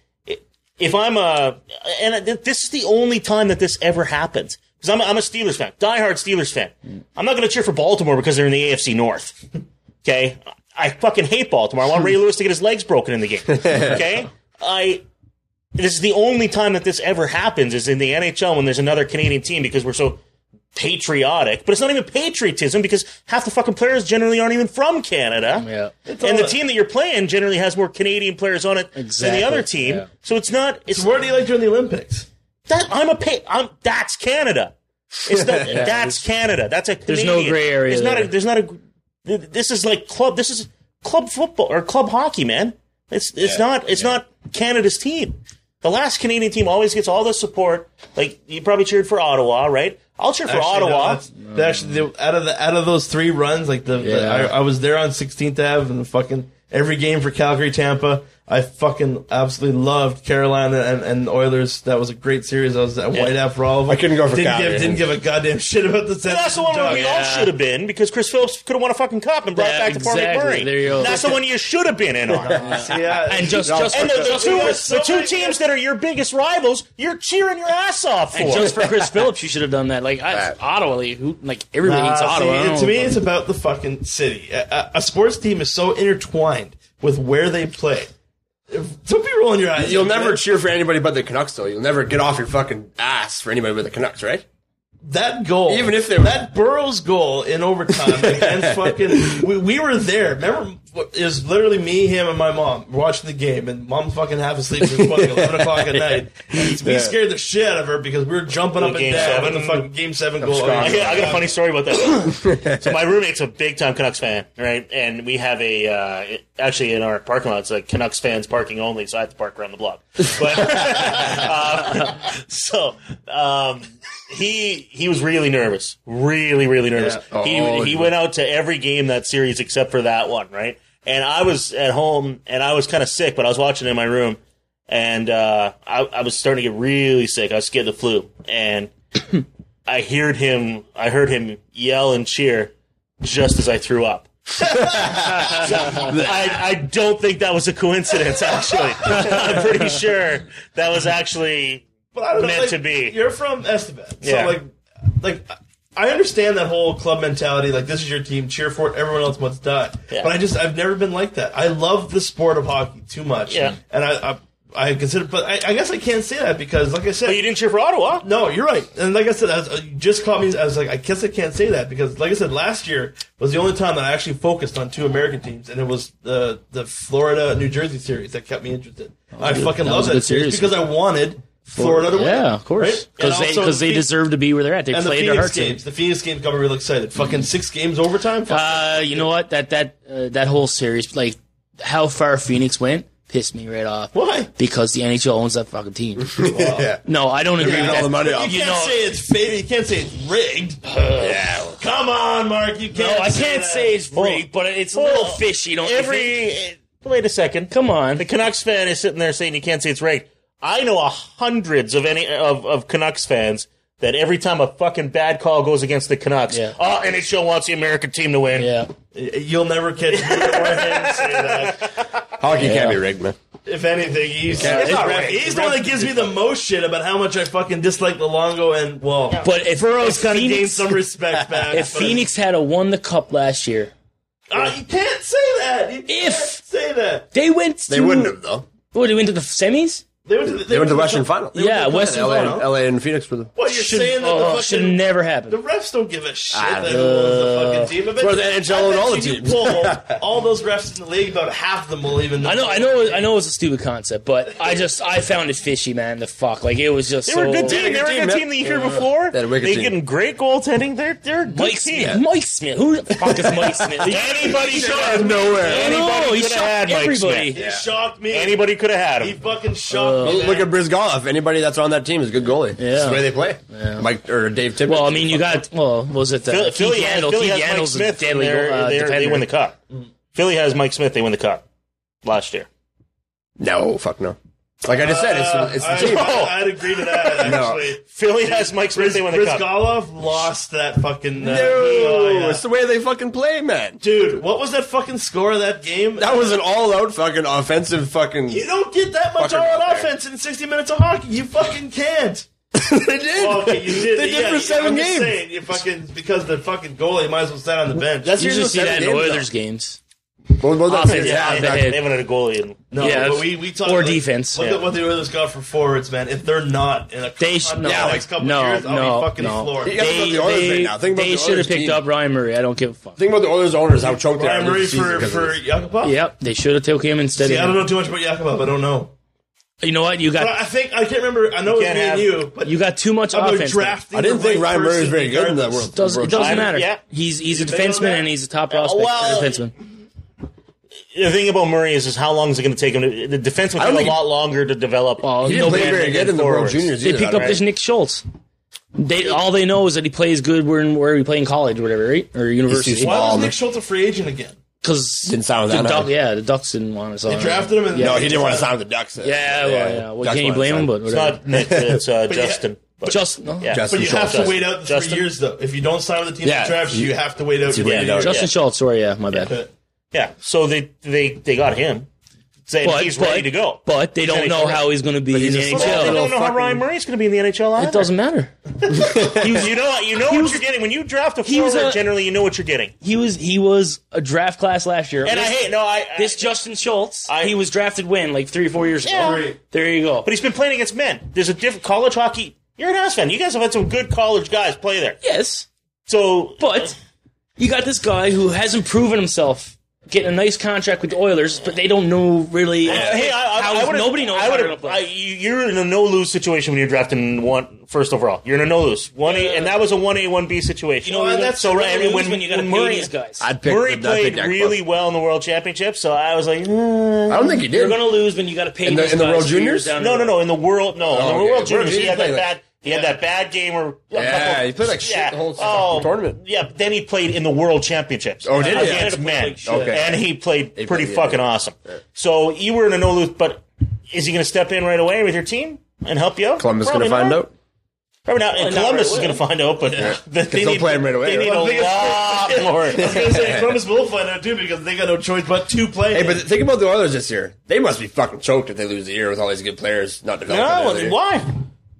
[SPEAKER 5] if I'm a and this is the only time that this ever happens. Because I'm, a- I'm a Steelers fan, diehard Steelers fan. I'm not going to cheer for Baltimore because they're in the AFC North. Okay. I fucking hate Baltimore. I want Ray Lewis to get his legs broken in the game. Okay. I. This is the only time that this ever happens is in the NHL when there's another Canadian team because we're so patriotic. But it's not even patriotism because half the fucking players generally aren't even from Canada.
[SPEAKER 6] Yeah.
[SPEAKER 5] And the team that you're playing generally has more Canadian players on it
[SPEAKER 6] Exactly,
[SPEAKER 5] than the other team.
[SPEAKER 6] yeah.
[SPEAKER 5] So it's not. It's
[SPEAKER 8] Where do you like during the Olympics?
[SPEAKER 5] that I'm a pa- I'm that's Canada. It's not, that's Canada. That's a
[SPEAKER 6] no
[SPEAKER 5] Canadian.
[SPEAKER 6] gray area
[SPEAKER 5] There's not a,
[SPEAKER 6] there.
[SPEAKER 5] there's not a th- this is like club this is club football or club hockey, man. It's it's not it's not Canada's team. The last Canadian team always gets all the support. Like you probably cheered for Ottawa, right? I'll cheer for
[SPEAKER 8] Actually, no,
[SPEAKER 5] Ottawa.
[SPEAKER 8] that's- they actually, they- out of the out of those three runs, like the, the-
[SPEAKER 6] Yeah.
[SPEAKER 8] I, I was there on 16th Ave and fucking every game for Calgary, Tampa. I fucking absolutely loved Carolina and, and Oilers. That was a great series. I was at White Ave for all of them.
[SPEAKER 9] I couldn't go for
[SPEAKER 8] didn't
[SPEAKER 9] Calgary.
[SPEAKER 8] Give, didn't give a goddamn shit about the.
[SPEAKER 5] But that's the one where we all
[SPEAKER 6] Yeah.
[SPEAKER 5] should have been because Chris Phillips could have won a fucking cup and brought
[SPEAKER 6] Yeah,
[SPEAKER 5] back the Fort
[SPEAKER 6] exactly.
[SPEAKER 5] McMurray.
[SPEAKER 6] There you go.
[SPEAKER 5] That's the one you should have been in on.
[SPEAKER 8] Yeah,
[SPEAKER 6] And just just
[SPEAKER 5] And the,
[SPEAKER 6] for,
[SPEAKER 5] the two,
[SPEAKER 8] There were so
[SPEAKER 5] the two
[SPEAKER 8] many-
[SPEAKER 5] teams that are your biggest rivals, you're cheering your ass off for.
[SPEAKER 6] and just for Chris Phillips, you should have done that. Like I, Ottawa, like, who like everybody
[SPEAKER 8] Nah,
[SPEAKER 6] hates
[SPEAKER 8] see,
[SPEAKER 6] Ottawa. I don't
[SPEAKER 8] to me,
[SPEAKER 6] know.
[SPEAKER 8] it's about the fucking city. A, a, a sports team is so intertwined with where they play. If- Don't be rolling your eyes.
[SPEAKER 9] You'll never cheer for anybody but the Canucks, though. You'll never get off your fucking ass for anybody but the Canucks, right?
[SPEAKER 8] that goal,
[SPEAKER 9] Even if they were-
[SPEAKER 8] that Burrows goal in overtime against fucking, we, we were there. Remember, it was literally me, him, and my mom watching the game, and mom's fucking half asleep. It was fucking eleven o'clock at night. And we scared the shit out of her because we were jumping up
[SPEAKER 5] Game
[SPEAKER 8] and down with the
[SPEAKER 5] seven.
[SPEAKER 8] fucking game seven goal.
[SPEAKER 5] I got, I got a funny story about that. so my roommate's a big time Canucks fan, right? And we have a uh, actually in our parking lot, it's like Canucks fans parking only, so I have to park around the block. But uh, so um, he he was really nervous, really really nervous.
[SPEAKER 9] Yeah.
[SPEAKER 5] He
[SPEAKER 9] Oh,
[SPEAKER 5] he
[SPEAKER 9] yeah.
[SPEAKER 5] went out to every game that series except for that one, right? And I was at home and I was kind of sick, but I was watching it in my room. And uh, I, I was starting to get really sick. I was scared of the flu, and I heard him. I heard him yell and cheer just as I threw up. So, I, I don't think that was a coincidence. Actually, I'm pretty sure that was actually.
[SPEAKER 8] But I don't know,
[SPEAKER 5] meant
[SPEAKER 8] like,
[SPEAKER 5] to be.
[SPEAKER 8] You're from Esteban,
[SPEAKER 5] Yeah.
[SPEAKER 8] so like, like I understand that whole club mentality. Like, this is your team, cheer for it. Everyone else must die.
[SPEAKER 5] Yeah.
[SPEAKER 8] But I just I've never been like that. I love the sport of hockey too much.
[SPEAKER 5] Yeah.
[SPEAKER 8] and I. I I consider, but I, I guess I can't say that because, like I said,
[SPEAKER 5] But you didn't cheer for Ottawa.
[SPEAKER 8] no, you're right. And like I said, I was, uh, you just caught me. I was like, I guess I can't say that because, like I said, last year was the only time that I actually focused on two American teams, and it was the the Florida New Jersey series that kept me interested. I fucking
[SPEAKER 6] Oh, That
[SPEAKER 8] love
[SPEAKER 6] was a
[SPEAKER 8] that
[SPEAKER 6] good
[SPEAKER 8] series
[SPEAKER 6] series.
[SPEAKER 8] because I wanted Florida to win.
[SPEAKER 6] yeah, of course,
[SPEAKER 8] right? And
[SPEAKER 6] because they
[SPEAKER 8] also
[SPEAKER 6] because they
[SPEAKER 8] the-
[SPEAKER 6] deserve to be where they're at. They
[SPEAKER 8] And the
[SPEAKER 6] played their
[SPEAKER 8] Phoenix
[SPEAKER 6] hearts out.
[SPEAKER 8] games, the Phoenix games got me real excited. Fucking six games overtime. Fuck.
[SPEAKER 6] Uh, you know what? That that uh, that whole series, like how far Phoenix went, pissed me right off.
[SPEAKER 8] Why?
[SPEAKER 6] Because the NHL owns that fucking team.
[SPEAKER 7] yeah.
[SPEAKER 6] No, I don't agree
[SPEAKER 7] Getting
[SPEAKER 6] with
[SPEAKER 7] all
[SPEAKER 6] that.
[SPEAKER 7] the money off.
[SPEAKER 8] You can't say it's fake. You can't say it's rigged.
[SPEAKER 7] Yeah. well,
[SPEAKER 8] Come on, Mark. You
[SPEAKER 6] No,
[SPEAKER 8] can't.
[SPEAKER 6] I can't
[SPEAKER 8] that.
[SPEAKER 6] say it's rigged, but it's a little fishy. Don't you think?
[SPEAKER 5] Every eh, wait a second.
[SPEAKER 6] Come on.
[SPEAKER 5] The Canucks fan is sitting there saying you can't say it's rigged. I know a hundreds of any of, of Canucks fans that every time a fucking bad call goes against the Canucks,
[SPEAKER 6] Yeah.
[SPEAKER 5] oh, NHL wants the American team to win.
[SPEAKER 6] Yeah.
[SPEAKER 8] You'll never catch me or him say that.
[SPEAKER 7] Hockey can't be rigged, man.
[SPEAKER 8] If anything, he's,
[SPEAKER 7] Yeah, it's not rigged.
[SPEAKER 8] he's the one that gives me the most shit about how much I fucking dislike Luongo and well,
[SPEAKER 6] But if, if
[SPEAKER 8] kind of gained
[SPEAKER 6] Phoenix,
[SPEAKER 8] some respect back.
[SPEAKER 6] if
[SPEAKER 8] but-
[SPEAKER 6] Phoenix had a won the cup last year,
[SPEAKER 8] Ah, you can't say that. You can't
[SPEAKER 6] If-
[SPEAKER 8] say that,
[SPEAKER 6] they went. To,
[SPEAKER 7] They wouldn't have though.
[SPEAKER 6] What, they went to the semis.
[SPEAKER 8] they went to the,
[SPEAKER 7] They went to the Western Final.
[SPEAKER 8] they went
[SPEAKER 6] Yeah,
[SPEAKER 8] to the
[SPEAKER 6] Western
[SPEAKER 8] Final.
[SPEAKER 7] LA,
[SPEAKER 6] Final.
[SPEAKER 7] and, LA and Phoenix for them.
[SPEAKER 8] What you're
[SPEAKER 6] Should-
[SPEAKER 8] saying that
[SPEAKER 6] oh,
[SPEAKER 8] the
[SPEAKER 6] should
[SPEAKER 8] fucking
[SPEAKER 6] never happen.
[SPEAKER 8] the refs don't give a shit
[SPEAKER 7] I don't
[SPEAKER 8] that who owns the fucking team. I bet
[SPEAKER 7] Ah, uh, For the
[SPEAKER 8] you-
[SPEAKER 7] NHL
[SPEAKER 8] I
[SPEAKER 7] and
[SPEAKER 8] bet
[SPEAKER 7] all the
[SPEAKER 8] you
[SPEAKER 7] teams.
[SPEAKER 8] poll all those refs in the league, about half of them will even.
[SPEAKER 6] I know, I know, I know. It was a stupid concept, but I just I found it fishy, man. The fuck, like it was just
[SPEAKER 5] They
[SPEAKER 6] so.
[SPEAKER 5] were a good team. They were a good team the year before.
[SPEAKER 7] That wicked
[SPEAKER 5] They're
[SPEAKER 7] team.
[SPEAKER 5] getting great goaltending. They're they're a good
[SPEAKER 6] Mike
[SPEAKER 5] team.
[SPEAKER 6] Smith. Mike Smith. Who the fuck is Mike Smith?
[SPEAKER 5] Anybody could
[SPEAKER 7] Out of
[SPEAKER 5] have
[SPEAKER 7] nowhere.
[SPEAKER 6] No, he
[SPEAKER 5] coulda
[SPEAKER 6] shot
[SPEAKER 5] had Mike
[SPEAKER 6] everybody.
[SPEAKER 5] Smith.
[SPEAKER 8] He shocked me.
[SPEAKER 5] Anybody could have had
[SPEAKER 8] He
[SPEAKER 5] him.
[SPEAKER 8] fucking shocked me. man.
[SPEAKER 7] Uh, Look at Brizgalov. Anybody that's on that team is a good goalie. Yeah. That's the way they play. Mike or Dave Tippett.
[SPEAKER 6] Well, I mean, you got well. Was it the
[SPEAKER 5] Philly, Philly,
[SPEAKER 6] Keith
[SPEAKER 5] has-
[SPEAKER 6] Yandel?
[SPEAKER 5] Philly
[SPEAKER 6] Keith
[SPEAKER 5] has Mike
[SPEAKER 6] Yandel's a
[SPEAKER 5] Smith. and
[SPEAKER 6] deadly
[SPEAKER 5] They're,
[SPEAKER 6] uh,
[SPEAKER 5] they're, they
[SPEAKER 6] defender. Mm.
[SPEAKER 5] win the cup. Philly has Mike Smith. They win the cup last year.
[SPEAKER 7] no, fuck no. Like I just said, it's, it's the
[SPEAKER 8] I,
[SPEAKER 7] team.
[SPEAKER 8] I, would agree to that actually.
[SPEAKER 5] Philly has Mike Smith. They win the cup.
[SPEAKER 8] Brizgalov lost that fucking. Uh,
[SPEAKER 7] No,
[SPEAKER 8] yeah.
[SPEAKER 7] it's the way they fucking play, man.
[SPEAKER 8] Dude, what was that fucking score of that game?
[SPEAKER 7] That was an all-out fucking offensive fucking.
[SPEAKER 8] you don't get that much
[SPEAKER 7] Fucker
[SPEAKER 8] all
[SPEAKER 7] out there.
[SPEAKER 8] on offense in 60 minutes of hockey. You fucking can't.
[SPEAKER 7] they did.
[SPEAKER 8] Well, okay, you did.
[SPEAKER 7] They did
[SPEAKER 8] yeah,
[SPEAKER 7] for
[SPEAKER 8] yeah,
[SPEAKER 7] seven
[SPEAKER 8] I'm just
[SPEAKER 7] games.
[SPEAKER 8] saying, you fucking because the fucking goalie might as well sit on the bench.
[SPEAKER 7] That's
[SPEAKER 6] You
[SPEAKER 7] usually
[SPEAKER 6] just see that in
[SPEAKER 7] seven games,
[SPEAKER 6] Oilers games.
[SPEAKER 7] though. Well, well, that's-
[SPEAKER 6] Offense,
[SPEAKER 7] yeah,
[SPEAKER 6] yeah,
[SPEAKER 5] They
[SPEAKER 7] back-
[SPEAKER 6] they-
[SPEAKER 5] haven't had a goalie in.
[SPEAKER 8] no,
[SPEAKER 6] yeah,
[SPEAKER 8] but we, we talk
[SPEAKER 6] or
[SPEAKER 8] like,
[SPEAKER 6] defense,
[SPEAKER 8] Look
[SPEAKER 6] yeah.
[SPEAKER 8] at what the Oilers got for forwards, man. If they're not in a
[SPEAKER 6] They should-
[SPEAKER 8] on
[SPEAKER 6] no,
[SPEAKER 8] the next couple
[SPEAKER 6] no,
[SPEAKER 8] years, I'll
[SPEAKER 6] no,
[SPEAKER 8] be fucking
[SPEAKER 6] no.
[SPEAKER 8] floored.
[SPEAKER 7] You gotta think about the Oilers right now. Think about
[SPEAKER 6] they
[SPEAKER 7] the
[SPEAKER 6] should have
[SPEAKER 7] Oilers
[SPEAKER 6] picked
[SPEAKER 7] team.
[SPEAKER 6] up Ryan Murray. I don't give a fuck.
[SPEAKER 7] Think about the Oilers owners how choked they are.
[SPEAKER 8] Ryan
[SPEAKER 7] this
[SPEAKER 8] Murray
[SPEAKER 7] season
[SPEAKER 8] for
[SPEAKER 7] 'cause of
[SPEAKER 8] for
[SPEAKER 7] this.
[SPEAKER 8] Yakupov.
[SPEAKER 6] Yep, they should have took him instead
[SPEAKER 8] See, I
[SPEAKER 6] of.
[SPEAKER 8] don't
[SPEAKER 6] him.
[SPEAKER 8] know too much about Yakupov. I don't know.
[SPEAKER 6] You know what? You
[SPEAKER 8] But
[SPEAKER 6] got
[SPEAKER 8] I think I can't remember. I know it was
[SPEAKER 5] can't
[SPEAKER 8] me and
[SPEAKER 5] have-
[SPEAKER 8] you, but
[SPEAKER 6] you got too much
[SPEAKER 8] about
[SPEAKER 6] offense.
[SPEAKER 8] drafting.
[SPEAKER 7] I didn't
[SPEAKER 8] the
[SPEAKER 7] think
[SPEAKER 8] right
[SPEAKER 7] Ryan Murray was
[SPEAKER 8] person
[SPEAKER 7] very good in that
[SPEAKER 8] regardless.
[SPEAKER 7] world.
[SPEAKER 6] Does, it
[SPEAKER 7] world
[SPEAKER 6] doesn't
[SPEAKER 5] I-
[SPEAKER 6] matter.
[SPEAKER 5] yeah.
[SPEAKER 6] He's he's a
[SPEAKER 8] think on
[SPEAKER 6] defenseman
[SPEAKER 8] that?
[SPEAKER 6] and he's a top prospect
[SPEAKER 5] well,
[SPEAKER 6] for a defenseman.
[SPEAKER 5] The thing about Murray is, is how long is it going to take him? To, the defenseman have a
[SPEAKER 7] think-
[SPEAKER 5] lot longer to develop.
[SPEAKER 6] Well,
[SPEAKER 7] He didn't
[SPEAKER 6] nobody-
[SPEAKER 7] play very good in the World
[SPEAKER 5] forwards.
[SPEAKER 7] Juniors
[SPEAKER 6] they
[SPEAKER 7] either.
[SPEAKER 6] picked
[SPEAKER 7] I
[SPEAKER 6] up
[SPEAKER 7] don't
[SPEAKER 6] this Nick Schultz. They all they know is that he plays good where where he played in college or whatever, right? Or university.
[SPEAKER 7] small.
[SPEAKER 8] Why was
[SPEAKER 7] Um,
[SPEAKER 8] Nick Schultz a free agent again?
[SPEAKER 6] Because
[SPEAKER 7] Didn't sound
[SPEAKER 6] the
[SPEAKER 7] that
[SPEAKER 6] Duck,
[SPEAKER 7] high.
[SPEAKER 6] yeah, the Ducks didn't want us.
[SPEAKER 8] They drafted him, and
[SPEAKER 7] know. No, he didn't want to sign with the Ducks.
[SPEAKER 6] Yeah, well, yeah. Well,
[SPEAKER 7] Ducks
[SPEAKER 6] can you
[SPEAKER 7] wanted
[SPEAKER 6] blame
[SPEAKER 7] to sign.
[SPEAKER 6] him? But
[SPEAKER 5] it's
[SPEAKER 6] whatever.
[SPEAKER 5] not Nick. It's uh,
[SPEAKER 8] yeah,
[SPEAKER 5] Justin. But-
[SPEAKER 6] just no.
[SPEAKER 5] yeah.
[SPEAKER 7] Justin
[SPEAKER 8] But you
[SPEAKER 7] Schultz.
[SPEAKER 8] have to
[SPEAKER 5] Justin.
[SPEAKER 8] wait out the
[SPEAKER 5] Justin.
[SPEAKER 8] three years, though. If you don't sign with the team
[SPEAKER 7] Yeah.
[SPEAKER 8] that drafts you, you have to wait out the three
[SPEAKER 7] Yeah, no,
[SPEAKER 8] years.
[SPEAKER 6] Justin
[SPEAKER 5] Yeah.
[SPEAKER 6] Schultz. Sorry, yeah, my bad.
[SPEAKER 5] yeah. So they they they got him. Saying
[SPEAKER 6] But
[SPEAKER 5] he's
[SPEAKER 6] but,
[SPEAKER 5] ready to go.
[SPEAKER 6] but they don't
[SPEAKER 5] He's
[SPEAKER 6] know
[SPEAKER 5] ready.
[SPEAKER 6] how he's going to be in the
[SPEAKER 7] a small
[SPEAKER 5] they
[SPEAKER 7] little-
[SPEAKER 6] NHL.
[SPEAKER 5] don't know how
[SPEAKER 7] fucking-
[SPEAKER 5] Ryan Murray's going to be in the NHL. Either.
[SPEAKER 6] It doesn't matter.
[SPEAKER 5] You know what? You know what you're getting when you draft a
[SPEAKER 6] was
[SPEAKER 5] forward.
[SPEAKER 6] a-
[SPEAKER 5] generally, you know what you're getting.
[SPEAKER 6] He was he was a draft class last year.
[SPEAKER 5] And I
[SPEAKER 6] this,
[SPEAKER 5] hate no. I, I
[SPEAKER 6] this Justin Schultz.
[SPEAKER 5] I-
[SPEAKER 6] he was drafted when like three or four years ago. There you go.
[SPEAKER 5] But he's been playing against men. There's a different college hockey. You're an ass fan. You guys have had some good college guys play there.
[SPEAKER 6] yes,
[SPEAKER 5] So
[SPEAKER 6] but you got this guy who hasn't proven himself. Getting a nice contract with the Oilers, but they don't know really.
[SPEAKER 5] hey, I, I,
[SPEAKER 6] how
[SPEAKER 5] I would've-
[SPEAKER 6] nobody knows
[SPEAKER 5] I
[SPEAKER 6] how they're
[SPEAKER 5] would've-
[SPEAKER 6] going to play.
[SPEAKER 5] I- you- you're in a no lose situation when you're drafting one first overall. You're in a no lose one, A and that was a one A one B situation.
[SPEAKER 6] You know,
[SPEAKER 5] and
[SPEAKER 6] that's
[SPEAKER 5] so right
[SPEAKER 6] when,
[SPEAKER 5] when,
[SPEAKER 6] when you got to
[SPEAKER 5] when
[SPEAKER 6] pay
[SPEAKER 5] Murray,
[SPEAKER 6] these guys.
[SPEAKER 7] I'd pick
[SPEAKER 5] Murray
[SPEAKER 7] I'd pick
[SPEAKER 5] played
[SPEAKER 7] Yakupov.
[SPEAKER 5] really well in the World Championship, so I was like, eh. no,
[SPEAKER 7] I don't think he
[SPEAKER 6] You're
[SPEAKER 7] did.
[SPEAKER 6] going to lose when you got to pay
[SPEAKER 7] In the-
[SPEAKER 6] these
[SPEAKER 7] in the
[SPEAKER 6] guys
[SPEAKER 7] World
[SPEAKER 6] two
[SPEAKER 7] Juniors?
[SPEAKER 6] years down the
[SPEAKER 5] no, no,
[SPEAKER 6] road.
[SPEAKER 5] no. In the world, no, in the
[SPEAKER 7] Oh, okay.
[SPEAKER 5] World Juniors,
[SPEAKER 7] He
[SPEAKER 5] he had that
[SPEAKER 7] played like-
[SPEAKER 5] bad, he had that bad game or a
[SPEAKER 7] Yeah,
[SPEAKER 5] couple-
[SPEAKER 7] he played like shit the whole
[SPEAKER 5] oh,
[SPEAKER 7] tournament.
[SPEAKER 5] Yeah, but then he played in the World Championships.
[SPEAKER 7] Oh, did he?
[SPEAKER 5] Against
[SPEAKER 7] Yeah.
[SPEAKER 5] men.
[SPEAKER 7] Okay.
[SPEAKER 5] And he played pretty
[SPEAKER 7] played, yeah.
[SPEAKER 5] fucking awesome. So you were in a no lose, but is he going to step in right away with your team and help you out?
[SPEAKER 7] Columbus going
[SPEAKER 5] Probably
[SPEAKER 7] to find
[SPEAKER 5] not.
[SPEAKER 7] out.
[SPEAKER 5] Probably not. And
[SPEAKER 6] not
[SPEAKER 5] Columbus
[SPEAKER 6] right
[SPEAKER 5] is going to find out, but they,
[SPEAKER 7] they'll
[SPEAKER 5] need,
[SPEAKER 7] play him right away,
[SPEAKER 5] They need
[SPEAKER 7] right?
[SPEAKER 5] a lot more.
[SPEAKER 8] I was gonna say, Columbus will find out too because they got no choice but to play.
[SPEAKER 7] Hey, but think about the Oilers this year. They must be fucking choked if they lose the year with all these good players not developing.
[SPEAKER 5] No,
[SPEAKER 7] this year.
[SPEAKER 5] why?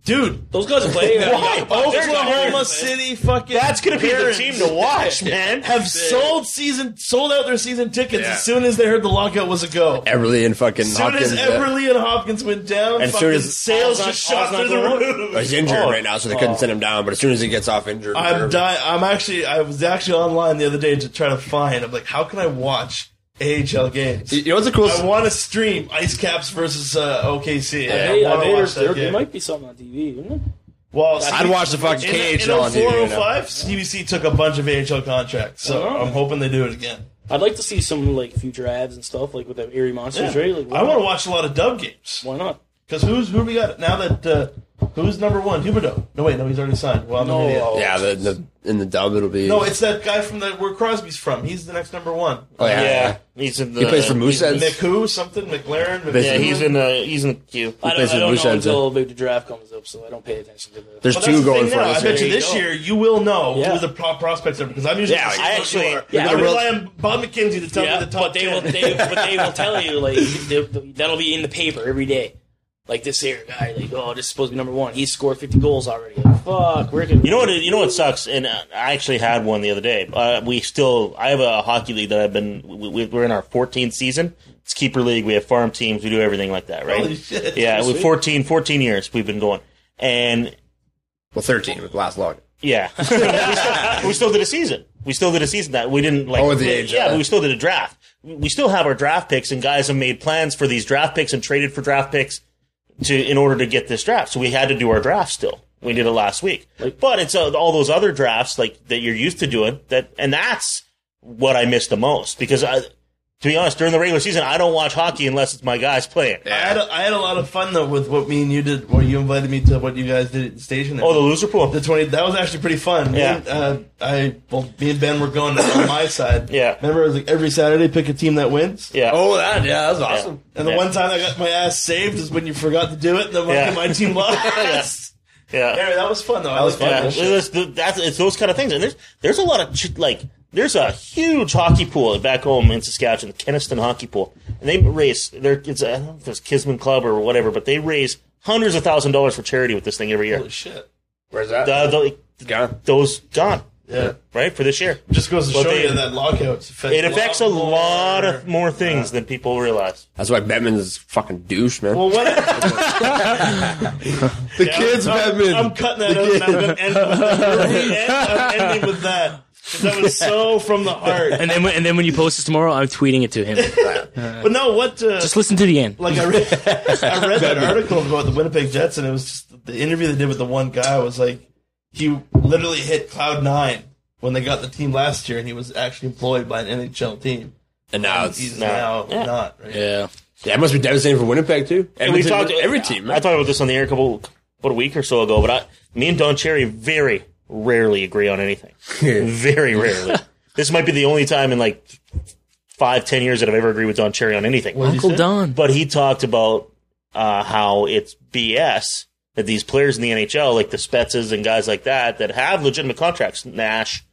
[SPEAKER 8] dude,
[SPEAKER 6] Those guys are playing.
[SPEAKER 5] Why?
[SPEAKER 8] Oklahoma City fucking
[SPEAKER 5] That's going to be the
[SPEAKER 8] Barons
[SPEAKER 5] team to watch, man.
[SPEAKER 8] have sold season sold out their season tickets
[SPEAKER 7] Yeah.
[SPEAKER 8] as soon as they heard the lockout was a go.
[SPEAKER 7] Everly and fucking
[SPEAKER 8] As soon
[SPEAKER 7] Hopkins.
[SPEAKER 8] as
[SPEAKER 7] uh,
[SPEAKER 8] Everly and Hopkins went down,
[SPEAKER 7] And as soon
[SPEAKER 8] fucking
[SPEAKER 7] as-
[SPEAKER 8] sales
[SPEAKER 5] Oznak-
[SPEAKER 8] just shot
[SPEAKER 5] Oznak
[SPEAKER 8] through the
[SPEAKER 5] going
[SPEAKER 8] roof.
[SPEAKER 7] he's injured
[SPEAKER 8] Oh.
[SPEAKER 7] right now, so they couldn't send him down. But as soon as he gets off injured,
[SPEAKER 8] I'm dying. I'm actually. I was actually online the other day to try to find. I'm like, how can I watch AHL games?
[SPEAKER 7] You know what's the coolest?
[SPEAKER 8] I want to stream Ice Caps versus uh, OKC. I,
[SPEAKER 6] Hey, I
[SPEAKER 8] want
[SPEAKER 6] bet
[SPEAKER 8] to watch
[SPEAKER 6] there's-
[SPEAKER 8] that
[SPEAKER 6] there, there
[SPEAKER 8] game.
[SPEAKER 6] might be something on TV, wouldn't there?
[SPEAKER 8] well,
[SPEAKER 7] I'd watch the fucking
[SPEAKER 8] in, oh in
[SPEAKER 7] KHL on TV.
[SPEAKER 8] 04,
[SPEAKER 7] right now.
[SPEAKER 8] 05, CBC took a bunch of AHL contracts, so I'm hoping they do it again.
[SPEAKER 6] I'd like to see some like future abs and stuff like with the Erie Monsters,
[SPEAKER 8] Yeah.
[SPEAKER 6] right? Like, why
[SPEAKER 8] I want to
[SPEAKER 6] not?
[SPEAKER 8] watch a lot of dub games.
[SPEAKER 6] Why not?
[SPEAKER 8] Because who's who we got now that uh, who's number one? Huberto. No wait, no, he's already signed. Well, I'm
[SPEAKER 6] No.
[SPEAKER 8] an idiot.
[SPEAKER 9] Yeah, the, the in the dub it'll be.
[SPEAKER 8] No, it's that guy from the where Crosby's from. He's the next number one.
[SPEAKER 9] oh, yeah, yeah.
[SPEAKER 5] Yeah, he's in the.
[SPEAKER 9] He plays for Mooseheads.
[SPEAKER 8] Nick who something McLaren. McLaren.
[SPEAKER 5] Yeah, he's in the. He's in the queue.
[SPEAKER 6] I
[SPEAKER 9] plays
[SPEAKER 6] don't, I
[SPEAKER 9] with
[SPEAKER 6] don't know
[SPEAKER 9] Bushanza.
[SPEAKER 6] until the draft comes up, so I don't pay attention to the.
[SPEAKER 9] There's
[SPEAKER 8] Well, that's
[SPEAKER 9] two
[SPEAKER 8] the
[SPEAKER 9] going
[SPEAKER 8] thing
[SPEAKER 9] for
[SPEAKER 8] now. I
[SPEAKER 9] us.
[SPEAKER 8] bet
[SPEAKER 6] There
[SPEAKER 8] you
[SPEAKER 6] you
[SPEAKER 8] this
[SPEAKER 6] go.
[SPEAKER 8] year you will know
[SPEAKER 6] Yeah.
[SPEAKER 8] who the pro- prospects are because I'm usually
[SPEAKER 5] Yeah,
[SPEAKER 8] the same
[SPEAKER 5] I
[SPEAKER 8] as
[SPEAKER 5] actually-
[SPEAKER 8] you are.
[SPEAKER 6] yeah,
[SPEAKER 8] I
[SPEAKER 6] I
[SPEAKER 8] rely
[SPEAKER 9] will-
[SPEAKER 8] on Bob McKenzie to tell
[SPEAKER 6] yeah,
[SPEAKER 8] me the top
[SPEAKER 6] but they will.
[SPEAKER 8] 10.
[SPEAKER 6] They, but they will tell you like they, that'll be in the paper every day. Like this here guy, like oh, this is supposed to be number one. He scored 50 goals already. Like, fuck, we're gonna.
[SPEAKER 5] You know what? You know what sucks, and uh, I actually had one the other day. Uh, we still, I have a hockey league that I've been. We, we- we're in our 14th season. It's keeper league. We have farm teams. We do everything like that, right?
[SPEAKER 8] Holy shit.
[SPEAKER 5] Yeah,
[SPEAKER 8] Sweet.
[SPEAKER 5] we 14, 14 years we've been going, and
[SPEAKER 9] Well, 13 with last log.
[SPEAKER 5] yeah, we, still, we still did a season. We still did a season that we didn't like.
[SPEAKER 9] Oh, with the age,
[SPEAKER 5] yeah,
[SPEAKER 9] yeah.
[SPEAKER 5] but we still did a draft. We still have our draft picks, and guys have made plans for these draft picks and traded for draft picks to in order to get this draft. So we had to do our draft still. We did it last week, but it's uh, all those other drafts like that you're used to doing that, and that's what I miss the most because I, to be honest, during the regular season, I don't watch hockey unless it's my guys playing.
[SPEAKER 8] I had, a, I had a lot of fun though with what me and you did. What you invited me to, what you guys did at the station. there.
[SPEAKER 5] Oh, the loser pool.
[SPEAKER 8] The twenty that was actually pretty fun. Me
[SPEAKER 5] Yeah.
[SPEAKER 8] and, uh, I well, me and Ben were going on my side.
[SPEAKER 5] Yeah.
[SPEAKER 8] remember it was like every Saturday pick a team that wins.
[SPEAKER 5] yeah.
[SPEAKER 9] Oh, that yeah, that's awesome.
[SPEAKER 5] awesome.
[SPEAKER 8] And the
[SPEAKER 5] Yeah.
[SPEAKER 8] one time I got my ass saved is when you forgot to do it, and then my-
[SPEAKER 5] Yeah.
[SPEAKER 8] my team lost.
[SPEAKER 5] yeah.
[SPEAKER 8] Anyway, that was fun though. That was
[SPEAKER 5] Yeah, it's, it's- that's, it's those kind of things. And there's there's a lot of ch- like there's a huge hockey pool back home in Saskatchewan, the Keniston hockey pool, and they raise their it's I don't know if it's Kisman Club or whatever, but they raise hundreds of thousand dollars for charity with this thing every year.
[SPEAKER 8] Holy shit!
[SPEAKER 9] Where's that?
[SPEAKER 5] Uh, tho-
[SPEAKER 9] Gone.
[SPEAKER 5] those gone
[SPEAKER 8] Yeah,
[SPEAKER 5] right for this year.
[SPEAKER 8] just goes to
[SPEAKER 5] Well,
[SPEAKER 8] show
[SPEAKER 5] they-
[SPEAKER 8] you that lockout.
[SPEAKER 5] It affects a lot of more things than people realize.
[SPEAKER 9] That's why Batman's fucking douche, man.
[SPEAKER 8] Well, what?
[SPEAKER 9] the kids, Batman.
[SPEAKER 8] I'm cutting that out, and I'm going to end with that. End- I'm ending with that. 'Cause That was so from the heart.
[SPEAKER 6] And then when- and then when you post this tomorrow, I'm tweeting it to him.
[SPEAKER 8] But no, what? Uh,
[SPEAKER 6] Just listen to the end.
[SPEAKER 8] like I read, I read that article about the Winnipeg Jets, and it was just the interview they did with the one guy was like he literally hit cloud nine when they got the team last year, and he was actually employed by an NHL team.
[SPEAKER 9] and now it's
[SPEAKER 8] He's now not. Right?
[SPEAKER 6] Yeah.
[SPEAKER 9] yeah, it must be devastating for Winnipeg too.
[SPEAKER 5] And we
[SPEAKER 9] Edmonton,
[SPEAKER 5] talked
[SPEAKER 9] every team.
[SPEAKER 5] I
[SPEAKER 9] Man.
[SPEAKER 5] talked about this on the air a couple about a week or so ago, but I, me and Don Cherry very rarely agree on anything. very rarely. this might be the only time in like five, ten years that I've ever agreed with Don Cherry on anything.
[SPEAKER 6] Uncle Don.
[SPEAKER 5] But he talked about uh, how it's BS that these players in the NHL, like the Spetzes and guys like that, that have legitimate contracts, Nash,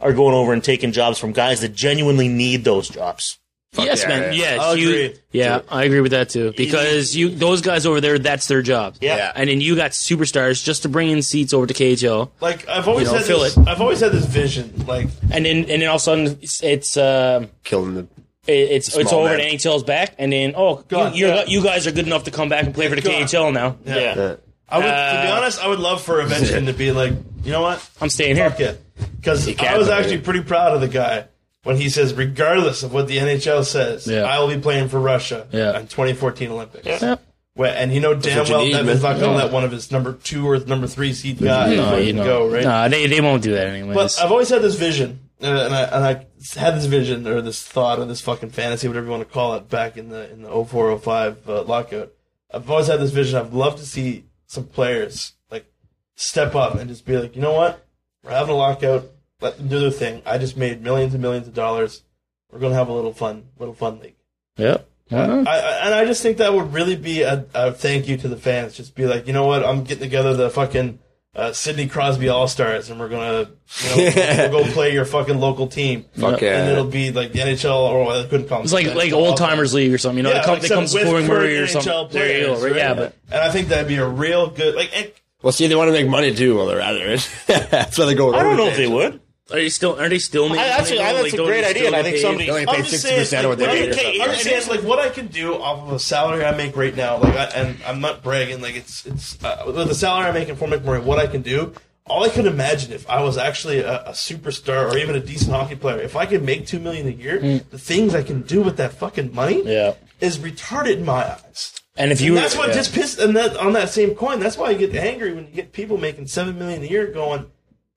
[SPEAKER 5] are going over and taking jobs from guys that genuinely need those jobs.
[SPEAKER 6] yes,
[SPEAKER 9] yeah,
[SPEAKER 6] man.
[SPEAKER 9] yeah.
[SPEAKER 6] Yes,
[SPEAKER 8] I'll
[SPEAKER 6] you.
[SPEAKER 8] agree.
[SPEAKER 6] Yeah, I agree with that too. Because you, those guys over there, that's their job.
[SPEAKER 5] yeah.
[SPEAKER 6] And then you got superstars just to bring in seats over to KHL,
[SPEAKER 8] Like I've always
[SPEAKER 6] You know,
[SPEAKER 8] had
[SPEAKER 6] feel
[SPEAKER 8] this.
[SPEAKER 6] it.
[SPEAKER 8] I've always had this vision. Like
[SPEAKER 6] and then and then all of a sudden it's it's um
[SPEAKER 9] Killing the.
[SPEAKER 6] it, it's it's
[SPEAKER 9] Small
[SPEAKER 6] over
[SPEAKER 9] man.
[SPEAKER 6] and NHL's back, and then oh
[SPEAKER 8] Gone,
[SPEAKER 6] you, you're,
[SPEAKER 8] yeah.
[SPEAKER 6] you guys are good enough to come back and play for the
[SPEAKER 8] Gone.
[SPEAKER 6] KHL now.
[SPEAKER 5] yeah.
[SPEAKER 8] I would, to be
[SPEAKER 6] Uh,
[SPEAKER 8] honest, I would love for Ovechkin to be like, you know what,
[SPEAKER 6] I'm staying here.
[SPEAKER 8] fuck it, because I
[SPEAKER 9] can't
[SPEAKER 8] was
[SPEAKER 9] believe
[SPEAKER 8] actually
[SPEAKER 9] it.
[SPEAKER 8] pretty proud of the guy when he says, regardless of what the NHL says,
[SPEAKER 6] Yeah.
[SPEAKER 8] I will be playing for Russia
[SPEAKER 6] Yeah.
[SPEAKER 8] on 2014 Olympics.
[SPEAKER 6] Yeah.
[SPEAKER 8] Well, and you know damn
[SPEAKER 9] what you
[SPEAKER 8] well
[SPEAKER 9] need,
[SPEAKER 8] that is
[SPEAKER 9] man.
[SPEAKER 8] not going to let one of his number two or number three seed guys
[SPEAKER 6] No, you
[SPEAKER 8] fucking
[SPEAKER 6] know,
[SPEAKER 8] go right.
[SPEAKER 6] no, they they won't do that anyways.
[SPEAKER 8] But I've always had this vision, uh, and I and I had this vision or this thought or this fucking fantasy, whatever you want to call it, back in the oh in the 0405 uh, lockout. I've always had this vision. I'd love to see some players like step up and just be like, you know what, we're having a lockout. Let them do their thing. I just made millions and millions of dollars. We're gonna have a little fun, little fun league.
[SPEAKER 6] yeah. Why not?
[SPEAKER 8] I, I, and I just think that would really be a, a thank you to the fans. Just be like, you know what? I'm getting together the fucking uh, Sidney Crosby All Stars, and we're gonna you know, we'll go play your fucking local team.
[SPEAKER 9] Fuck yeah.
[SPEAKER 8] And it'll be like the NHL, or well, I couldn't call them
[SPEAKER 6] It's like
[SPEAKER 8] NHL.
[SPEAKER 6] like old timers league or something. You know,
[SPEAKER 8] Yeah,
[SPEAKER 6] they come,
[SPEAKER 8] like
[SPEAKER 6] they
[SPEAKER 8] some-
[SPEAKER 6] come
[SPEAKER 8] with
[SPEAKER 6] scoring
[SPEAKER 8] current
[SPEAKER 6] Murray or
[SPEAKER 8] NHL
[SPEAKER 6] something. There you go.
[SPEAKER 8] players,
[SPEAKER 6] Right?
[SPEAKER 8] right?
[SPEAKER 6] Yeah, but
[SPEAKER 8] and I think that'd be a real good like. And,
[SPEAKER 9] Well, see, they want to make money too while they're at it. right? That's why they go.
[SPEAKER 5] I don't know if they would.
[SPEAKER 6] are you still? Are they still? Making
[SPEAKER 5] I actually, I,
[SPEAKER 6] money, though? Like,
[SPEAKER 5] that's a
[SPEAKER 6] don't
[SPEAKER 5] great
[SPEAKER 6] they
[SPEAKER 5] idea. and
[SPEAKER 6] still
[SPEAKER 5] I think
[SPEAKER 6] get
[SPEAKER 5] somebody.
[SPEAKER 9] They only
[SPEAKER 8] I'm
[SPEAKER 9] paid
[SPEAKER 8] just
[SPEAKER 9] sixty
[SPEAKER 8] saying,
[SPEAKER 9] percent of what they paid.
[SPEAKER 8] like, what
[SPEAKER 9] or
[SPEAKER 8] I
[SPEAKER 9] something.
[SPEAKER 8] can- I'm just saying, like what I can do off of a salary I make right now. Like, I, and I'm not bragging. Like, it's it's uh, with the salary I'm making for McMurray. What I can do, all I could imagine if I was actually a, a superstar or even a decent hockey player, if I could make two million a year, the things I can do with that fucking money,
[SPEAKER 6] Yeah.
[SPEAKER 8] is retarded in my eyes.
[SPEAKER 6] And if you,
[SPEAKER 8] And that's what
[SPEAKER 6] yeah.
[SPEAKER 8] just pissed. And that on that same coin, that's why you get angry when you get people making seven million a year going,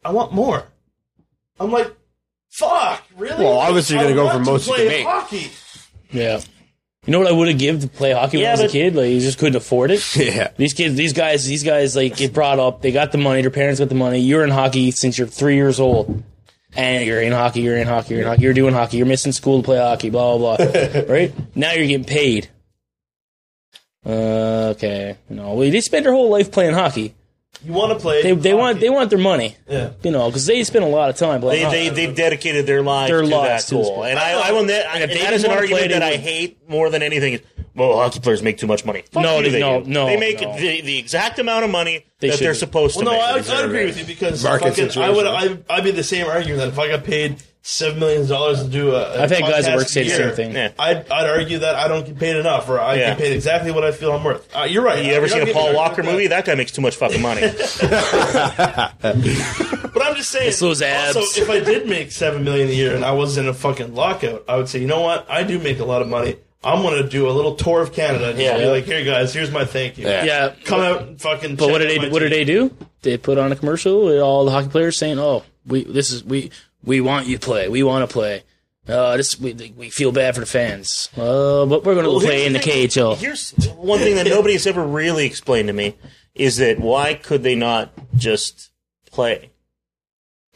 [SPEAKER 8] "I want more." I'm like, Fuck, really?
[SPEAKER 9] Well, obviously you're gonna
[SPEAKER 8] I
[SPEAKER 9] go
[SPEAKER 8] want
[SPEAKER 9] for most you
[SPEAKER 8] play
[SPEAKER 9] can make.
[SPEAKER 8] Hockey.
[SPEAKER 6] Yeah. You know what I would have given to play hockey when
[SPEAKER 5] Yeah,
[SPEAKER 6] I was a
[SPEAKER 5] but-
[SPEAKER 6] kid? Like you just couldn't afford it.
[SPEAKER 9] Yeah.
[SPEAKER 6] These kids, these guys, these guys like get brought up. They got the money. Their parents got the money. You're in hockey since you're three years old, and you're in hockey. You're in hockey. You're in hockey. You're doing hockey. You're missing school to play hockey. Blah blah blah. right now you're getting paid. Uh, okay. No, well, they spent their whole life playing hockey.
[SPEAKER 8] You want to play?
[SPEAKER 6] They they want they want their money.
[SPEAKER 8] Yeah.
[SPEAKER 6] You know, because they spend a lot of time playing.
[SPEAKER 5] They,
[SPEAKER 6] hockey.
[SPEAKER 5] they, they've dedicated their lives
[SPEAKER 6] Uh-huh. Their
[SPEAKER 5] to
[SPEAKER 6] lives
[SPEAKER 5] that
[SPEAKER 6] to this
[SPEAKER 5] goal.
[SPEAKER 6] goal.
[SPEAKER 5] And I, I will net,
[SPEAKER 6] And if they
[SPEAKER 5] that
[SPEAKER 6] didn't
[SPEAKER 5] is an
[SPEAKER 6] wanna play,
[SPEAKER 5] argument
[SPEAKER 6] they
[SPEAKER 5] that I
[SPEAKER 6] would-
[SPEAKER 5] hate more than anything. Is, well, hockey players make too much money. Fuck
[SPEAKER 6] No,
[SPEAKER 5] you,
[SPEAKER 6] they-
[SPEAKER 5] they
[SPEAKER 6] no,
[SPEAKER 5] do.
[SPEAKER 6] no,
[SPEAKER 5] They make
[SPEAKER 6] no.
[SPEAKER 5] The, the exact amount of money
[SPEAKER 6] They
[SPEAKER 5] that they're
[SPEAKER 6] shouldn't.
[SPEAKER 5] supposed
[SPEAKER 8] Well,
[SPEAKER 5] to
[SPEAKER 8] no,
[SPEAKER 5] make.
[SPEAKER 8] I, I'd agree with you because
[SPEAKER 9] Market
[SPEAKER 8] fucking, I would.
[SPEAKER 9] situation.
[SPEAKER 8] I'd, I'd be the same argument that if I got paid seven million dollars to do a, a
[SPEAKER 6] I've had guys at
[SPEAKER 8] podcast
[SPEAKER 6] work say
[SPEAKER 8] a
[SPEAKER 6] the
[SPEAKER 8] year,
[SPEAKER 6] same thing.
[SPEAKER 5] Yeah.
[SPEAKER 8] I'd, I'd argue that I don't get paid enough, or I
[SPEAKER 5] Yeah.
[SPEAKER 8] get paid exactly what I feel I'm worth. Uh, you're right.
[SPEAKER 5] You ever
[SPEAKER 8] You're
[SPEAKER 5] seen
[SPEAKER 8] not
[SPEAKER 5] a Paul
[SPEAKER 8] getting
[SPEAKER 5] Walker
[SPEAKER 8] that.
[SPEAKER 5] movie? That guy makes too much fucking money.
[SPEAKER 8] But I'm just saying.
[SPEAKER 6] It's those abs.
[SPEAKER 8] Also, if I did make seven million a year and I was in a fucking lockout, I would say, you know what? I do make a lot of money. I'm gonna do a little tour of Canada. Just
[SPEAKER 5] Yeah.
[SPEAKER 8] be like, here guys, here's my thank you.
[SPEAKER 9] Yeah.
[SPEAKER 6] yeah.
[SPEAKER 8] Come out and fucking.
[SPEAKER 6] But what did they what did they do? They put on a commercial with all the hockey players saying, "Oh, we this is we we want you to play. We want to play. Uh, this we we feel bad for the fans. Uh, but we're going to
[SPEAKER 5] Well,
[SPEAKER 6] play
[SPEAKER 5] here's
[SPEAKER 6] in the
[SPEAKER 5] thing.
[SPEAKER 6] KHL."
[SPEAKER 5] Here's one thing that nobody's ever really explained to me is that why could they not just play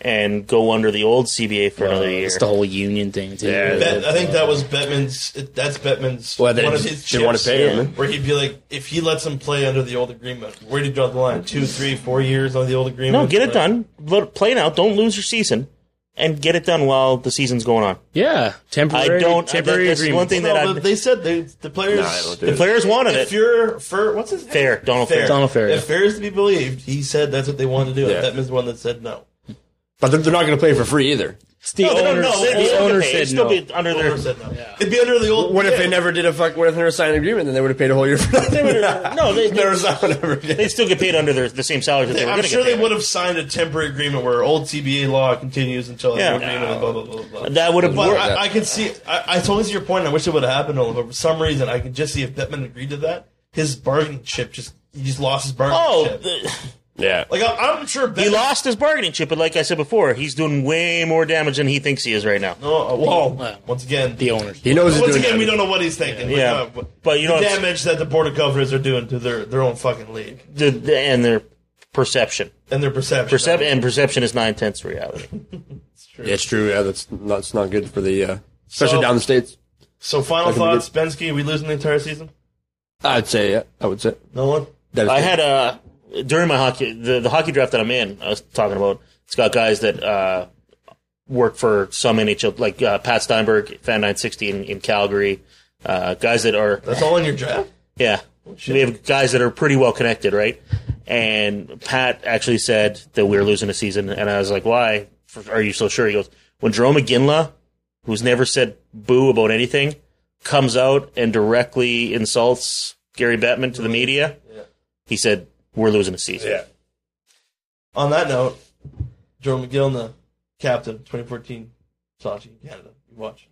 [SPEAKER 5] and go under the old CBA for
[SPEAKER 6] Uh,
[SPEAKER 5] another year?
[SPEAKER 6] it's the whole union thing too.
[SPEAKER 9] Yeah,
[SPEAKER 8] Bet, I think that was Bettman's. That's Bettman's.
[SPEAKER 9] Well, they
[SPEAKER 8] one of
[SPEAKER 9] just
[SPEAKER 8] his
[SPEAKER 9] didn't wanna
[SPEAKER 8] chips,
[SPEAKER 9] pay him.
[SPEAKER 8] Where he'd be like, if he lets him play under the old agreement, where do you draw the line? Two, three, four years under the old agreement.
[SPEAKER 5] no, get it
[SPEAKER 8] Like,
[SPEAKER 5] done. Let, play now. Don't lose your season. And get it done while the season's going on.
[SPEAKER 6] yeah, temporary.
[SPEAKER 5] I don't.
[SPEAKER 6] temporary
[SPEAKER 5] I, that's
[SPEAKER 6] agreement.
[SPEAKER 5] one thing
[SPEAKER 8] No,
[SPEAKER 5] that
[SPEAKER 8] but
[SPEAKER 5] I,
[SPEAKER 8] they said they, the players.
[SPEAKER 9] Nah, they don't do
[SPEAKER 5] the
[SPEAKER 9] it.
[SPEAKER 5] players wanted
[SPEAKER 8] If
[SPEAKER 5] it.
[SPEAKER 8] you're Fur, what's his name?
[SPEAKER 5] Fair. Donald Fair.
[SPEAKER 6] Donald Fair,
[SPEAKER 8] If
[SPEAKER 6] yeah.
[SPEAKER 8] Fair is to be believed, he said that's what they wanted to do.
[SPEAKER 9] Yeah.
[SPEAKER 8] And Bettman's the one that said no.
[SPEAKER 9] But they're, they're not going to play for free either.
[SPEAKER 6] It's the
[SPEAKER 5] No, they don't
[SPEAKER 6] owner.
[SPEAKER 5] know. They'd be
[SPEAKER 6] The owner
[SPEAKER 5] underpaid.
[SPEAKER 6] said
[SPEAKER 5] Still
[SPEAKER 6] no.
[SPEAKER 5] be under
[SPEAKER 8] Owner
[SPEAKER 5] their.
[SPEAKER 8] said no. It'd be under the old.
[SPEAKER 9] What if they never did a fuck? What if they never signed an agreement? Then they would have paid a whole year for nothing.
[SPEAKER 5] No, they,
[SPEAKER 9] never
[SPEAKER 5] they,
[SPEAKER 9] signed whatever.
[SPEAKER 5] they still get paid under their, the same salary that they were
[SPEAKER 8] I'm
[SPEAKER 5] going to
[SPEAKER 8] sure
[SPEAKER 5] get
[SPEAKER 8] they
[SPEAKER 5] paid.
[SPEAKER 8] would have signed a temporary agreement where old TBA law continues until
[SPEAKER 5] Yeah.
[SPEAKER 8] the new agreement. Blah blah blah blah.
[SPEAKER 5] That would have
[SPEAKER 8] But
[SPEAKER 5] worked.
[SPEAKER 8] I, I can see. I, I totally see your point. and I wish it would have happened, Nolan, but for some reason, I can just see if Bettman agreed to that, his bargaining chip just he just lost his bargaining
[SPEAKER 5] Oh,
[SPEAKER 8] chip.
[SPEAKER 5] the-
[SPEAKER 9] Yeah.
[SPEAKER 8] like I, I'm sure Bettman,
[SPEAKER 5] he lost his bargaining chip, but like I said before, he's doing way more damage than he thinks he is right now.
[SPEAKER 8] Oh, well,
[SPEAKER 6] Wow.
[SPEAKER 8] once again,
[SPEAKER 6] The owners.
[SPEAKER 9] he knows he's
[SPEAKER 8] once
[SPEAKER 9] doing
[SPEAKER 8] again, we
[SPEAKER 9] damage.
[SPEAKER 8] don't know what he's thinking. Like,
[SPEAKER 5] Yeah.
[SPEAKER 8] uh, w-
[SPEAKER 5] But you
[SPEAKER 8] the
[SPEAKER 5] know, it's-
[SPEAKER 8] damage that the board of governors are doing to their their own fucking league
[SPEAKER 5] The, the- and their perception,
[SPEAKER 8] and their perception.
[SPEAKER 5] Percep- and perception is nine tenths reality.
[SPEAKER 9] Yeah, it's true. Yeah, that's not, it's not good for the, uh, especially
[SPEAKER 8] So-
[SPEAKER 9] down the states.
[SPEAKER 8] So, final
[SPEAKER 9] That can be
[SPEAKER 8] thoughts, Bensky. We losing the entire season?
[SPEAKER 9] I'd say, yeah, I would say.
[SPEAKER 8] No one.
[SPEAKER 9] That is
[SPEAKER 5] I
[SPEAKER 9] good.
[SPEAKER 5] had a during my hockey the, the hockey draft that I'm in. I was talking about. It's got guys that uh, work for some NHL, like uh, Pat Steinberg, Fan 960 in, in Calgary. Uh, guys that are
[SPEAKER 8] That's all in your draft.
[SPEAKER 5] Yeah. We have guys that are pretty well connected, right? And Pat actually said that we were losing a season. And I was like, why F- are you so sure? He goes, when Jerome McGinley, who's never said boo about anything, comes out and directly insults Gary Bettman to the media, he said, we're losing a season.
[SPEAKER 9] Yeah.
[SPEAKER 8] On that note, Joe McGillna, captain, 2014, Sachi, Canada. You watch.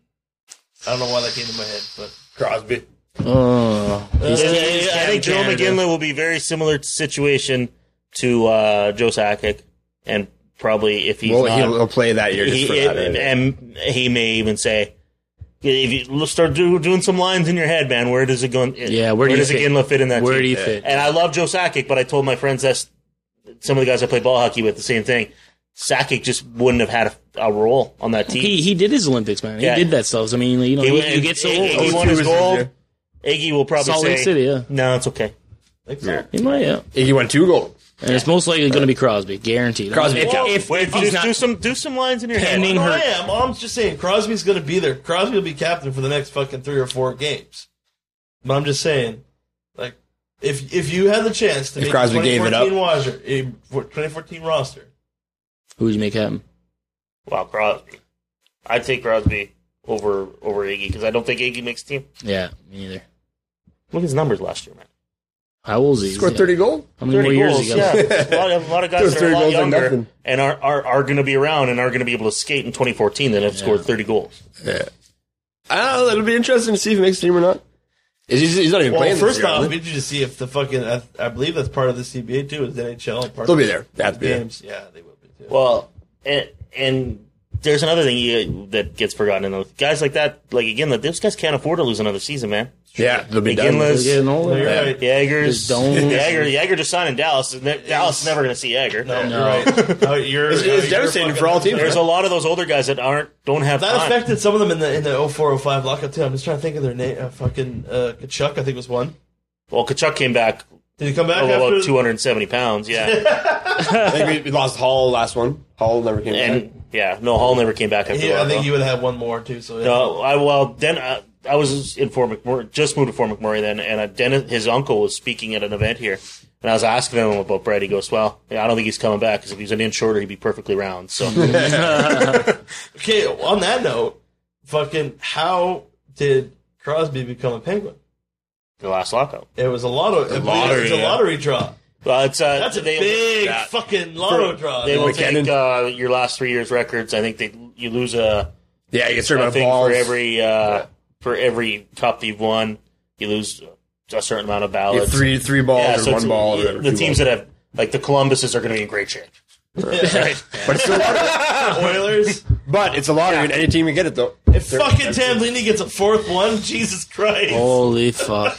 [SPEAKER 8] I don't know why that came to my head, but
[SPEAKER 9] Crosby.
[SPEAKER 6] Oh. He's-
[SPEAKER 5] And
[SPEAKER 6] he's
[SPEAKER 5] I I think Jerome
[SPEAKER 6] Canada.
[SPEAKER 5] McGinley will be very similar to situation to uh, Joe Sakic. And probably if he's
[SPEAKER 9] Well,
[SPEAKER 5] not,
[SPEAKER 9] he'll, he'll play that year just
[SPEAKER 5] he,
[SPEAKER 9] for
[SPEAKER 5] it-
[SPEAKER 9] that. uh, I
[SPEAKER 6] eh?
[SPEAKER 9] think.
[SPEAKER 5] and he may even say, "If you start do, doing some lines in your head, man, where does it go?
[SPEAKER 6] Yeah, where do you
[SPEAKER 5] does
[SPEAKER 6] fit?
[SPEAKER 5] Iginla fit in that?
[SPEAKER 6] Where
[SPEAKER 5] team?
[SPEAKER 6] do you fit?
[SPEAKER 5] And I love Joe Sakic, but I told my friends that's some of the guys I play ball hockey with the same thing. Sakic just wouldn't have had a, a role on that team.
[SPEAKER 6] He he did his Olympics, man. He
[SPEAKER 5] Yeah.
[SPEAKER 6] did that stuff. I mean, you know, you,
[SPEAKER 5] and-
[SPEAKER 6] you get so
[SPEAKER 5] and- and He
[SPEAKER 6] old.
[SPEAKER 5] won
[SPEAKER 9] Oh,
[SPEAKER 5] his
[SPEAKER 9] two is
[SPEAKER 5] gold.
[SPEAKER 9] his
[SPEAKER 5] Iggy will probably
[SPEAKER 6] Salt Lake
[SPEAKER 5] say,
[SPEAKER 6] City, yeah.
[SPEAKER 5] "No, it's okay."
[SPEAKER 6] He might, yeah.
[SPEAKER 9] Iggy won two gold.
[SPEAKER 6] And it's most likely going to be Crosby, guaranteed.
[SPEAKER 9] Crosby
[SPEAKER 6] I mean,
[SPEAKER 9] account.
[SPEAKER 6] if, if,
[SPEAKER 5] Wait,
[SPEAKER 6] if
[SPEAKER 5] just
[SPEAKER 6] he's not
[SPEAKER 5] do some do some lines in your head.
[SPEAKER 6] Pending
[SPEAKER 8] no,
[SPEAKER 6] her-
[SPEAKER 8] I am. I'm just saying Crosby's going to be there. Crosby will be captain for the next fucking three or four games. But I'm just saying, like, if if you had the chance to
[SPEAKER 9] If
[SPEAKER 8] make
[SPEAKER 9] Crosby
[SPEAKER 8] the
[SPEAKER 9] gave it
[SPEAKER 8] 2014 roster, a 2014 roster,
[SPEAKER 6] who would you make happen?
[SPEAKER 5] Wow, Crosby. I'd take Crosby over over Iggy because I don't think Iggy makes the team.
[SPEAKER 6] Yeah, me neither.
[SPEAKER 5] Look at his numbers last year, man.
[SPEAKER 6] How old is he?
[SPEAKER 9] Scored 30 gold?
[SPEAKER 6] How many more years
[SPEAKER 5] goals,
[SPEAKER 6] he got?
[SPEAKER 5] Yeah. a, lot, a lot of guys
[SPEAKER 9] Those
[SPEAKER 5] that are a
[SPEAKER 9] 30
[SPEAKER 5] lot
[SPEAKER 9] goals ain't
[SPEAKER 5] younger
[SPEAKER 9] nothing.
[SPEAKER 5] and are, are, are going to be around and are going to be able to skate in 2014 that have scored 30 goals.
[SPEAKER 9] I don't know. It'll be interesting to see if he makes the team or not. Is He's, he's not even
[SPEAKER 8] well,
[SPEAKER 9] playing this
[SPEAKER 8] first
[SPEAKER 9] year,
[SPEAKER 8] off,
[SPEAKER 9] really.
[SPEAKER 8] we need you to see if the fucking I, I believe that's part of the CBA too is NHL. and Part
[SPEAKER 9] They'll
[SPEAKER 8] of
[SPEAKER 9] be there. They have to be there.
[SPEAKER 8] games. Yeah, they will be too.
[SPEAKER 5] Well, and, and there's another thing you, that gets forgotten. in those guys like that, like again, those guys can't afford to lose another season, man.
[SPEAKER 9] Yeah, they'll be done.
[SPEAKER 5] McGinley's,
[SPEAKER 6] Getting older.
[SPEAKER 8] You're
[SPEAKER 6] Yeah.
[SPEAKER 8] right.
[SPEAKER 5] Jaegers,
[SPEAKER 6] Just don't-
[SPEAKER 5] Jaeger, Jaeger just signed in Dallas. and that- Dallas is never going to see Jaeger.
[SPEAKER 8] You're right. No, you're,
[SPEAKER 9] It's,
[SPEAKER 8] no,
[SPEAKER 9] it's
[SPEAKER 8] you're
[SPEAKER 9] devastating
[SPEAKER 8] fucking-
[SPEAKER 9] for all teams.
[SPEAKER 5] There's
[SPEAKER 9] right?
[SPEAKER 5] a lot of those older guys that aren't don't have
[SPEAKER 8] That
[SPEAKER 5] time.
[SPEAKER 8] affected some of them in the in the 0405 lockup too. I'm just trying to think of their name. Uh, fucking uh, Kachuk, I think was one.
[SPEAKER 5] well, Kachuk came back
[SPEAKER 8] Did he come back
[SPEAKER 5] oh,
[SPEAKER 8] after?
[SPEAKER 5] about 270 pounds. Yeah,
[SPEAKER 9] I think we, we lost Hall last one. Hall never came back.
[SPEAKER 5] and yeah, no Hall never came back after
[SPEAKER 8] He-
[SPEAKER 5] that.
[SPEAKER 8] I think he would have one more too. So yeah.
[SPEAKER 5] No, I well then I, I was in Fort McMurray, just moved to Fort McMurray then, and uh Dennis, his uncle was speaking at an event here, and I was asking him about Brett. He goes, "Well, yeah, I don't think he's coming back because if he's an inch shorter, he'd be perfectly round." So
[SPEAKER 8] Okay. On that note, fucking how did Crosby become a Penguin?
[SPEAKER 5] the last lotto,
[SPEAKER 8] It was a lottery.
[SPEAKER 9] lottery,
[SPEAKER 8] it's a
[SPEAKER 9] yeah.
[SPEAKER 8] lottery draw.
[SPEAKER 5] well, it's uh,
[SPEAKER 8] That's a
[SPEAKER 5] they,
[SPEAKER 8] big
[SPEAKER 5] yeah.
[SPEAKER 8] fucking lotto draw.
[SPEAKER 5] They will
[SPEAKER 9] McKinnon.
[SPEAKER 5] take uh, your last three years' records. I think they you lose a,
[SPEAKER 9] Yeah, you get
[SPEAKER 5] a
[SPEAKER 9] served by
[SPEAKER 5] thing
[SPEAKER 9] balls.
[SPEAKER 5] for every uh, for every cup you've won. You lose a certain amount of
[SPEAKER 9] You get
[SPEAKER 5] ballots.
[SPEAKER 9] three three balls
[SPEAKER 5] Yeah,
[SPEAKER 9] or
[SPEAKER 5] so it's-
[SPEAKER 9] one ball. or whatever,
[SPEAKER 5] The
[SPEAKER 9] two balls.
[SPEAKER 5] teams that have like the Columbuses are going to be in great shape.
[SPEAKER 9] but it's still a lottery.
[SPEAKER 8] Oilers.
[SPEAKER 9] but it's a lottery, and any team can get it though.
[SPEAKER 8] if fucking Tambini gets a fourth one, Jesus Christ.
[SPEAKER 9] Oh.
[SPEAKER 6] Holy fuck.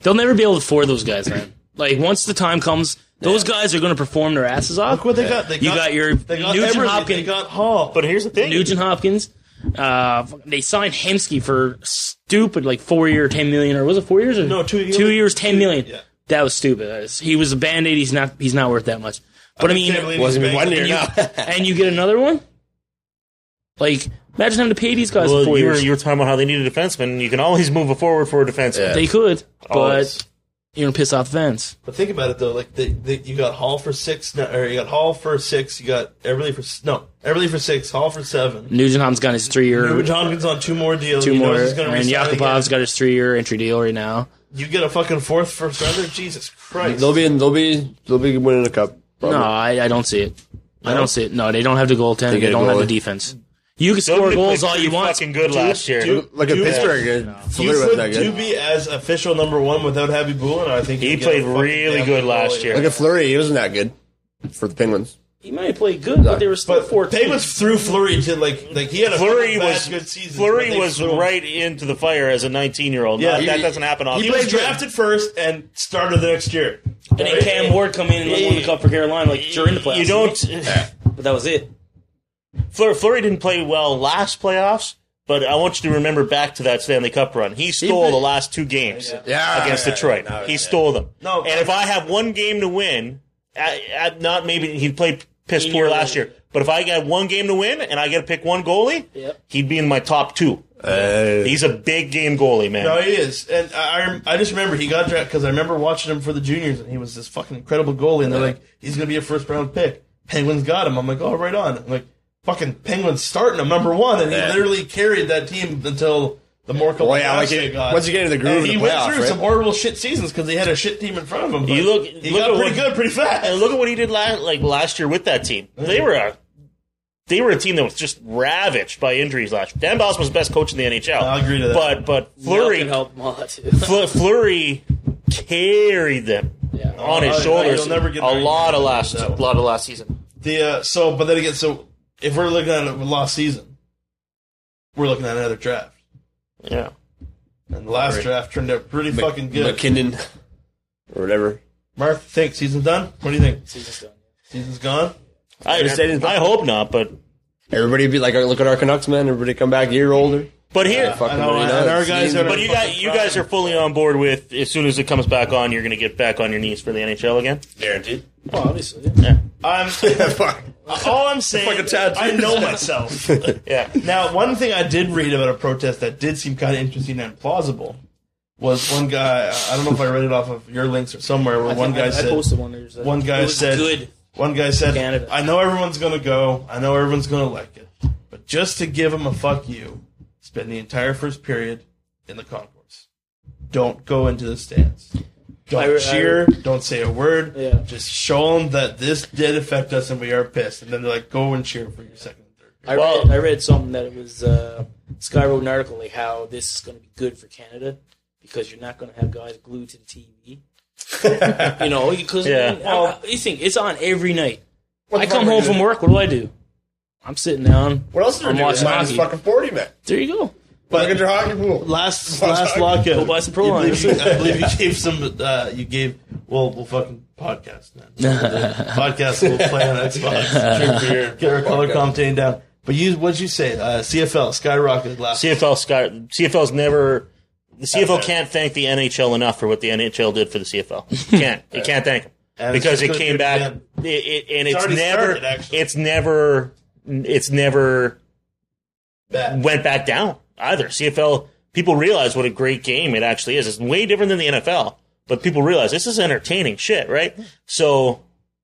[SPEAKER 6] They'll never be able to afford those guys, man. Like, once the time comes, those guys are going to perform their asses off.
[SPEAKER 8] Look what they got. They
[SPEAKER 6] You got your
[SPEAKER 8] they got
[SPEAKER 6] Nugent
[SPEAKER 8] Eberle, They
[SPEAKER 6] Hopkins.
[SPEAKER 8] got Hall.
[SPEAKER 5] But here's the thing:
[SPEAKER 6] Nugent Hopkins. Uh, they signed Hemsky for stupid, like four year, ten million, or was it four years? Or
[SPEAKER 8] No, two years.
[SPEAKER 6] Two years, ten million.
[SPEAKER 8] yeah.
[SPEAKER 6] That was stupid. That is- He was a band aid. He's not. He's not worth that much. But I mean,
[SPEAKER 8] Tambellini
[SPEAKER 9] Wasn't even one
[SPEAKER 8] spanked them.
[SPEAKER 9] year now.
[SPEAKER 6] and you get another one. Like, imagine having to pay these guys for
[SPEAKER 5] Well,
[SPEAKER 6] four
[SPEAKER 5] you were,
[SPEAKER 6] years.
[SPEAKER 5] you were talking about how they need a defenseman. You can always move a forward for a defenseman.
[SPEAKER 6] they could,
[SPEAKER 5] Always.
[SPEAKER 6] but you're gonna piss off fans.
[SPEAKER 8] But think about it though, like the, the, you got Hall for six, no, or you got Hall for six, you got Everly for s- no, Everly for six, Hall for seven.
[SPEAKER 6] Nugent Hopkins got his three year,
[SPEAKER 8] Ruben Hopkins on two more deals.
[SPEAKER 6] two
[SPEAKER 8] you
[SPEAKER 6] more,
[SPEAKER 8] know he's gonna
[SPEAKER 6] and
[SPEAKER 8] resign
[SPEAKER 6] Yakupov's
[SPEAKER 8] again.
[SPEAKER 6] got his three year entry deal right now.
[SPEAKER 8] You get a fucking fourth first rounder. Jesus Christ!
[SPEAKER 9] They'll be in, they'll be they'll be winning a cup. probably.
[SPEAKER 6] No, I, I don't see it. I don't see it. No, they don't have the goaltender. They,
[SPEAKER 9] get a
[SPEAKER 6] don't have the
[SPEAKER 9] goalie.
[SPEAKER 6] defense. You can score
[SPEAKER 5] Somebody played
[SPEAKER 6] goals all you
[SPEAKER 5] pretty
[SPEAKER 6] want.
[SPEAKER 5] Fucking good last year.
[SPEAKER 8] do-
[SPEAKER 9] Look at
[SPEAKER 8] You-
[SPEAKER 9] Pittsburgh. It
[SPEAKER 8] you
[SPEAKER 9] flew with that
[SPEAKER 8] put
[SPEAKER 9] good.
[SPEAKER 8] Doobie as official number one without Happy Bullen. I think
[SPEAKER 5] he
[SPEAKER 8] you'd get
[SPEAKER 5] played
[SPEAKER 8] a fucking
[SPEAKER 5] really
[SPEAKER 8] damn
[SPEAKER 5] good
[SPEAKER 8] goalie.
[SPEAKER 5] last year.
[SPEAKER 9] Look at Flurry. He wasn't that good for the Penguins.
[SPEAKER 6] He might have played good, but they were still
[SPEAKER 8] But
[SPEAKER 6] 14.
[SPEAKER 8] Penguins threw Flurry to like like he had a
[SPEAKER 5] Flurry
[SPEAKER 8] Flurry
[SPEAKER 5] was
[SPEAKER 8] was good season.
[SPEAKER 5] Flurry was right into the fire as a 19 year old.
[SPEAKER 8] Yeah,
[SPEAKER 5] that
[SPEAKER 8] he-
[SPEAKER 5] doesn't happen often.
[SPEAKER 8] He was drafted first and started the next year.
[SPEAKER 6] And then Cam Ward come in and like, won the cup for Carolina like during the playoffs.
[SPEAKER 5] You don't.
[SPEAKER 6] But that was it.
[SPEAKER 5] Flurry, Flurry didn't play well last playoffs, but I want you to remember back to that Stanley Cup run. He stole
[SPEAKER 9] played-
[SPEAKER 5] the last two games
[SPEAKER 9] Yeah,
[SPEAKER 5] against Detroit. he stole them.
[SPEAKER 8] No,
[SPEAKER 5] and if I have one game to win, I, I, not maybe he played piss
[SPEAKER 6] In
[SPEAKER 5] poor
[SPEAKER 6] your
[SPEAKER 5] last
[SPEAKER 6] role.
[SPEAKER 5] year, but if I got one game to win and I got to pick one goalie,
[SPEAKER 6] Yep.
[SPEAKER 5] he'd be in my top two. He's a big game goalie, man.
[SPEAKER 8] No, he is, and I I I just remember he got drafted because I remember watching him for the juniors, and he was this fucking incredible goalie, and they're like, he's gonna be a first round pick. Penguins got him. I'm like, oh, right on. I'm like, fucking Penguins starting him number one, and he literally carried that team until the more couple.
[SPEAKER 9] Well, yeah, like
[SPEAKER 8] they
[SPEAKER 9] it-
[SPEAKER 8] got.
[SPEAKER 9] once you get into the groove
[SPEAKER 8] and
[SPEAKER 9] of
[SPEAKER 8] he
[SPEAKER 9] the
[SPEAKER 8] went
[SPEAKER 9] playoffs,
[SPEAKER 8] through
[SPEAKER 9] right?
[SPEAKER 8] some horrible shit seasons because they had a shit team in front of him. But
[SPEAKER 5] You look-
[SPEAKER 8] he
[SPEAKER 5] look
[SPEAKER 8] got
[SPEAKER 5] at
[SPEAKER 8] pretty
[SPEAKER 5] what-
[SPEAKER 8] good, pretty fast.
[SPEAKER 5] And look at what he did last, like last year with that team. They were a they were a team that was just ravaged by injuries last year. Dan Bos was the best coach in the NHL.
[SPEAKER 8] I agree to that.
[SPEAKER 5] But but Flurry
[SPEAKER 6] help them a lot, too.
[SPEAKER 5] Fl- Flurry carried them
[SPEAKER 6] Yeah.
[SPEAKER 5] on
[SPEAKER 8] Oh,
[SPEAKER 5] his
[SPEAKER 8] yeah,
[SPEAKER 5] shoulders
[SPEAKER 8] you'll never
[SPEAKER 5] a
[SPEAKER 8] get married.
[SPEAKER 5] lot of last
[SPEAKER 8] No.
[SPEAKER 5] lot of last season.
[SPEAKER 8] The uh, so, but then again, so if we're looking at a lost season, we're looking at another draft.
[SPEAKER 5] Yeah.
[SPEAKER 8] And the last draft turned out pretty fucking good.
[SPEAKER 9] McKinnon or whatever.
[SPEAKER 8] Mark, think season's done. What do you think? Season's gone.
[SPEAKER 5] I,
[SPEAKER 9] Understand.
[SPEAKER 5] I hope not, but
[SPEAKER 9] Everybody be like, look at our Canucks, man. Everybody come back a year older.
[SPEAKER 5] but here
[SPEAKER 9] Fucking
[SPEAKER 8] know,
[SPEAKER 9] what he
[SPEAKER 8] and
[SPEAKER 9] does.
[SPEAKER 8] our guys are-
[SPEAKER 5] but you guys you guys are fully on board with as soon as it comes back on, you're gonna get back on your knees for the NHL again.
[SPEAKER 9] guaranteed.
[SPEAKER 6] Well, obviously.
[SPEAKER 8] I'm
[SPEAKER 9] Fuck.
[SPEAKER 8] all I'm saying.
[SPEAKER 9] Fucking tattoo.
[SPEAKER 8] I know myself.
[SPEAKER 5] Yeah.
[SPEAKER 8] now, one thing I did read about a protest that did seem kind of interesting and plausible was one guy. I don't know if I read it off of your links or somewhere where one guy
[SPEAKER 6] I,
[SPEAKER 8] said
[SPEAKER 6] posted one. There's a-
[SPEAKER 8] one guy
[SPEAKER 6] it was
[SPEAKER 8] said
[SPEAKER 6] good.
[SPEAKER 8] one guy said
[SPEAKER 6] Canada.
[SPEAKER 8] I know everyone's gonna go I know everyone's gonna like it but just to give him a fuck you spend the entire first period in the concourse don't go into the stands don't
[SPEAKER 6] I re- I
[SPEAKER 8] cheer don't say a word
[SPEAKER 6] Yeah.
[SPEAKER 8] just show them that this did affect us and we are pissed and then they're like go and cheer for your second and third
[SPEAKER 6] I,
[SPEAKER 5] Well-
[SPEAKER 6] read, I read something that it was uh, Sky wrote an article like how this is going to be good for Canada because you're not going to have guys glued to the TV. you know, because
[SPEAKER 5] Yeah.
[SPEAKER 6] you think it's on every night. I come home from work. What do I do? I'm sitting down.
[SPEAKER 9] What else did
[SPEAKER 6] I'm
[SPEAKER 9] you do?
[SPEAKER 6] watching
[SPEAKER 9] Minus
[SPEAKER 6] hockey.
[SPEAKER 9] fucking 40, man.
[SPEAKER 6] There you go.
[SPEAKER 9] Look at your hockey pool.
[SPEAKER 8] Last last lockout.
[SPEAKER 6] Go buy some Pro
[SPEAKER 8] I
[SPEAKER 6] Lines.
[SPEAKER 8] believe you- I believe you gave some. Uh, you gave. Well, we'll fucking podcast man. podcast. We'll play on Xbox. Get our color commentating down. But you, what'd you say? Uh, CFL skyrocketed last.
[SPEAKER 5] CFL Sky, CFL's never. The CFL can't thank the NHL enough for what the NHL did for the CFL. Can't it can't thank them
[SPEAKER 8] And it's
[SPEAKER 5] because
[SPEAKER 8] just
[SPEAKER 5] it
[SPEAKER 8] gonna do
[SPEAKER 5] came
[SPEAKER 8] it
[SPEAKER 5] back
[SPEAKER 8] again.
[SPEAKER 5] it, it, and
[SPEAKER 8] It's
[SPEAKER 5] it's,
[SPEAKER 8] already
[SPEAKER 5] never
[SPEAKER 8] started, actually.
[SPEAKER 5] it's never it's never
[SPEAKER 8] Bad.
[SPEAKER 5] went back down either. CFL people realize what a great game it actually is. It's way different than the NFL, but people realize this is entertaining shit, right? So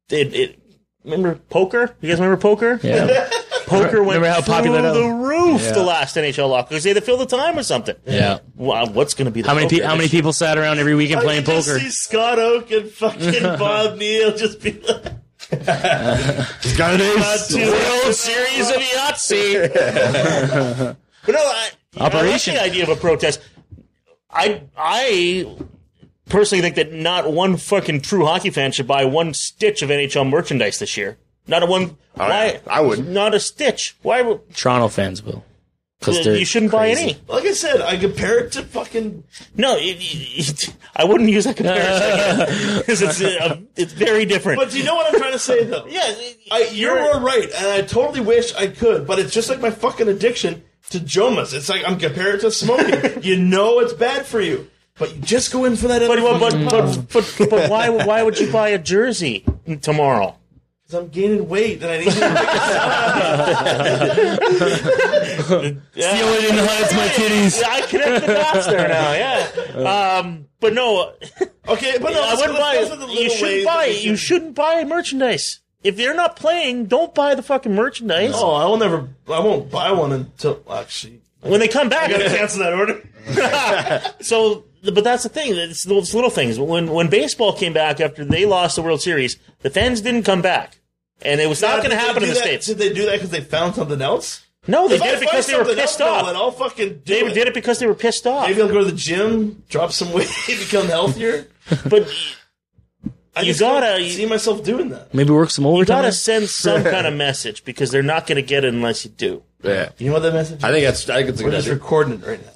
[SPEAKER 5] it, it remember poker? You guys remember poker?
[SPEAKER 6] Yeah.
[SPEAKER 5] Poker went
[SPEAKER 6] Remember how
[SPEAKER 5] through
[SPEAKER 6] popular that
[SPEAKER 5] the
[SPEAKER 6] was?
[SPEAKER 5] roof
[SPEAKER 6] Yeah.
[SPEAKER 5] the last NHL lock because they had to fill the time or something.
[SPEAKER 6] Yeah.
[SPEAKER 5] Wow, what's going to be the
[SPEAKER 6] How many
[SPEAKER 5] poker
[SPEAKER 6] pe- how many
[SPEAKER 5] this
[SPEAKER 6] people sat around every weekend
[SPEAKER 8] I
[SPEAKER 6] playing
[SPEAKER 8] can just
[SPEAKER 6] poker?
[SPEAKER 8] See Scott Oak and fucking Bob Neal just be like,
[SPEAKER 9] Got an
[SPEAKER 8] "Not too
[SPEAKER 5] Uh, World Series of Yahtzee. but no, I, you know,
[SPEAKER 6] Operation.
[SPEAKER 5] I like the idea of a protest. I I personally think that not one fucking true hockey fan should buy one stitch of NHL merchandise this year. Not a one. why?
[SPEAKER 9] I wouldn't.
[SPEAKER 5] Not a stitch. Why? would-
[SPEAKER 6] Toronto fans will. Because
[SPEAKER 5] You shouldn't buy any.
[SPEAKER 8] Like I said, I compare it to fucking.
[SPEAKER 5] No, it, it, it- I wouldn't use that comparison because it's uh, it's very different.
[SPEAKER 8] But do you know what I'm trying to say though?
[SPEAKER 5] yeah, it-
[SPEAKER 8] I, you're, right, and I totally wish I could, but it's just like my fucking addiction to Jomas. It's like I'm compared to smoking. you know it's bad for you, but you just go in for that.
[SPEAKER 5] But, but, but, but, but, but why, why would you buy a jersey tomorrow?
[SPEAKER 8] because I'm gaining weight, and I need to
[SPEAKER 6] Steal it and hides my titties.
[SPEAKER 5] I connect the dots there now, yeah. Um, but no,
[SPEAKER 8] okay. But no,
[SPEAKER 5] I
[SPEAKER 8] let's
[SPEAKER 5] wouldn't
[SPEAKER 8] go-
[SPEAKER 5] buy
[SPEAKER 8] those are the
[SPEAKER 5] it. You
[SPEAKER 8] little ways
[SPEAKER 5] shouldn't
[SPEAKER 8] that
[SPEAKER 5] buy
[SPEAKER 8] we
[SPEAKER 5] it. You
[SPEAKER 8] can-
[SPEAKER 5] shouldn't buy merchandise. If they're not playing, don't buy the fucking merchandise.
[SPEAKER 8] Oh, I will never. I won't buy one until actually.
[SPEAKER 5] When they come back,
[SPEAKER 8] I gotta cancel that order.
[SPEAKER 5] so but that's the thing it's those little things when when baseball came back after they lost the world series the fans didn't come back and it was not going
[SPEAKER 8] Did
[SPEAKER 5] to
[SPEAKER 8] they
[SPEAKER 5] happen in
[SPEAKER 8] do
[SPEAKER 5] the
[SPEAKER 8] that-
[SPEAKER 5] states
[SPEAKER 8] Did they do that because they found something else?
[SPEAKER 5] no they
[SPEAKER 8] If I
[SPEAKER 5] did it
[SPEAKER 8] find
[SPEAKER 5] because they were
[SPEAKER 8] something
[SPEAKER 5] pissed
[SPEAKER 8] else,
[SPEAKER 5] off
[SPEAKER 8] Nolan, I'll fucking do
[SPEAKER 5] they
[SPEAKER 8] it.
[SPEAKER 5] did it because they were pissed off
[SPEAKER 8] Maybe I'll go to the gym, drop some weight, become healthier.
[SPEAKER 5] but
[SPEAKER 8] I
[SPEAKER 5] You
[SPEAKER 8] just don't
[SPEAKER 5] gotta-
[SPEAKER 8] see myself doing that.
[SPEAKER 6] Maybe work some
[SPEAKER 5] you
[SPEAKER 6] overtime.
[SPEAKER 5] gotta send some kind of message because they're not going to get it unless you do
[SPEAKER 9] Yeah.
[SPEAKER 8] You know what that message?
[SPEAKER 9] I think that's, I think it's a
[SPEAKER 8] We're
[SPEAKER 9] good
[SPEAKER 8] just
[SPEAKER 9] idea.
[SPEAKER 8] recording it right now.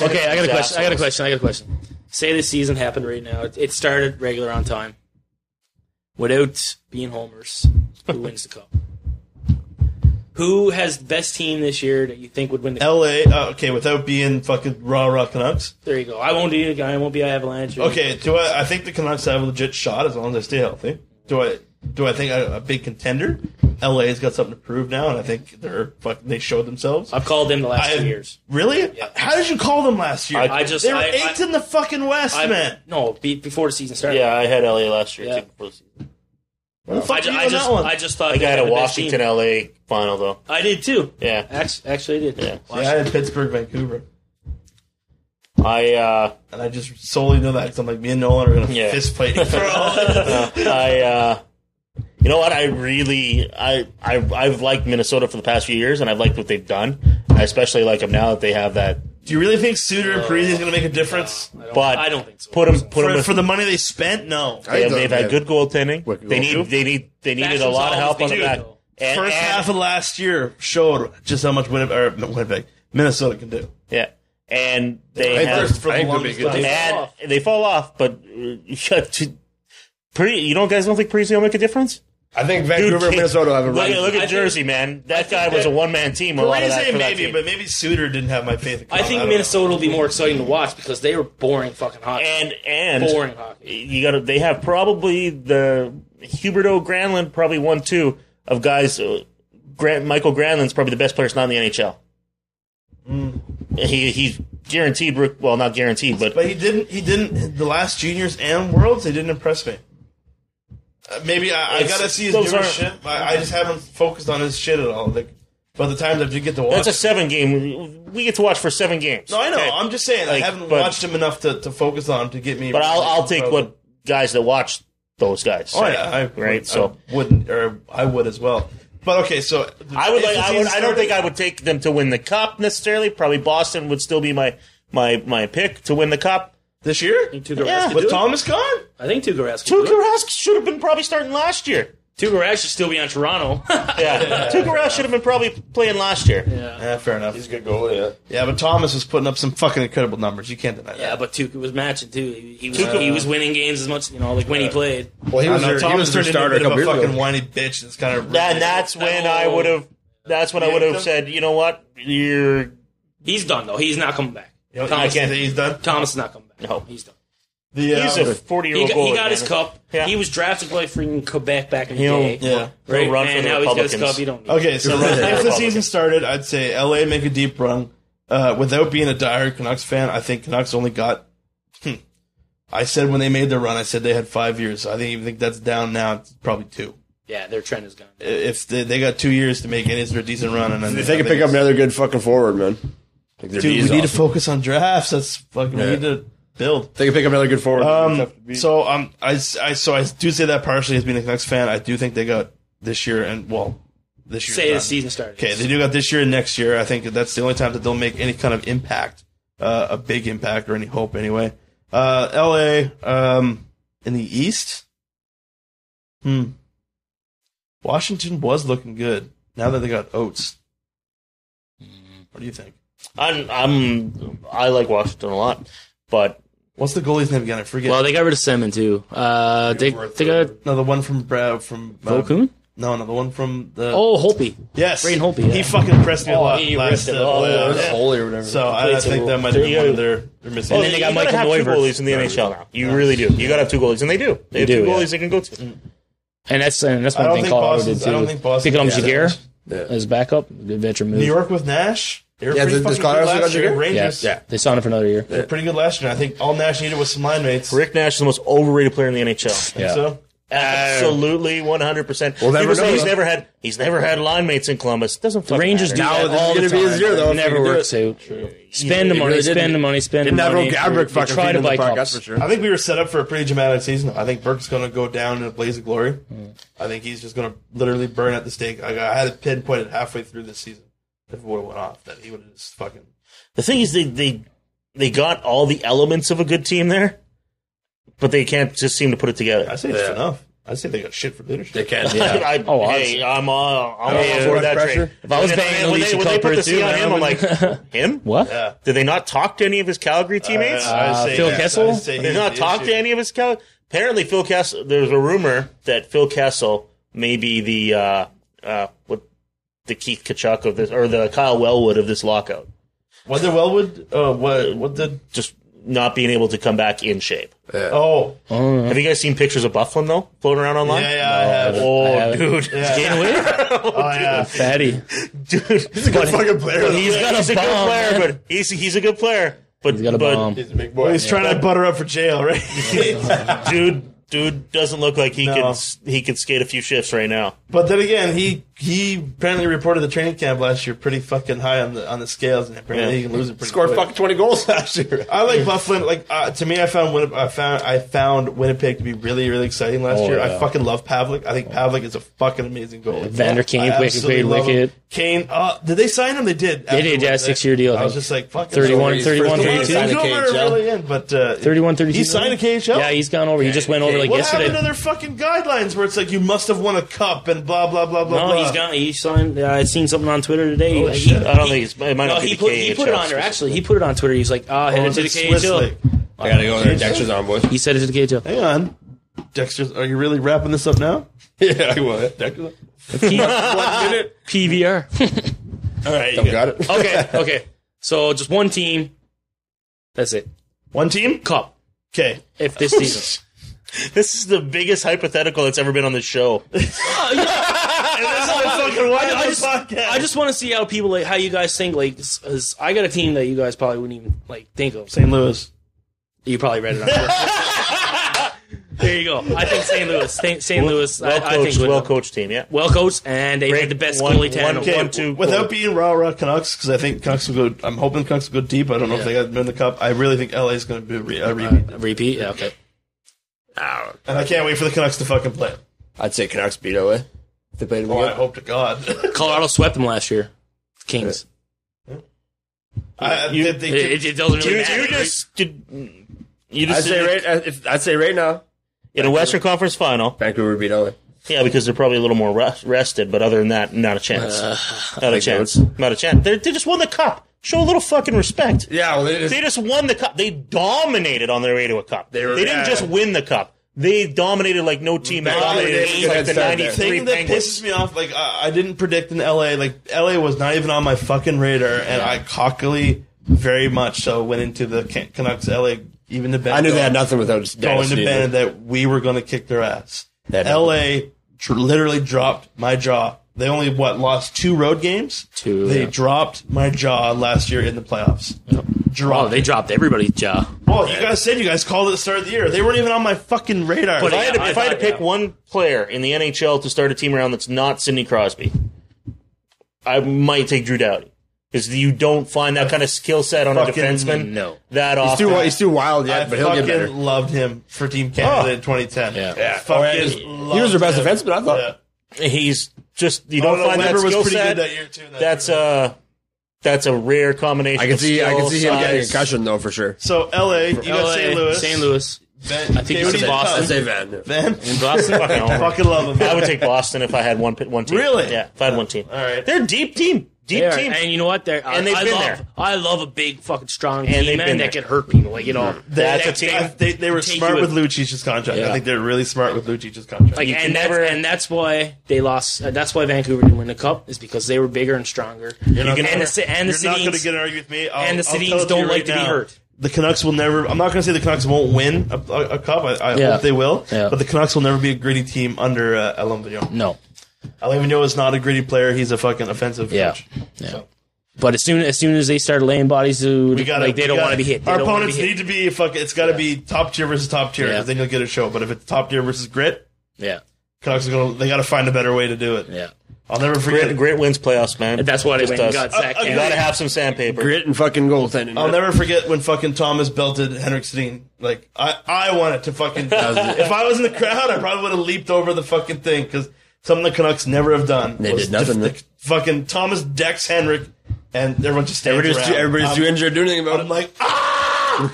[SPEAKER 6] okay, I got a question. I got a
[SPEAKER 5] Assholes.
[SPEAKER 6] question. I got a question. Say this season happened right now. It, it started regular on time. Without being homers, who wins the cup? Who has the best team this year that you think would win the cup?
[SPEAKER 8] L.A. Uh, okay, without being fucking raw, raw Canucks.
[SPEAKER 6] There you go. I won't be. I won't be Avalanche. or-
[SPEAKER 8] Okay, do I? I think the Canucks have a legit shot as long as I stay healthy. Do I? Do I think I, a big contender? L.A.'s got something to prove now, and I think they're fucking. They showed themselves.
[SPEAKER 6] I've called them the last
[SPEAKER 8] I-
[SPEAKER 6] two years.
[SPEAKER 8] Really?
[SPEAKER 6] Yeah.
[SPEAKER 8] How did you call them last year?
[SPEAKER 6] I just-
[SPEAKER 8] they were
[SPEAKER 6] I-
[SPEAKER 8] eighth
[SPEAKER 6] I-
[SPEAKER 8] in the fucking West,
[SPEAKER 6] I-
[SPEAKER 8] man.
[SPEAKER 6] No, be, before the season started.
[SPEAKER 5] yeah i had la last year
[SPEAKER 6] Yeah.
[SPEAKER 5] too before the season.
[SPEAKER 8] What the fuck
[SPEAKER 6] I,
[SPEAKER 8] did
[SPEAKER 6] ju-
[SPEAKER 8] you
[SPEAKER 6] I
[SPEAKER 8] on
[SPEAKER 6] just.
[SPEAKER 8] that one?
[SPEAKER 6] I just thought
[SPEAKER 5] i
[SPEAKER 6] they had
[SPEAKER 5] got a
[SPEAKER 6] the best team.
[SPEAKER 5] washington la final though
[SPEAKER 6] I did too.
[SPEAKER 5] yeah
[SPEAKER 6] Act- Actually, I did.
[SPEAKER 5] Yeah.
[SPEAKER 8] yeah, I had Pittsburgh, Vancouver,
[SPEAKER 5] i uh
[SPEAKER 8] and I just solely know that because I'm like, me and Nolan are gonna
[SPEAKER 5] Yeah.
[SPEAKER 8] fist fight for all.
[SPEAKER 5] I, uh, you know what? I really, I, I, I've liked Minnesota for the past few years, and I've liked what they've done. I especially like them now that they have that.
[SPEAKER 8] Do you really think Suter and Parisi is going to make a difference?
[SPEAKER 6] I don't,
[SPEAKER 5] But
[SPEAKER 6] I don't think so.
[SPEAKER 5] Put them, put them.
[SPEAKER 8] For, for the money they spent, no.
[SPEAKER 9] I
[SPEAKER 5] they have,
[SPEAKER 9] don't-
[SPEAKER 5] they've had
[SPEAKER 9] yeah.
[SPEAKER 5] good goaltending. They need, they need, they needed a
[SPEAKER 6] Backstrom's
[SPEAKER 5] lot of help on
[SPEAKER 6] always
[SPEAKER 5] the
[SPEAKER 6] been
[SPEAKER 5] back.
[SPEAKER 6] good, though.
[SPEAKER 5] And,
[SPEAKER 8] First
[SPEAKER 5] and-
[SPEAKER 8] half of last year showed just how much Winnipeg, or not Winnipeg Minnesota can do.
[SPEAKER 5] yeah, and they
[SPEAKER 9] I
[SPEAKER 5] have.
[SPEAKER 9] first-
[SPEAKER 8] For
[SPEAKER 9] I
[SPEAKER 8] the
[SPEAKER 9] think they'll be
[SPEAKER 8] longest
[SPEAKER 9] good.
[SPEAKER 8] time.
[SPEAKER 5] and they fall off, but uh, you got to. Pretty, you don't guys don't think Parisi will make a difference?
[SPEAKER 9] I think Vancouver and
[SPEAKER 5] Dude,
[SPEAKER 9] Minnesota have a
[SPEAKER 5] Look,
[SPEAKER 9] run.
[SPEAKER 5] at- look
[SPEAKER 6] I
[SPEAKER 5] at
[SPEAKER 6] think-
[SPEAKER 5] Jersey, man. That guy was
[SPEAKER 6] that-
[SPEAKER 5] a one man team. A lot of
[SPEAKER 8] Parisi
[SPEAKER 5] that for that
[SPEAKER 8] maybe,
[SPEAKER 5] team.
[SPEAKER 8] but maybe Suter didn't have my faith. in
[SPEAKER 6] I think
[SPEAKER 8] don't
[SPEAKER 6] Minnesota will be more exciting to watch because they were boring fucking hockey.
[SPEAKER 5] and and
[SPEAKER 6] boring hockey.
[SPEAKER 5] you got to they have probably the Huberto Granlund probably one two of guys. Uh, Grant, Michael Granlund's probably the best player that's not in the NHL. He he's guaranteed. rook- Well, not guaranteed, but,
[SPEAKER 8] But he didn't. He didn't. The last juniors and worlds, they didn't impress me. Uh, maybe I, I
[SPEAKER 5] It's-
[SPEAKER 8] gotta see his
[SPEAKER 5] those
[SPEAKER 8] newer
[SPEAKER 5] aren't-
[SPEAKER 8] shit. I, I just haven't focused on his shit at all. Like, by the times I do get to watch,
[SPEAKER 5] that's a seven game. We get to watch for seven games.
[SPEAKER 8] no, I know.
[SPEAKER 5] Okay.
[SPEAKER 8] I'm just saying
[SPEAKER 5] Like,
[SPEAKER 8] I haven't
[SPEAKER 5] but-
[SPEAKER 8] watched him enough to, to focus on to get me.
[SPEAKER 5] but I'll I'll take what guys that watch those guys.
[SPEAKER 8] Oh
[SPEAKER 5] say,
[SPEAKER 8] yeah, I would,
[SPEAKER 5] right. so
[SPEAKER 8] I wouldn't, or I would as well. But okay, so
[SPEAKER 5] I would
[SPEAKER 8] if
[SPEAKER 5] like.
[SPEAKER 8] the
[SPEAKER 5] I would.
[SPEAKER 8] season
[SPEAKER 5] I don't think I
[SPEAKER 8] started-
[SPEAKER 5] would take them to win the cup necessarily. Probably Boston would still be my my my pick to win the cup.
[SPEAKER 8] this year.
[SPEAKER 6] I think Tuukka Rask
[SPEAKER 5] Yeah,
[SPEAKER 6] could
[SPEAKER 8] With
[SPEAKER 6] do it.
[SPEAKER 8] Thomas gone,
[SPEAKER 6] I think Tuukka Rask could do
[SPEAKER 5] Tuukka
[SPEAKER 6] it.
[SPEAKER 5] Rask should have been probably starting last year.
[SPEAKER 6] Tuukka Rash should still be on Toronto.
[SPEAKER 5] Yeah. Tuukka Rask should have been probably playing last year.
[SPEAKER 6] yeah.
[SPEAKER 8] Yeah, fair enough.
[SPEAKER 7] He's a good goalie, yeah.
[SPEAKER 8] Yeah, but Thomas was putting up some fucking incredible numbers. You can't deny that.
[SPEAKER 6] Yeah, but Tuukka was matching too. He, he was he was winning games as much, you know, like when he played.
[SPEAKER 9] Well, he
[SPEAKER 8] I
[SPEAKER 9] was,
[SPEAKER 8] know,
[SPEAKER 9] their, he
[SPEAKER 8] Thomas
[SPEAKER 9] was their
[SPEAKER 8] turned
[SPEAKER 9] starter
[SPEAKER 8] into a
[SPEAKER 9] a
[SPEAKER 8] bit of
[SPEAKER 9] couple
[SPEAKER 8] a
[SPEAKER 9] years
[SPEAKER 8] fucking
[SPEAKER 9] ago.
[SPEAKER 8] whiny bitch. That's kind of
[SPEAKER 5] That, that's when I would have. That's when I would have said, you know what, you're.
[SPEAKER 6] He's done though. He's not coming back.
[SPEAKER 5] I
[SPEAKER 8] Thomas,
[SPEAKER 5] can't-
[SPEAKER 8] he's done.
[SPEAKER 6] Thomas is not coming back.
[SPEAKER 5] No.
[SPEAKER 6] he's done.
[SPEAKER 8] The, uh,
[SPEAKER 5] He's a 40 year
[SPEAKER 6] He
[SPEAKER 5] old
[SPEAKER 6] got,
[SPEAKER 5] goalie.
[SPEAKER 6] he got his
[SPEAKER 5] man.
[SPEAKER 6] cup.
[SPEAKER 5] Yeah.
[SPEAKER 6] He was drafted by freaking Quebec back in the
[SPEAKER 5] He'll-
[SPEAKER 6] day.
[SPEAKER 8] yeah.
[SPEAKER 5] He'll
[SPEAKER 6] Right,
[SPEAKER 5] run for
[SPEAKER 6] and
[SPEAKER 5] the
[SPEAKER 6] now he's got his
[SPEAKER 5] Republicans.
[SPEAKER 6] cup. You don't need
[SPEAKER 8] Okay, so if the
[SPEAKER 5] Republicans.
[SPEAKER 8] season started, I'd say LA make a deep run. Uh, without being a diehard Canucks fan, I think Canucks only got. Hmm. I said when they made their run, I said they had five years. I think even think that's down now. It's probably two.
[SPEAKER 6] Yeah, their trend is gone.
[SPEAKER 8] I- If they, they got two years to make any sort of decent run, and then
[SPEAKER 9] If they could pick up another good fucking forward, man. Like their
[SPEAKER 8] dude, we
[SPEAKER 9] D's
[SPEAKER 8] need to
[SPEAKER 9] awesome.
[SPEAKER 8] focus on drafts. That's fucking. We
[SPEAKER 9] Yeah.
[SPEAKER 8] need to build.
[SPEAKER 9] If they could pick up another good forward. they'd
[SPEAKER 8] Um,
[SPEAKER 9] have to beat-
[SPEAKER 8] so um, I, s- I- so I do say that partially as being a Canucks fan. I do think they got this year and well, this year.
[SPEAKER 6] Say the season started.
[SPEAKER 8] Okay, they do got this year and next year. I think that's the only time that they'll make any kind of impact, uh, a big impact or any hope anyway. Uh, L.A. Um, in the East. Hmm. Washington was looking good. Now that they got Oates,
[SPEAKER 6] Mm-hmm.
[SPEAKER 8] what do you think?
[SPEAKER 5] I'm, I'm. I like Washington a lot, but
[SPEAKER 8] What's the goalie's name again? I forget.
[SPEAKER 6] Well, they got rid of Semin too. Uh, they they got
[SPEAKER 8] no, the one from Brad from uh,
[SPEAKER 6] Volkun.
[SPEAKER 8] No, no, the one from the
[SPEAKER 6] Oh, Holpe.
[SPEAKER 8] Yes,
[SPEAKER 6] Braden Holtby,
[SPEAKER 8] He
[SPEAKER 6] yeah. Oh,
[SPEAKER 8] fucking impressed me a lot
[SPEAKER 5] he
[SPEAKER 8] last
[SPEAKER 5] ripped it
[SPEAKER 8] uh,
[SPEAKER 5] all
[SPEAKER 8] playoffs.
[SPEAKER 5] over.
[SPEAKER 8] Yeah.
[SPEAKER 9] Foley or whatever.
[SPEAKER 8] So I, I think that might have been one of their their missing.
[SPEAKER 5] Oh,
[SPEAKER 6] then they got
[SPEAKER 5] you gotta
[SPEAKER 6] Michael
[SPEAKER 5] have two
[SPEAKER 6] Neuwirth.
[SPEAKER 5] goalies in the NHL now. You really do. You got to have two goalies, and they do. They have
[SPEAKER 6] do,
[SPEAKER 5] two
[SPEAKER 6] yeah.
[SPEAKER 5] goalies they can go to.
[SPEAKER 6] And that's and that's
[SPEAKER 8] I
[SPEAKER 6] one
[SPEAKER 8] don't
[SPEAKER 6] thing
[SPEAKER 8] think
[SPEAKER 6] Colorado
[SPEAKER 8] Boston's-
[SPEAKER 6] did too.
[SPEAKER 8] I don't think Boston-
[SPEAKER 6] Picking up
[SPEAKER 8] Yeah.
[SPEAKER 6] Jaguar
[SPEAKER 9] Yeah.
[SPEAKER 6] as backup, good veteran move.
[SPEAKER 8] New York with Nash. They were
[SPEAKER 9] Yeah,
[SPEAKER 8] pretty
[SPEAKER 9] does- does
[SPEAKER 8] fucking good
[SPEAKER 9] Colorado still
[SPEAKER 8] last
[SPEAKER 9] got
[SPEAKER 8] year.
[SPEAKER 9] Jaguar?
[SPEAKER 6] yeah,
[SPEAKER 8] Rangers,
[SPEAKER 6] yeah, they signed him for another year.
[SPEAKER 8] were pretty good last year. I think all Nash needed was some line mates.
[SPEAKER 5] Rick Nash is the most overrated player in the NHL.
[SPEAKER 9] Yeah.
[SPEAKER 8] So
[SPEAKER 6] Uh,
[SPEAKER 5] Absolutely, one hundred percent.
[SPEAKER 9] We'll never
[SPEAKER 5] People say
[SPEAKER 9] know.
[SPEAKER 5] he's never had he's never had line mates in Columbus. Doesn't fucking
[SPEAKER 6] Rangers do
[SPEAKER 5] matter.
[SPEAKER 9] Now this is
[SPEAKER 6] that all the
[SPEAKER 9] gonna be
[SPEAKER 6] time.
[SPEAKER 9] his year, though, if they
[SPEAKER 6] Never
[SPEAKER 9] can do
[SPEAKER 6] works out. Spend the money,
[SPEAKER 9] really
[SPEAKER 6] spend
[SPEAKER 9] didn't.
[SPEAKER 6] the money, spend the
[SPEAKER 9] Didn't have
[SPEAKER 6] money.
[SPEAKER 9] Earl Gabrick
[SPEAKER 6] They
[SPEAKER 9] fucking
[SPEAKER 6] try
[SPEAKER 9] feet
[SPEAKER 6] to
[SPEAKER 9] in the
[SPEAKER 6] buy
[SPEAKER 9] podcast
[SPEAKER 6] cups.
[SPEAKER 9] for sure.
[SPEAKER 8] I think we were set up for a pretty dramatic season. I think Burke's going to go down in a blaze of glory. I think he's just going to literally burn at the stake. I, I had it pinpointed halfway through this season. If it would have went off, that he would have just fucking.
[SPEAKER 5] The thing is, they they they got all the elements of a good team there, but they can't just seem to put it
[SPEAKER 8] I
[SPEAKER 5] together.
[SPEAKER 8] say it's enough. I say they got shit for leadership.
[SPEAKER 9] They can.
[SPEAKER 5] I, I,
[SPEAKER 6] Oh,
[SPEAKER 5] hey, I'm all I'm all
[SPEAKER 9] Yeah.
[SPEAKER 5] for that
[SPEAKER 9] Pressure.
[SPEAKER 5] trade.
[SPEAKER 9] If
[SPEAKER 6] I was
[SPEAKER 5] When they-
[SPEAKER 6] banging
[SPEAKER 5] when they,
[SPEAKER 6] Alicia
[SPEAKER 5] when they put
[SPEAKER 6] Cuthbert
[SPEAKER 5] the C
[SPEAKER 6] too,
[SPEAKER 5] on
[SPEAKER 6] man,
[SPEAKER 5] him, I'm like,
[SPEAKER 6] I
[SPEAKER 5] him?
[SPEAKER 6] What?
[SPEAKER 8] Yeah.
[SPEAKER 5] Did they not talk to any of his
[SPEAKER 9] Uh,
[SPEAKER 5] Calgary teammates?
[SPEAKER 8] I say
[SPEAKER 6] Phil
[SPEAKER 8] yes. I
[SPEAKER 6] Kessel?
[SPEAKER 8] say
[SPEAKER 5] They
[SPEAKER 8] he's
[SPEAKER 5] did not
[SPEAKER 8] the
[SPEAKER 5] talk
[SPEAKER 8] issue.
[SPEAKER 5] to any of his Cal. Apparently, Phil Kessel. There's a rumor that Phil Kessel may be the uh, uh, what the Keith Kachuk of this, or the Kyle Wellwood of this lockout.
[SPEAKER 8] Whether Wellwood, uh, what what did?
[SPEAKER 5] Just not being able to come back in shape.
[SPEAKER 8] Oh,
[SPEAKER 5] Have you guys seen pictures of Bufflin though floating around online?
[SPEAKER 8] yeah, yeah, I have.
[SPEAKER 5] Oh,
[SPEAKER 6] haven't.
[SPEAKER 5] dude,
[SPEAKER 6] Gain weight?
[SPEAKER 8] Oh, yeah.
[SPEAKER 6] Fatty.
[SPEAKER 5] dude, he's
[SPEAKER 9] Good fucking player.
[SPEAKER 5] he's
[SPEAKER 6] got a
[SPEAKER 5] good
[SPEAKER 6] bomb,
[SPEAKER 5] player,
[SPEAKER 6] man.
[SPEAKER 5] but he's he's a good player. But
[SPEAKER 6] He's got a
[SPEAKER 5] but
[SPEAKER 6] bomb.
[SPEAKER 9] He's a big boy.
[SPEAKER 8] He's trying to butter up for jail, right?
[SPEAKER 5] dude, dude doesn't look like he
[SPEAKER 8] No.
[SPEAKER 5] could s- he could skate a few shifts right now.
[SPEAKER 8] but then again, he he apparently reported the training camp last year pretty fucking high on the on the scales, and apparently
[SPEAKER 5] Yeah.
[SPEAKER 8] he can lose it pretty
[SPEAKER 9] scored
[SPEAKER 8] quick.
[SPEAKER 9] fucking 20 goals last year.
[SPEAKER 8] I like Bufflin. Like uh, to me, I found Winni- I found I found Winnipeg to be really really exciting last year. I
[SPEAKER 6] Oh, yeah.
[SPEAKER 8] fucking love Pavlik. I think Pavlik is a fucking amazing goalie.
[SPEAKER 6] Vander Kane,
[SPEAKER 8] I
[SPEAKER 6] Wicked,
[SPEAKER 8] absolutely
[SPEAKER 6] Wicked,
[SPEAKER 8] love him.
[SPEAKER 6] Wicked.
[SPEAKER 8] Kane, uh, did they sign him? They did.
[SPEAKER 6] They did, yeah,
[SPEAKER 8] afterwards.
[SPEAKER 6] six-year deal, I
[SPEAKER 8] I was
[SPEAKER 6] think.
[SPEAKER 8] just like fucking
[SPEAKER 6] 31,
[SPEAKER 9] He's first
[SPEAKER 6] 31,
[SPEAKER 9] to line
[SPEAKER 6] 32.
[SPEAKER 9] sign
[SPEAKER 8] He's
[SPEAKER 9] a
[SPEAKER 8] over it
[SPEAKER 9] KHL.
[SPEAKER 8] really in, but uh,
[SPEAKER 6] 31, 32.
[SPEAKER 8] He signed a KHL.
[SPEAKER 6] Yeah, he's gone over. He just went over like
[SPEAKER 8] What
[SPEAKER 6] yesterday.
[SPEAKER 8] happened to their fucking guidelines where it's like you must have won a cup and blah blah blah blah?
[SPEAKER 6] No,
[SPEAKER 8] blah.
[SPEAKER 6] he's gone. He signed. Uh, I seen something on Twitter today. Like,
[SPEAKER 8] shit.
[SPEAKER 6] he-
[SPEAKER 5] I don't think it's, it might
[SPEAKER 6] No,
[SPEAKER 5] not be
[SPEAKER 6] he
[SPEAKER 5] the
[SPEAKER 6] put, he put it
[SPEAKER 5] KHL
[SPEAKER 6] on there.
[SPEAKER 5] specific.
[SPEAKER 6] Actually, he put it on Twitter. He's like, ah,
[SPEAKER 8] Oh,
[SPEAKER 6] headed
[SPEAKER 8] is
[SPEAKER 6] to the
[SPEAKER 8] it Swiss
[SPEAKER 6] KHL.
[SPEAKER 8] League?
[SPEAKER 9] I gotta go there. Dexter's on, boys.
[SPEAKER 6] He said it to the KHL.
[SPEAKER 8] Hang on, Dexter. Are you really wrapping this up now?
[SPEAKER 9] yeah, I will. Dexter's
[SPEAKER 6] P- PVR.
[SPEAKER 8] All right, you
[SPEAKER 9] on.
[SPEAKER 8] go.
[SPEAKER 9] Got it.
[SPEAKER 6] okay, okay. So just one team. That's it.
[SPEAKER 8] one team.
[SPEAKER 6] Cup.
[SPEAKER 8] Okay,
[SPEAKER 6] If this season.
[SPEAKER 5] This is the biggest hypothetical that's ever been on this show.
[SPEAKER 6] I, I just, I just want to see how people like how you guys think. Like, 'cause I got a team that you guys probably wouldn't even like think of.
[SPEAKER 8] St. Louis.
[SPEAKER 6] You probably read it on. Twitter. there you go. I think St. Louis. St. St. Louis.
[SPEAKER 5] Well
[SPEAKER 6] I, I think
[SPEAKER 5] coached,
[SPEAKER 6] would-
[SPEAKER 5] well coached team. Yeah,
[SPEAKER 6] well coached, and they
[SPEAKER 5] Great.
[SPEAKER 6] had the best
[SPEAKER 5] One-
[SPEAKER 6] goalie tandem.
[SPEAKER 5] one-
[SPEAKER 8] Okay,
[SPEAKER 5] two,
[SPEAKER 8] without
[SPEAKER 5] four.
[SPEAKER 8] being rah rah Canucks, because I think Canucks will go. I'm hoping Canucks will go deep. I don't know if they got them in the cup. I really think LA is going to be a re- a repeat,
[SPEAKER 6] Repeat. Yeah, okay.
[SPEAKER 8] and I can't wait for the Canucks to fucking play.
[SPEAKER 9] I'd say Canucks beat away. If they played him
[SPEAKER 8] Oh, I
[SPEAKER 9] again.
[SPEAKER 8] hope to God.
[SPEAKER 6] Colorado swept them last year. Kings.
[SPEAKER 8] I, they- they-
[SPEAKER 6] It, it, it doesn't
[SPEAKER 5] you,
[SPEAKER 6] really matter.
[SPEAKER 5] you just did. You
[SPEAKER 9] I'd
[SPEAKER 5] just
[SPEAKER 9] say right. If, I'd say right now,
[SPEAKER 5] in a Western Conference final.
[SPEAKER 9] Vancouver beat LA.
[SPEAKER 5] Yeah, because they're probably a little more rest- rested, but other than that, not a chance. not a chance. Not a chance. They're, they just won the cup. Show a little fucking respect.
[SPEAKER 7] Yeah, well, they just,
[SPEAKER 5] They just won the cup. They dominated on their way to a cup. They,
[SPEAKER 7] were-
[SPEAKER 5] didn't
[SPEAKER 7] yeah.
[SPEAKER 5] just win the cup. They dominated like no team had dominated
[SPEAKER 7] Dominated.
[SPEAKER 5] since, like the
[SPEAKER 7] Head start there.
[SPEAKER 5] '93
[SPEAKER 8] thing that
[SPEAKER 5] Penguins.
[SPEAKER 8] pisses me off, like I, I didn't predict in LA, like LA was not even on my fucking radar, and I cockily, very much so, went into the Can- Canucks LA even to bed.
[SPEAKER 9] I knew they had nothing without just
[SPEAKER 8] going to
[SPEAKER 9] Dennis Needham.
[SPEAKER 8] bed that we were going to kick their ass.
[SPEAKER 9] That
[SPEAKER 8] LA tr- literally dropped my jaw. They only what lost two road games.
[SPEAKER 6] Two,
[SPEAKER 8] They
[SPEAKER 6] yeah.
[SPEAKER 8] dropped my jaw last year in the playoffs. Dropped.
[SPEAKER 6] Oh, they dropped everybody's jaw.
[SPEAKER 8] Well, you guys said you guys called it the start of the year. They weren't even on my fucking radar.
[SPEAKER 5] If I had to,
[SPEAKER 6] I
[SPEAKER 5] if I had to
[SPEAKER 6] thought,
[SPEAKER 5] pick
[SPEAKER 6] yeah.
[SPEAKER 5] one player in the NHL to start a team around that's not Sidney Crosby, I might take Drew Doughty because you don't find that kind of skill set on a
[SPEAKER 8] Fucking
[SPEAKER 5] defenseman
[SPEAKER 6] no.
[SPEAKER 5] that often.
[SPEAKER 9] He's too, he's too wild
[SPEAKER 8] I
[SPEAKER 9] yet, but he'll
[SPEAKER 8] fucking
[SPEAKER 9] get better.
[SPEAKER 8] loved him for Team Canada
[SPEAKER 9] Oh.
[SPEAKER 8] in 2010.
[SPEAKER 6] Yeah.
[SPEAKER 8] Fucking
[SPEAKER 9] Oh, yeah, he was-
[SPEAKER 8] loved
[SPEAKER 9] he was their best
[SPEAKER 8] him.
[SPEAKER 9] defenseman, I thought.
[SPEAKER 8] Yeah.
[SPEAKER 5] he's just you don't
[SPEAKER 8] Oh, no,
[SPEAKER 5] find
[SPEAKER 8] Weber
[SPEAKER 5] that
[SPEAKER 8] was
[SPEAKER 5] skill
[SPEAKER 8] pretty
[SPEAKER 5] set.
[SPEAKER 8] good that year, too, that
[SPEAKER 5] that's
[SPEAKER 8] year.
[SPEAKER 5] uh that's a rare combination.
[SPEAKER 9] I can
[SPEAKER 5] of
[SPEAKER 9] see, I
[SPEAKER 5] skill,
[SPEAKER 9] can see him getting a
[SPEAKER 5] size.
[SPEAKER 9] concussion though for sure.
[SPEAKER 8] So LA, you got St. Louis.
[SPEAKER 6] St. Louis.
[SPEAKER 8] Ben,
[SPEAKER 6] I think he said Boston.
[SPEAKER 9] I'd say Van.
[SPEAKER 8] Van.
[SPEAKER 5] In Boston, fucking,
[SPEAKER 8] Fucking love him.
[SPEAKER 5] I would take Boston if I had one one team.
[SPEAKER 8] Really?
[SPEAKER 5] Yeah, if I had one team. All
[SPEAKER 8] right.
[SPEAKER 5] they're a deep team, deep
[SPEAKER 6] They are-
[SPEAKER 5] team.
[SPEAKER 6] And you know what? They're, I,
[SPEAKER 5] And they've
[SPEAKER 6] I
[SPEAKER 5] been
[SPEAKER 6] love,
[SPEAKER 5] there.
[SPEAKER 6] I love a big fucking strong
[SPEAKER 5] And they've
[SPEAKER 6] team
[SPEAKER 5] been
[SPEAKER 6] man, that
[SPEAKER 5] there. Mm-hmm.
[SPEAKER 6] can hurt people. Like you know,
[SPEAKER 5] That's
[SPEAKER 6] that-
[SPEAKER 5] a team.
[SPEAKER 8] I- they, they were
[SPEAKER 6] Take
[SPEAKER 8] smart
[SPEAKER 6] you
[SPEAKER 8] with
[SPEAKER 6] with-
[SPEAKER 8] Lucic's contract. I
[SPEAKER 6] Yeah.
[SPEAKER 8] think they're really smart with Lucic's contract.
[SPEAKER 6] Like,
[SPEAKER 5] You can
[SPEAKER 6] and, that's,
[SPEAKER 5] never-
[SPEAKER 6] and that's why they lost. Uh, that's why Vancouver didn't win the cup is because they were bigger and stronger. You're
[SPEAKER 5] not gonna-
[SPEAKER 6] and the, Ci- and the
[SPEAKER 8] You're not going to
[SPEAKER 6] Sedins-
[SPEAKER 8] get an argument with me. I'll,
[SPEAKER 6] and the
[SPEAKER 8] I'll
[SPEAKER 6] Sedins
[SPEAKER 8] tell it you
[SPEAKER 6] don't like
[SPEAKER 8] right
[SPEAKER 6] to be
[SPEAKER 8] now.
[SPEAKER 6] hurt.
[SPEAKER 8] The Canucks will never. I'm not going to say the Canucks won't win a, a, a cup. I, I
[SPEAKER 6] Yeah.
[SPEAKER 8] hope they will.
[SPEAKER 6] Yeah.
[SPEAKER 8] But the Canucks will never be a gritty team under uh, Alain Vigneault.
[SPEAKER 6] no,
[SPEAKER 8] Alain Vigneault is not a gritty player. He's a fucking offensive
[SPEAKER 6] yeah,
[SPEAKER 8] coach.
[SPEAKER 6] yeah. But as soon as soon as they start laying bodies, to
[SPEAKER 8] We gotta,
[SPEAKER 6] like they
[SPEAKER 8] we
[SPEAKER 6] don't
[SPEAKER 8] gotta-
[SPEAKER 6] want to be hit. They
[SPEAKER 8] our
[SPEAKER 6] don't wanna
[SPEAKER 8] opponents
[SPEAKER 6] be hit.
[SPEAKER 8] need to be fuck. It's got to be top tier versus top tier. 'cause
[SPEAKER 6] Yeah.
[SPEAKER 8] Then you'll get a show. But if it's top tier versus grit,
[SPEAKER 6] yeah,
[SPEAKER 8] Canucks are gonna. They got to find a better way to do it.
[SPEAKER 6] yeah.
[SPEAKER 8] I'll never forget.
[SPEAKER 5] Grit, grit wins playoffs, man.
[SPEAKER 6] And that's why they
[SPEAKER 5] Just
[SPEAKER 6] went and got
[SPEAKER 5] does.
[SPEAKER 6] Zach.
[SPEAKER 8] Uh,
[SPEAKER 5] You
[SPEAKER 8] uh,
[SPEAKER 6] Kent.
[SPEAKER 5] got to have some sandpaper.
[SPEAKER 9] Grit and fucking goaltending.
[SPEAKER 8] I'll never forget when fucking Thomas belted Henrik Sedin. Like I, I wanted to fucking. if I was in the crowd, I probably would have leaped over the fucking thing because something the Canucks never have done.
[SPEAKER 9] They
[SPEAKER 8] was
[SPEAKER 9] did nothing,
[SPEAKER 8] def-
[SPEAKER 9] man.
[SPEAKER 8] fucking Thomas decks Henrik, and everyone just stands
[SPEAKER 9] Everybody's
[SPEAKER 8] around.
[SPEAKER 9] too, everybody's
[SPEAKER 8] I'm-
[SPEAKER 9] too injured to do anything about
[SPEAKER 8] I'm
[SPEAKER 9] it.
[SPEAKER 8] like, ah,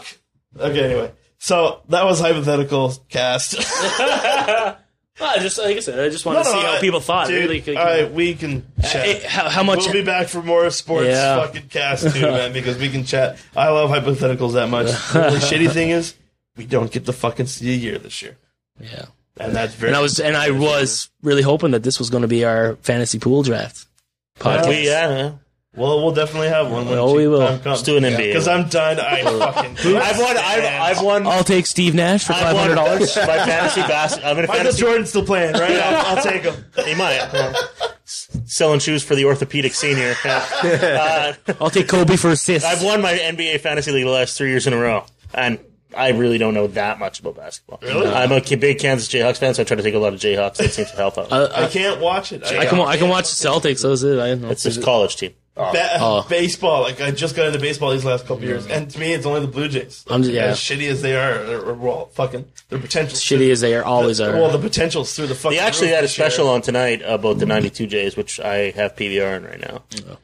[SPEAKER 8] fuck. Okay, anyway. So that was hypothetical cast.
[SPEAKER 6] Ah, just like I said, I just want to see how people thought.
[SPEAKER 8] Dude,
[SPEAKER 6] really, could-
[SPEAKER 8] all right, we can chat.
[SPEAKER 6] Eh, how, how much?
[SPEAKER 8] We'll be back for more sports
[SPEAKER 6] Yeah.
[SPEAKER 8] fucking cast too, man, because we can chat. I love hypotheticals that much. the only shitty thing is we don't get the fucking see a year this year,
[SPEAKER 6] yeah.
[SPEAKER 8] and that's very.
[SPEAKER 6] And I was and I was really hoping that this was going to be our fantasy pool draft podcast.
[SPEAKER 5] We, yeah, yeah.
[SPEAKER 8] well, we'll definitely have one. when
[SPEAKER 6] Oh, we
[SPEAKER 8] cheap
[SPEAKER 6] will.
[SPEAKER 8] time comes.
[SPEAKER 5] Let's do an NBA.
[SPEAKER 8] Because I'm done. I fucking.
[SPEAKER 5] I've won. I've, I've won.
[SPEAKER 6] I'll take Steve Nash for
[SPEAKER 5] I've
[SPEAKER 6] five
[SPEAKER 5] won
[SPEAKER 6] hundred dollars.
[SPEAKER 5] my fantasy basket. I'm in a
[SPEAKER 8] Michael
[SPEAKER 5] fantasy.
[SPEAKER 8] Jordan's still playing, right? I'll, I'll take him.
[SPEAKER 5] He might S- selling shoes for the orthopedic senior.
[SPEAKER 6] I'll take Kobe for assists.
[SPEAKER 5] I've won my NBA fantasy league the last three years in a row, and I really don't know that much about basketball. Really, I'm a ki- big Kansas Jayhawks fan, so I try to take a lot of Jayhawks. That seems to help out.
[SPEAKER 6] Uh,
[SPEAKER 8] I can't watch it.
[SPEAKER 6] I can wa- I can watch the Celtics. That's it. I don't know.
[SPEAKER 5] it's his college team.
[SPEAKER 8] Ba-
[SPEAKER 6] Oh.
[SPEAKER 8] Baseball, like I just got into baseball these last couple years, and to me, it's only the Blue Jays.
[SPEAKER 6] I'm just- yeah.
[SPEAKER 8] As shitty as they are, or, or, well, fucking their potential
[SPEAKER 6] Shitty as they are, always are.
[SPEAKER 8] Well, the potential's through the fucking.
[SPEAKER 5] They actually
[SPEAKER 8] roof
[SPEAKER 5] had a
[SPEAKER 8] this year.
[SPEAKER 5] special on tonight about the '92 Jays, which I have PBR in right now.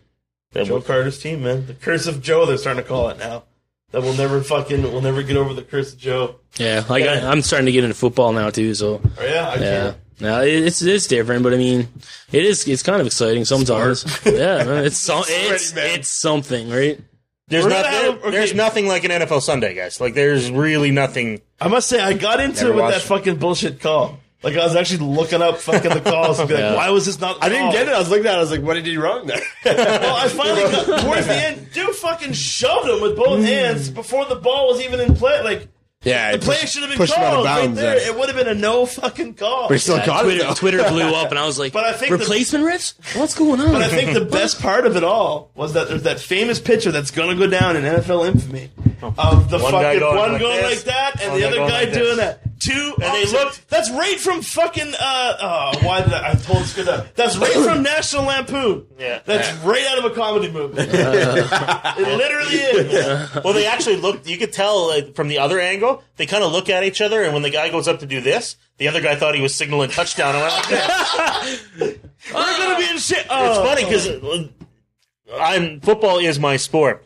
[SPEAKER 5] That
[SPEAKER 8] Joe
[SPEAKER 5] was-
[SPEAKER 8] Carter's team, man. The curse of Joe, they're starting to call it now. That we'll never fucking, we'll never get over the curse of Joe.
[SPEAKER 6] yeah, like I, I'm starting to get into football now too. So
[SPEAKER 8] Or yeah, I
[SPEAKER 6] yeah,
[SPEAKER 8] can't.
[SPEAKER 6] no, it- it's it's different, but I mean, it is it's kind of exciting sometimes. yeah, man, it's so, it's
[SPEAKER 8] man.
[SPEAKER 6] it's something, right?
[SPEAKER 5] There's,
[SPEAKER 8] We're gonna
[SPEAKER 5] not, there-
[SPEAKER 8] have- okay.
[SPEAKER 5] there's nothing like an NFL Sunday, guys. Like, there's really nothing.
[SPEAKER 8] I must say, I got into
[SPEAKER 9] Never
[SPEAKER 8] it with
[SPEAKER 9] watched
[SPEAKER 8] that
[SPEAKER 9] it.
[SPEAKER 8] fucking bullshit call. Like I was actually looking up fucking the calls and be like,
[SPEAKER 6] Yeah.
[SPEAKER 8] why was this not?
[SPEAKER 9] I didn't get it. I was looking at it. I was like, what did he do wrong there?
[SPEAKER 8] Well, I finally got towards the end. Dude, fucking shoved him with
[SPEAKER 9] Hmm.
[SPEAKER 8] both hands before the ball was even in play. Like
[SPEAKER 9] yeah.
[SPEAKER 8] the play should have been
[SPEAKER 9] pushed him out of
[SPEAKER 8] called right
[SPEAKER 9] bounds
[SPEAKER 8] there.
[SPEAKER 9] there.
[SPEAKER 8] It would have been a no fucking call.
[SPEAKER 9] But he still
[SPEAKER 7] Oh,
[SPEAKER 6] Yeah,
[SPEAKER 9] caught it.
[SPEAKER 6] Twitter,
[SPEAKER 9] though.
[SPEAKER 6] Twitter blew up, and I was like,
[SPEAKER 8] But I think the-
[SPEAKER 6] replacement riffs? What's going on?
[SPEAKER 8] But I think the best part of it all was that there's that famous picture that's going to go down in NFL infamy of the
[SPEAKER 5] Oh. One guy
[SPEAKER 8] fucking
[SPEAKER 5] going
[SPEAKER 8] one
[SPEAKER 5] like
[SPEAKER 8] going
[SPEAKER 5] this,
[SPEAKER 8] like that and
[SPEAKER 5] one guy
[SPEAKER 8] the other
[SPEAKER 5] going
[SPEAKER 8] guy
[SPEAKER 5] like
[SPEAKER 8] doing
[SPEAKER 5] this.
[SPEAKER 8] that. Two and
[SPEAKER 5] they
[SPEAKER 8] they look. That's right from fucking. Uh, oh, why did I? I told Squid that. That's right from National Lampoon.
[SPEAKER 5] Yeah.
[SPEAKER 8] That's right out of a comedy movie. it literally is.
[SPEAKER 5] Well, they actually look. You could tell like, from the other angle. They kind of look at each other, and when the guy goes up to do this, the other guy thought he was signaling touchdown. And went like this.
[SPEAKER 8] We're gonna be in shit.
[SPEAKER 5] It's
[SPEAKER 8] Oh.
[SPEAKER 5] funny because I'm football is my sport.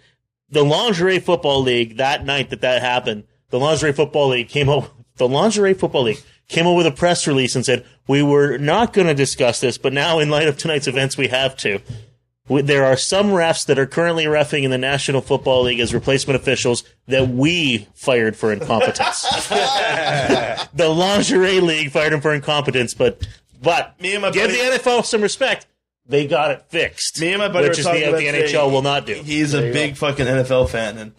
[SPEAKER 5] The lingerie football league that night that that happened, the lingerie football league came up. The lingerie football league came out with a press release and said, We were not going to discuss this, but now in light of tonight's events, we have to. We- There are some refs that are currently refing in the National Football League as replacement officials that we fired for incompetence. the lingerie league fired him for incompetence, but but
[SPEAKER 8] Me and my
[SPEAKER 5] give
[SPEAKER 8] buddy-
[SPEAKER 5] the NFL some respect. They got it fixed.
[SPEAKER 8] Me and my buddy
[SPEAKER 5] which
[SPEAKER 8] were
[SPEAKER 5] is
[SPEAKER 8] talking
[SPEAKER 5] the,
[SPEAKER 8] about
[SPEAKER 5] the
[SPEAKER 8] today.
[SPEAKER 5] NHL will not do.
[SPEAKER 8] He's a big fucking NFL fan, and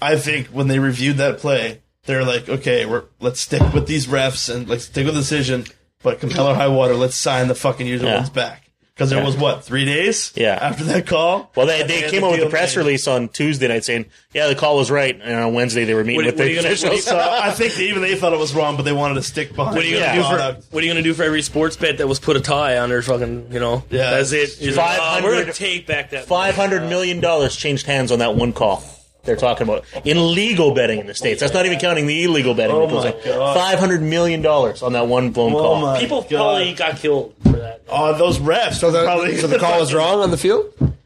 [SPEAKER 8] I think when they reviewed that play, they're like, okay, we're let's stick with these refs and let's stick with the decision. But compel or high water, let's sign the fucking user
[SPEAKER 5] Yeah.
[SPEAKER 8] ones back because there was what three days
[SPEAKER 5] Yeah.
[SPEAKER 8] after that call.
[SPEAKER 5] Well, they,
[SPEAKER 8] And
[SPEAKER 5] they
[SPEAKER 8] had
[SPEAKER 5] came
[SPEAKER 8] the
[SPEAKER 5] out with a
[SPEAKER 8] deal
[SPEAKER 5] press
[SPEAKER 8] made.
[SPEAKER 5] release on Tuesday night saying, yeah, the call was right. And on Wednesday, they were meeting
[SPEAKER 10] What,
[SPEAKER 5] with
[SPEAKER 10] what, are
[SPEAKER 5] the
[SPEAKER 10] you gonna, what, are you,
[SPEAKER 5] officials.
[SPEAKER 8] So I think they, even they thought it was wrong, but they wanted to stick behind.
[SPEAKER 10] what are you gonna
[SPEAKER 5] Yeah.
[SPEAKER 10] do
[SPEAKER 8] product.
[SPEAKER 10] for? What are you gonna do for every sports bet that was put a tie on their fucking? You know,
[SPEAKER 8] Yeah.
[SPEAKER 10] that's it. You're like, "Oh, we're gonna
[SPEAKER 5] 500
[SPEAKER 10] take back that.
[SPEAKER 5] $500
[SPEAKER 8] Uh,
[SPEAKER 5] million dollars changed hands on that one call. They're talking about in legal betting in the states. That's not even counting the illegal betting.
[SPEAKER 8] Oh
[SPEAKER 5] that goes
[SPEAKER 8] my
[SPEAKER 5] on.
[SPEAKER 8] God.
[SPEAKER 5] $500 million dollars on that one blown
[SPEAKER 8] Oh
[SPEAKER 5] call.
[SPEAKER 8] my
[SPEAKER 10] People
[SPEAKER 8] God.
[SPEAKER 10] probably got killed for that.
[SPEAKER 8] Oh, those refs.
[SPEAKER 9] So the,
[SPEAKER 8] probably,
[SPEAKER 9] so the call was wrong on the field?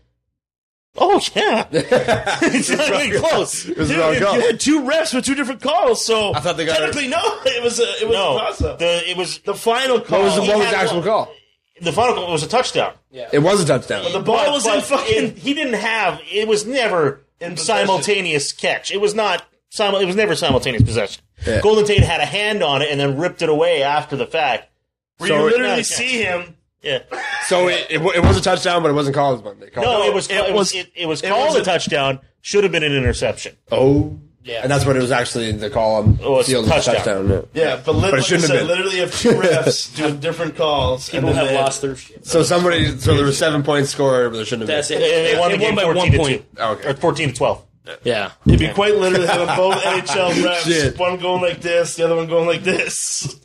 [SPEAKER 5] Oh, yeah. it's not even close.
[SPEAKER 9] It was
[SPEAKER 8] Dude,
[SPEAKER 9] the wrong
[SPEAKER 8] you
[SPEAKER 9] call.
[SPEAKER 8] had two refs with two different calls, so I
[SPEAKER 9] thought they got it.
[SPEAKER 8] technically no. It was a, it was a
[SPEAKER 5] No,
[SPEAKER 8] toss up. The,
[SPEAKER 5] the, it was the,
[SPEAKER 8] final call.
[SPEAKER 9] What was the,
[SPEAKER 8] he
[SPEAKER 9] what was
[SPEAKER 8] had
[SPEAKER 9] the actual
[SPEAKER 8] one-
[SPEAKER 9] call?
[SPEAKER 5] the final call was a touchdown.
[SPEAKER 9] It was a touchdown.
[SPEAKER 8] The ball
[SPEAKER 5] But-
[SPEAKER 8] was
[SPEAKER 5] but
[SPEAKER 8] in fucking.
[SPEAKER 5] it- he didn't have. It was never
[SPEAKER 8] In possession.
[SPEAKER 5] simultaneous catch. It was not. Simu- it was never simultaneous possession. Golden Tate had a hand on it and then ripped it away after the fact.
[SPEAKER 8] where
[SPEAKER 9] so
[SPEAKER 8] you
[SPEAKER 9] it-
[SPEAKER 8] literally
[SPEAKER 5] yeah.
[SPEAKER 8] see him.
[SPEAKER 5] Yeah.
[SPEAKER 9] so it, it, wa- it was a touchdown, but it wasn't called as one. They called
[SPEAKER 5] No,
[SPEAKER 9] it.
[SPEAKER 5] it was. It, was. It, it was called
[SPEAKER 8] was
[SPEAKER 5] a,
[SPEAKER 8] a-
[SPEAKER 5] touchdown. Should have been an interception.
[SPEAKER 9] Oh.
[SPEAKER 6] Yeah.
[SPEAKER 9] And that's what it was actually the call on
[SPEAKER 5] Oh, it's
[SPEAKER 9] field was a
[SPEAKER 5] touchdown.
[SPEAKER 9] touchdown. yeah.
[SPEAKER 8] Yeah, but,
[SPEAKER 9] But it
[SPEAKER 8] lit- like you
[SPEAKER 9] shouldn't have
[SPEAKER 8] said,
[SPEAKER 9] been.
[SPEAKER 8] literally have two refs doing different calls.
[SPEAKER 10] People
[SPEAKER 8] and then
[SPEAKER 10] have
[SPEAKER 8] they had-
[SPEAKER 10] lost their shit.
[SPEAKER 9] So somebody, so there were seven points scored, but there shouldn't have
[SPEAKER 10] That's
[SPEAKER 9] been.
[SPEAKER 10] it.
[SPEAKER 5] And they won the game
[SPEAKER 10] by
[SPEAKER 5] 14
[SPEAKER 10] one
[SPEAKER 5] to
[SPEAKER 10] point.
[SPEAKER 5] two.
[SPEAKER 9] Oh, okay.
[SPEAKER 5] or fourteen to twelve.
[SPEAKER 6] Yeah.
[SPEAKER 8] It'd be quite literally having both NHL refs,
[SPEAKER 9] Shit.
[SPEAKER 8] one going like this, the other one going like this.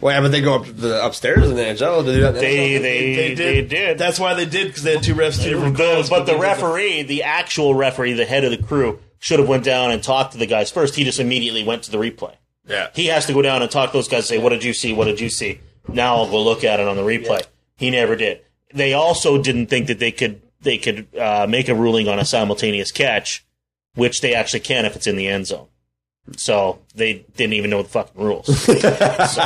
[SPEAKER 9] Well, yeah, but they go up to the upstairs in the NHL. Do they do that in the
[SPEAKER 5] They
[SPEAKER 9] NHL?
[SPEAKER 5] they they did.
[SPEAKER 8] That's why they did because they had two refs, two different
[SPEAKER 5] The-
[SPEAKER 8] calls.
[SPEAKER 5] but the
[SPEAKER 8] they did
[SPEAKER 5] referee, the actual referee, the head of the crew, should have went down and talked to the guys first. He just immediately went to the replay.
[SPEAKER 9] Yeah.
[SPEAKER 5] he has to go down and talk to those guys. and Say, what did you see? What did you see? Now I'll go look at it on the replay. He never did. They also didn't think that they could they could uh, make a ruling on a simultaneous catch, which they actually can if it's in the end zone. So they didn't even know the fucking rules. so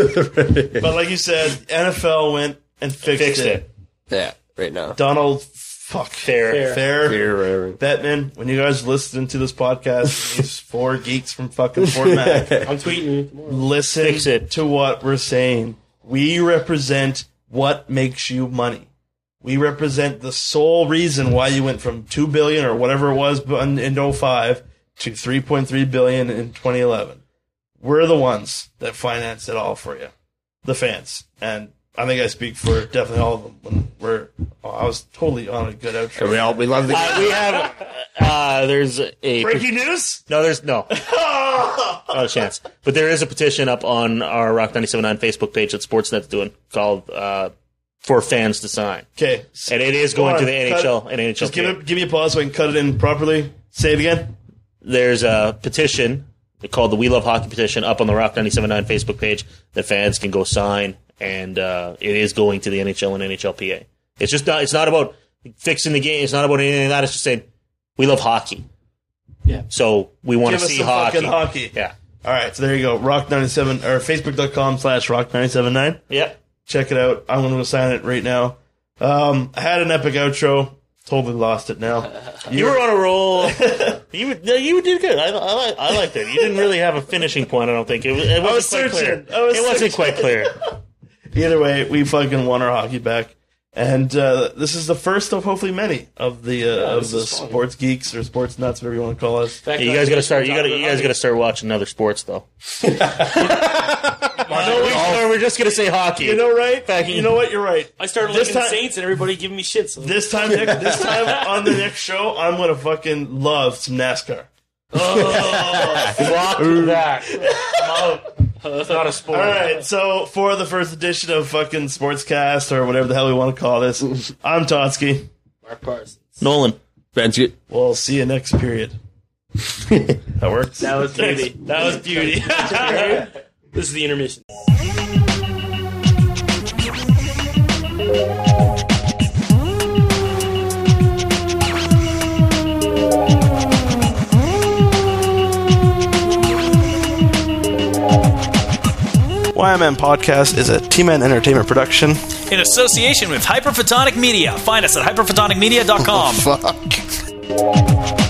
[SPEAKER 8] But like you said, NFL went and fixed,
[SPEAKER 5] fixed
[SPEAKER 8] it.
[SPEAKER 5] it.
[SPEAKER 9] Yeah, right now.
[SPEAKER 8] Donald, fuck
[SPEAKER 5] Fair.
[SPEAKER 8] fair.
[SPEAKER 9] Here, whatever.
[SPEAKER 8] Batman, when you guys listen to this podcast, these four geeks from fucking Fort Mac,
[SPEAKER 10] I'm tweeting tomorrow.
[SPEAKER 8] listen
[SPEAKER 5] Fix it.
[SPEAKER 8] to what we're saying. We represent what makes you money. We represent the sole reason why you went from two billion or whatever it was in, in 05 to three point three billion in twenty eleven. We're the ones that finance it all for you, the fans, and I think I speak for definitely all of them. When we're, oh, I was totally on a good outro.
[SPEAKER 9] And we all we love the
[SPEAKER 5] Uh, we have uh, there's a
[SPEAKER 8] Breaking news.
[SPEAKER 5] No, there's no. Not a chance. But there is a petition up on our Rock 979 Facebook page that Sportsnet's doing called uh, For Fans to Sign.
[SPEAKER 8] Okay,
[SPEAKER 5] And it is going to the
[SPEAKER 8] Hold on, cut-
[SPEAKER 5] NHL and NHL.
[SPEAKER 8] Just give it, give me a pause so I can cut it in properly. Say it again.
[SPEAKER 5] There's a petition called the We Love Hockey petition up on the Rock 979 Facebook page that fans can go sign. And uh, it is going to the NHL and NHLPA. It's just not, it's not about fixing the game. It's not about anything like that. It's just saying, we love hockey.
[SPEAKER 10] Yeah.
[SPEAKER 5] So we want to
[SPEAKER 8] Give us
[SPEAKER 5] see
[SPEAKER 8] some
[SPEAKER 5] hockey.
[SPEAKER 8] fucking hockey.
[SPEAKER 5] Yeah.
[SPEAKER 8] All right, so there you go. Rock ninety seven or Facebook.com slash rock ninety seven nine.
[SPEAKER 5] Yep.
[SPEAKER 8] Check it out. I'm gonna go sign it right now. Um, I had an epic outro. Totally lost it now.
[SPEAKER 5] You were on a roll. you were- no, you did good. I, I, li- I liked it. You didn't really have a finishing point. I don't think it, was- it wasn't
[SPEAKER 8] was
[SPEAKER 5] quite
[SPEAKER 8] searching.
[SPEAKER 5] clear.
[SPEAKER 8] I was
[SPEAKER 5] it wasn't
[SPEAKER 8] searching.
[SPEAKER 5] quite clear.
[SPEAKER 8] Either way, we fucking won our hockey back. And uh, this is the first of hopefully many of the uh, of the sports geeks or sports nuts, whatever you want to call us.
[SPEAKER 10] Back
[SPEAKER 5] You
[SPEAKER 10] on-
[SPEAKER 5] guys got to start. You got. You guys got to start watching other sports though. no, we, no, we're just gonna say hockey.
[SPEAKER 8] You know, right? You know what? You're right.
[SPEAKER 10] I started
[SPEAKER 8] This
[SPEAKER 10] liking
[SPEAKER 8] time-
[SPEAKER 10] the Saints, and everybody giving me shit. So
[SPEAKER 8] This time, next, this time on the next show, I'm gonna fucking love some NASCAR.
[SPEAKER 5] Fuck that.
[SPEAKER 10] that's not a sport.
[SPEAKER 8] All right, so for the first edition of fucking Sportscast or whatever the hell we want to call this, I'm Totsky.
[SPEAKER 10] Mark Parsons.
[SPEAKER 5] Nolan.
[SPEAKER 9] bench. Get,
[SPEAKER 8] We'll see you next period. that works.
[SPEAKER 10] That was beauty. That was beauty. this is the intermission.
[SPEAKER 1] Fireman Podcast is a T-Man Entertainment production.
[SPEAKER 2] In association with Hyperphotonic Media. Find us at hyperphotonicmedia.com.
[SPEAKER 1] Fuck.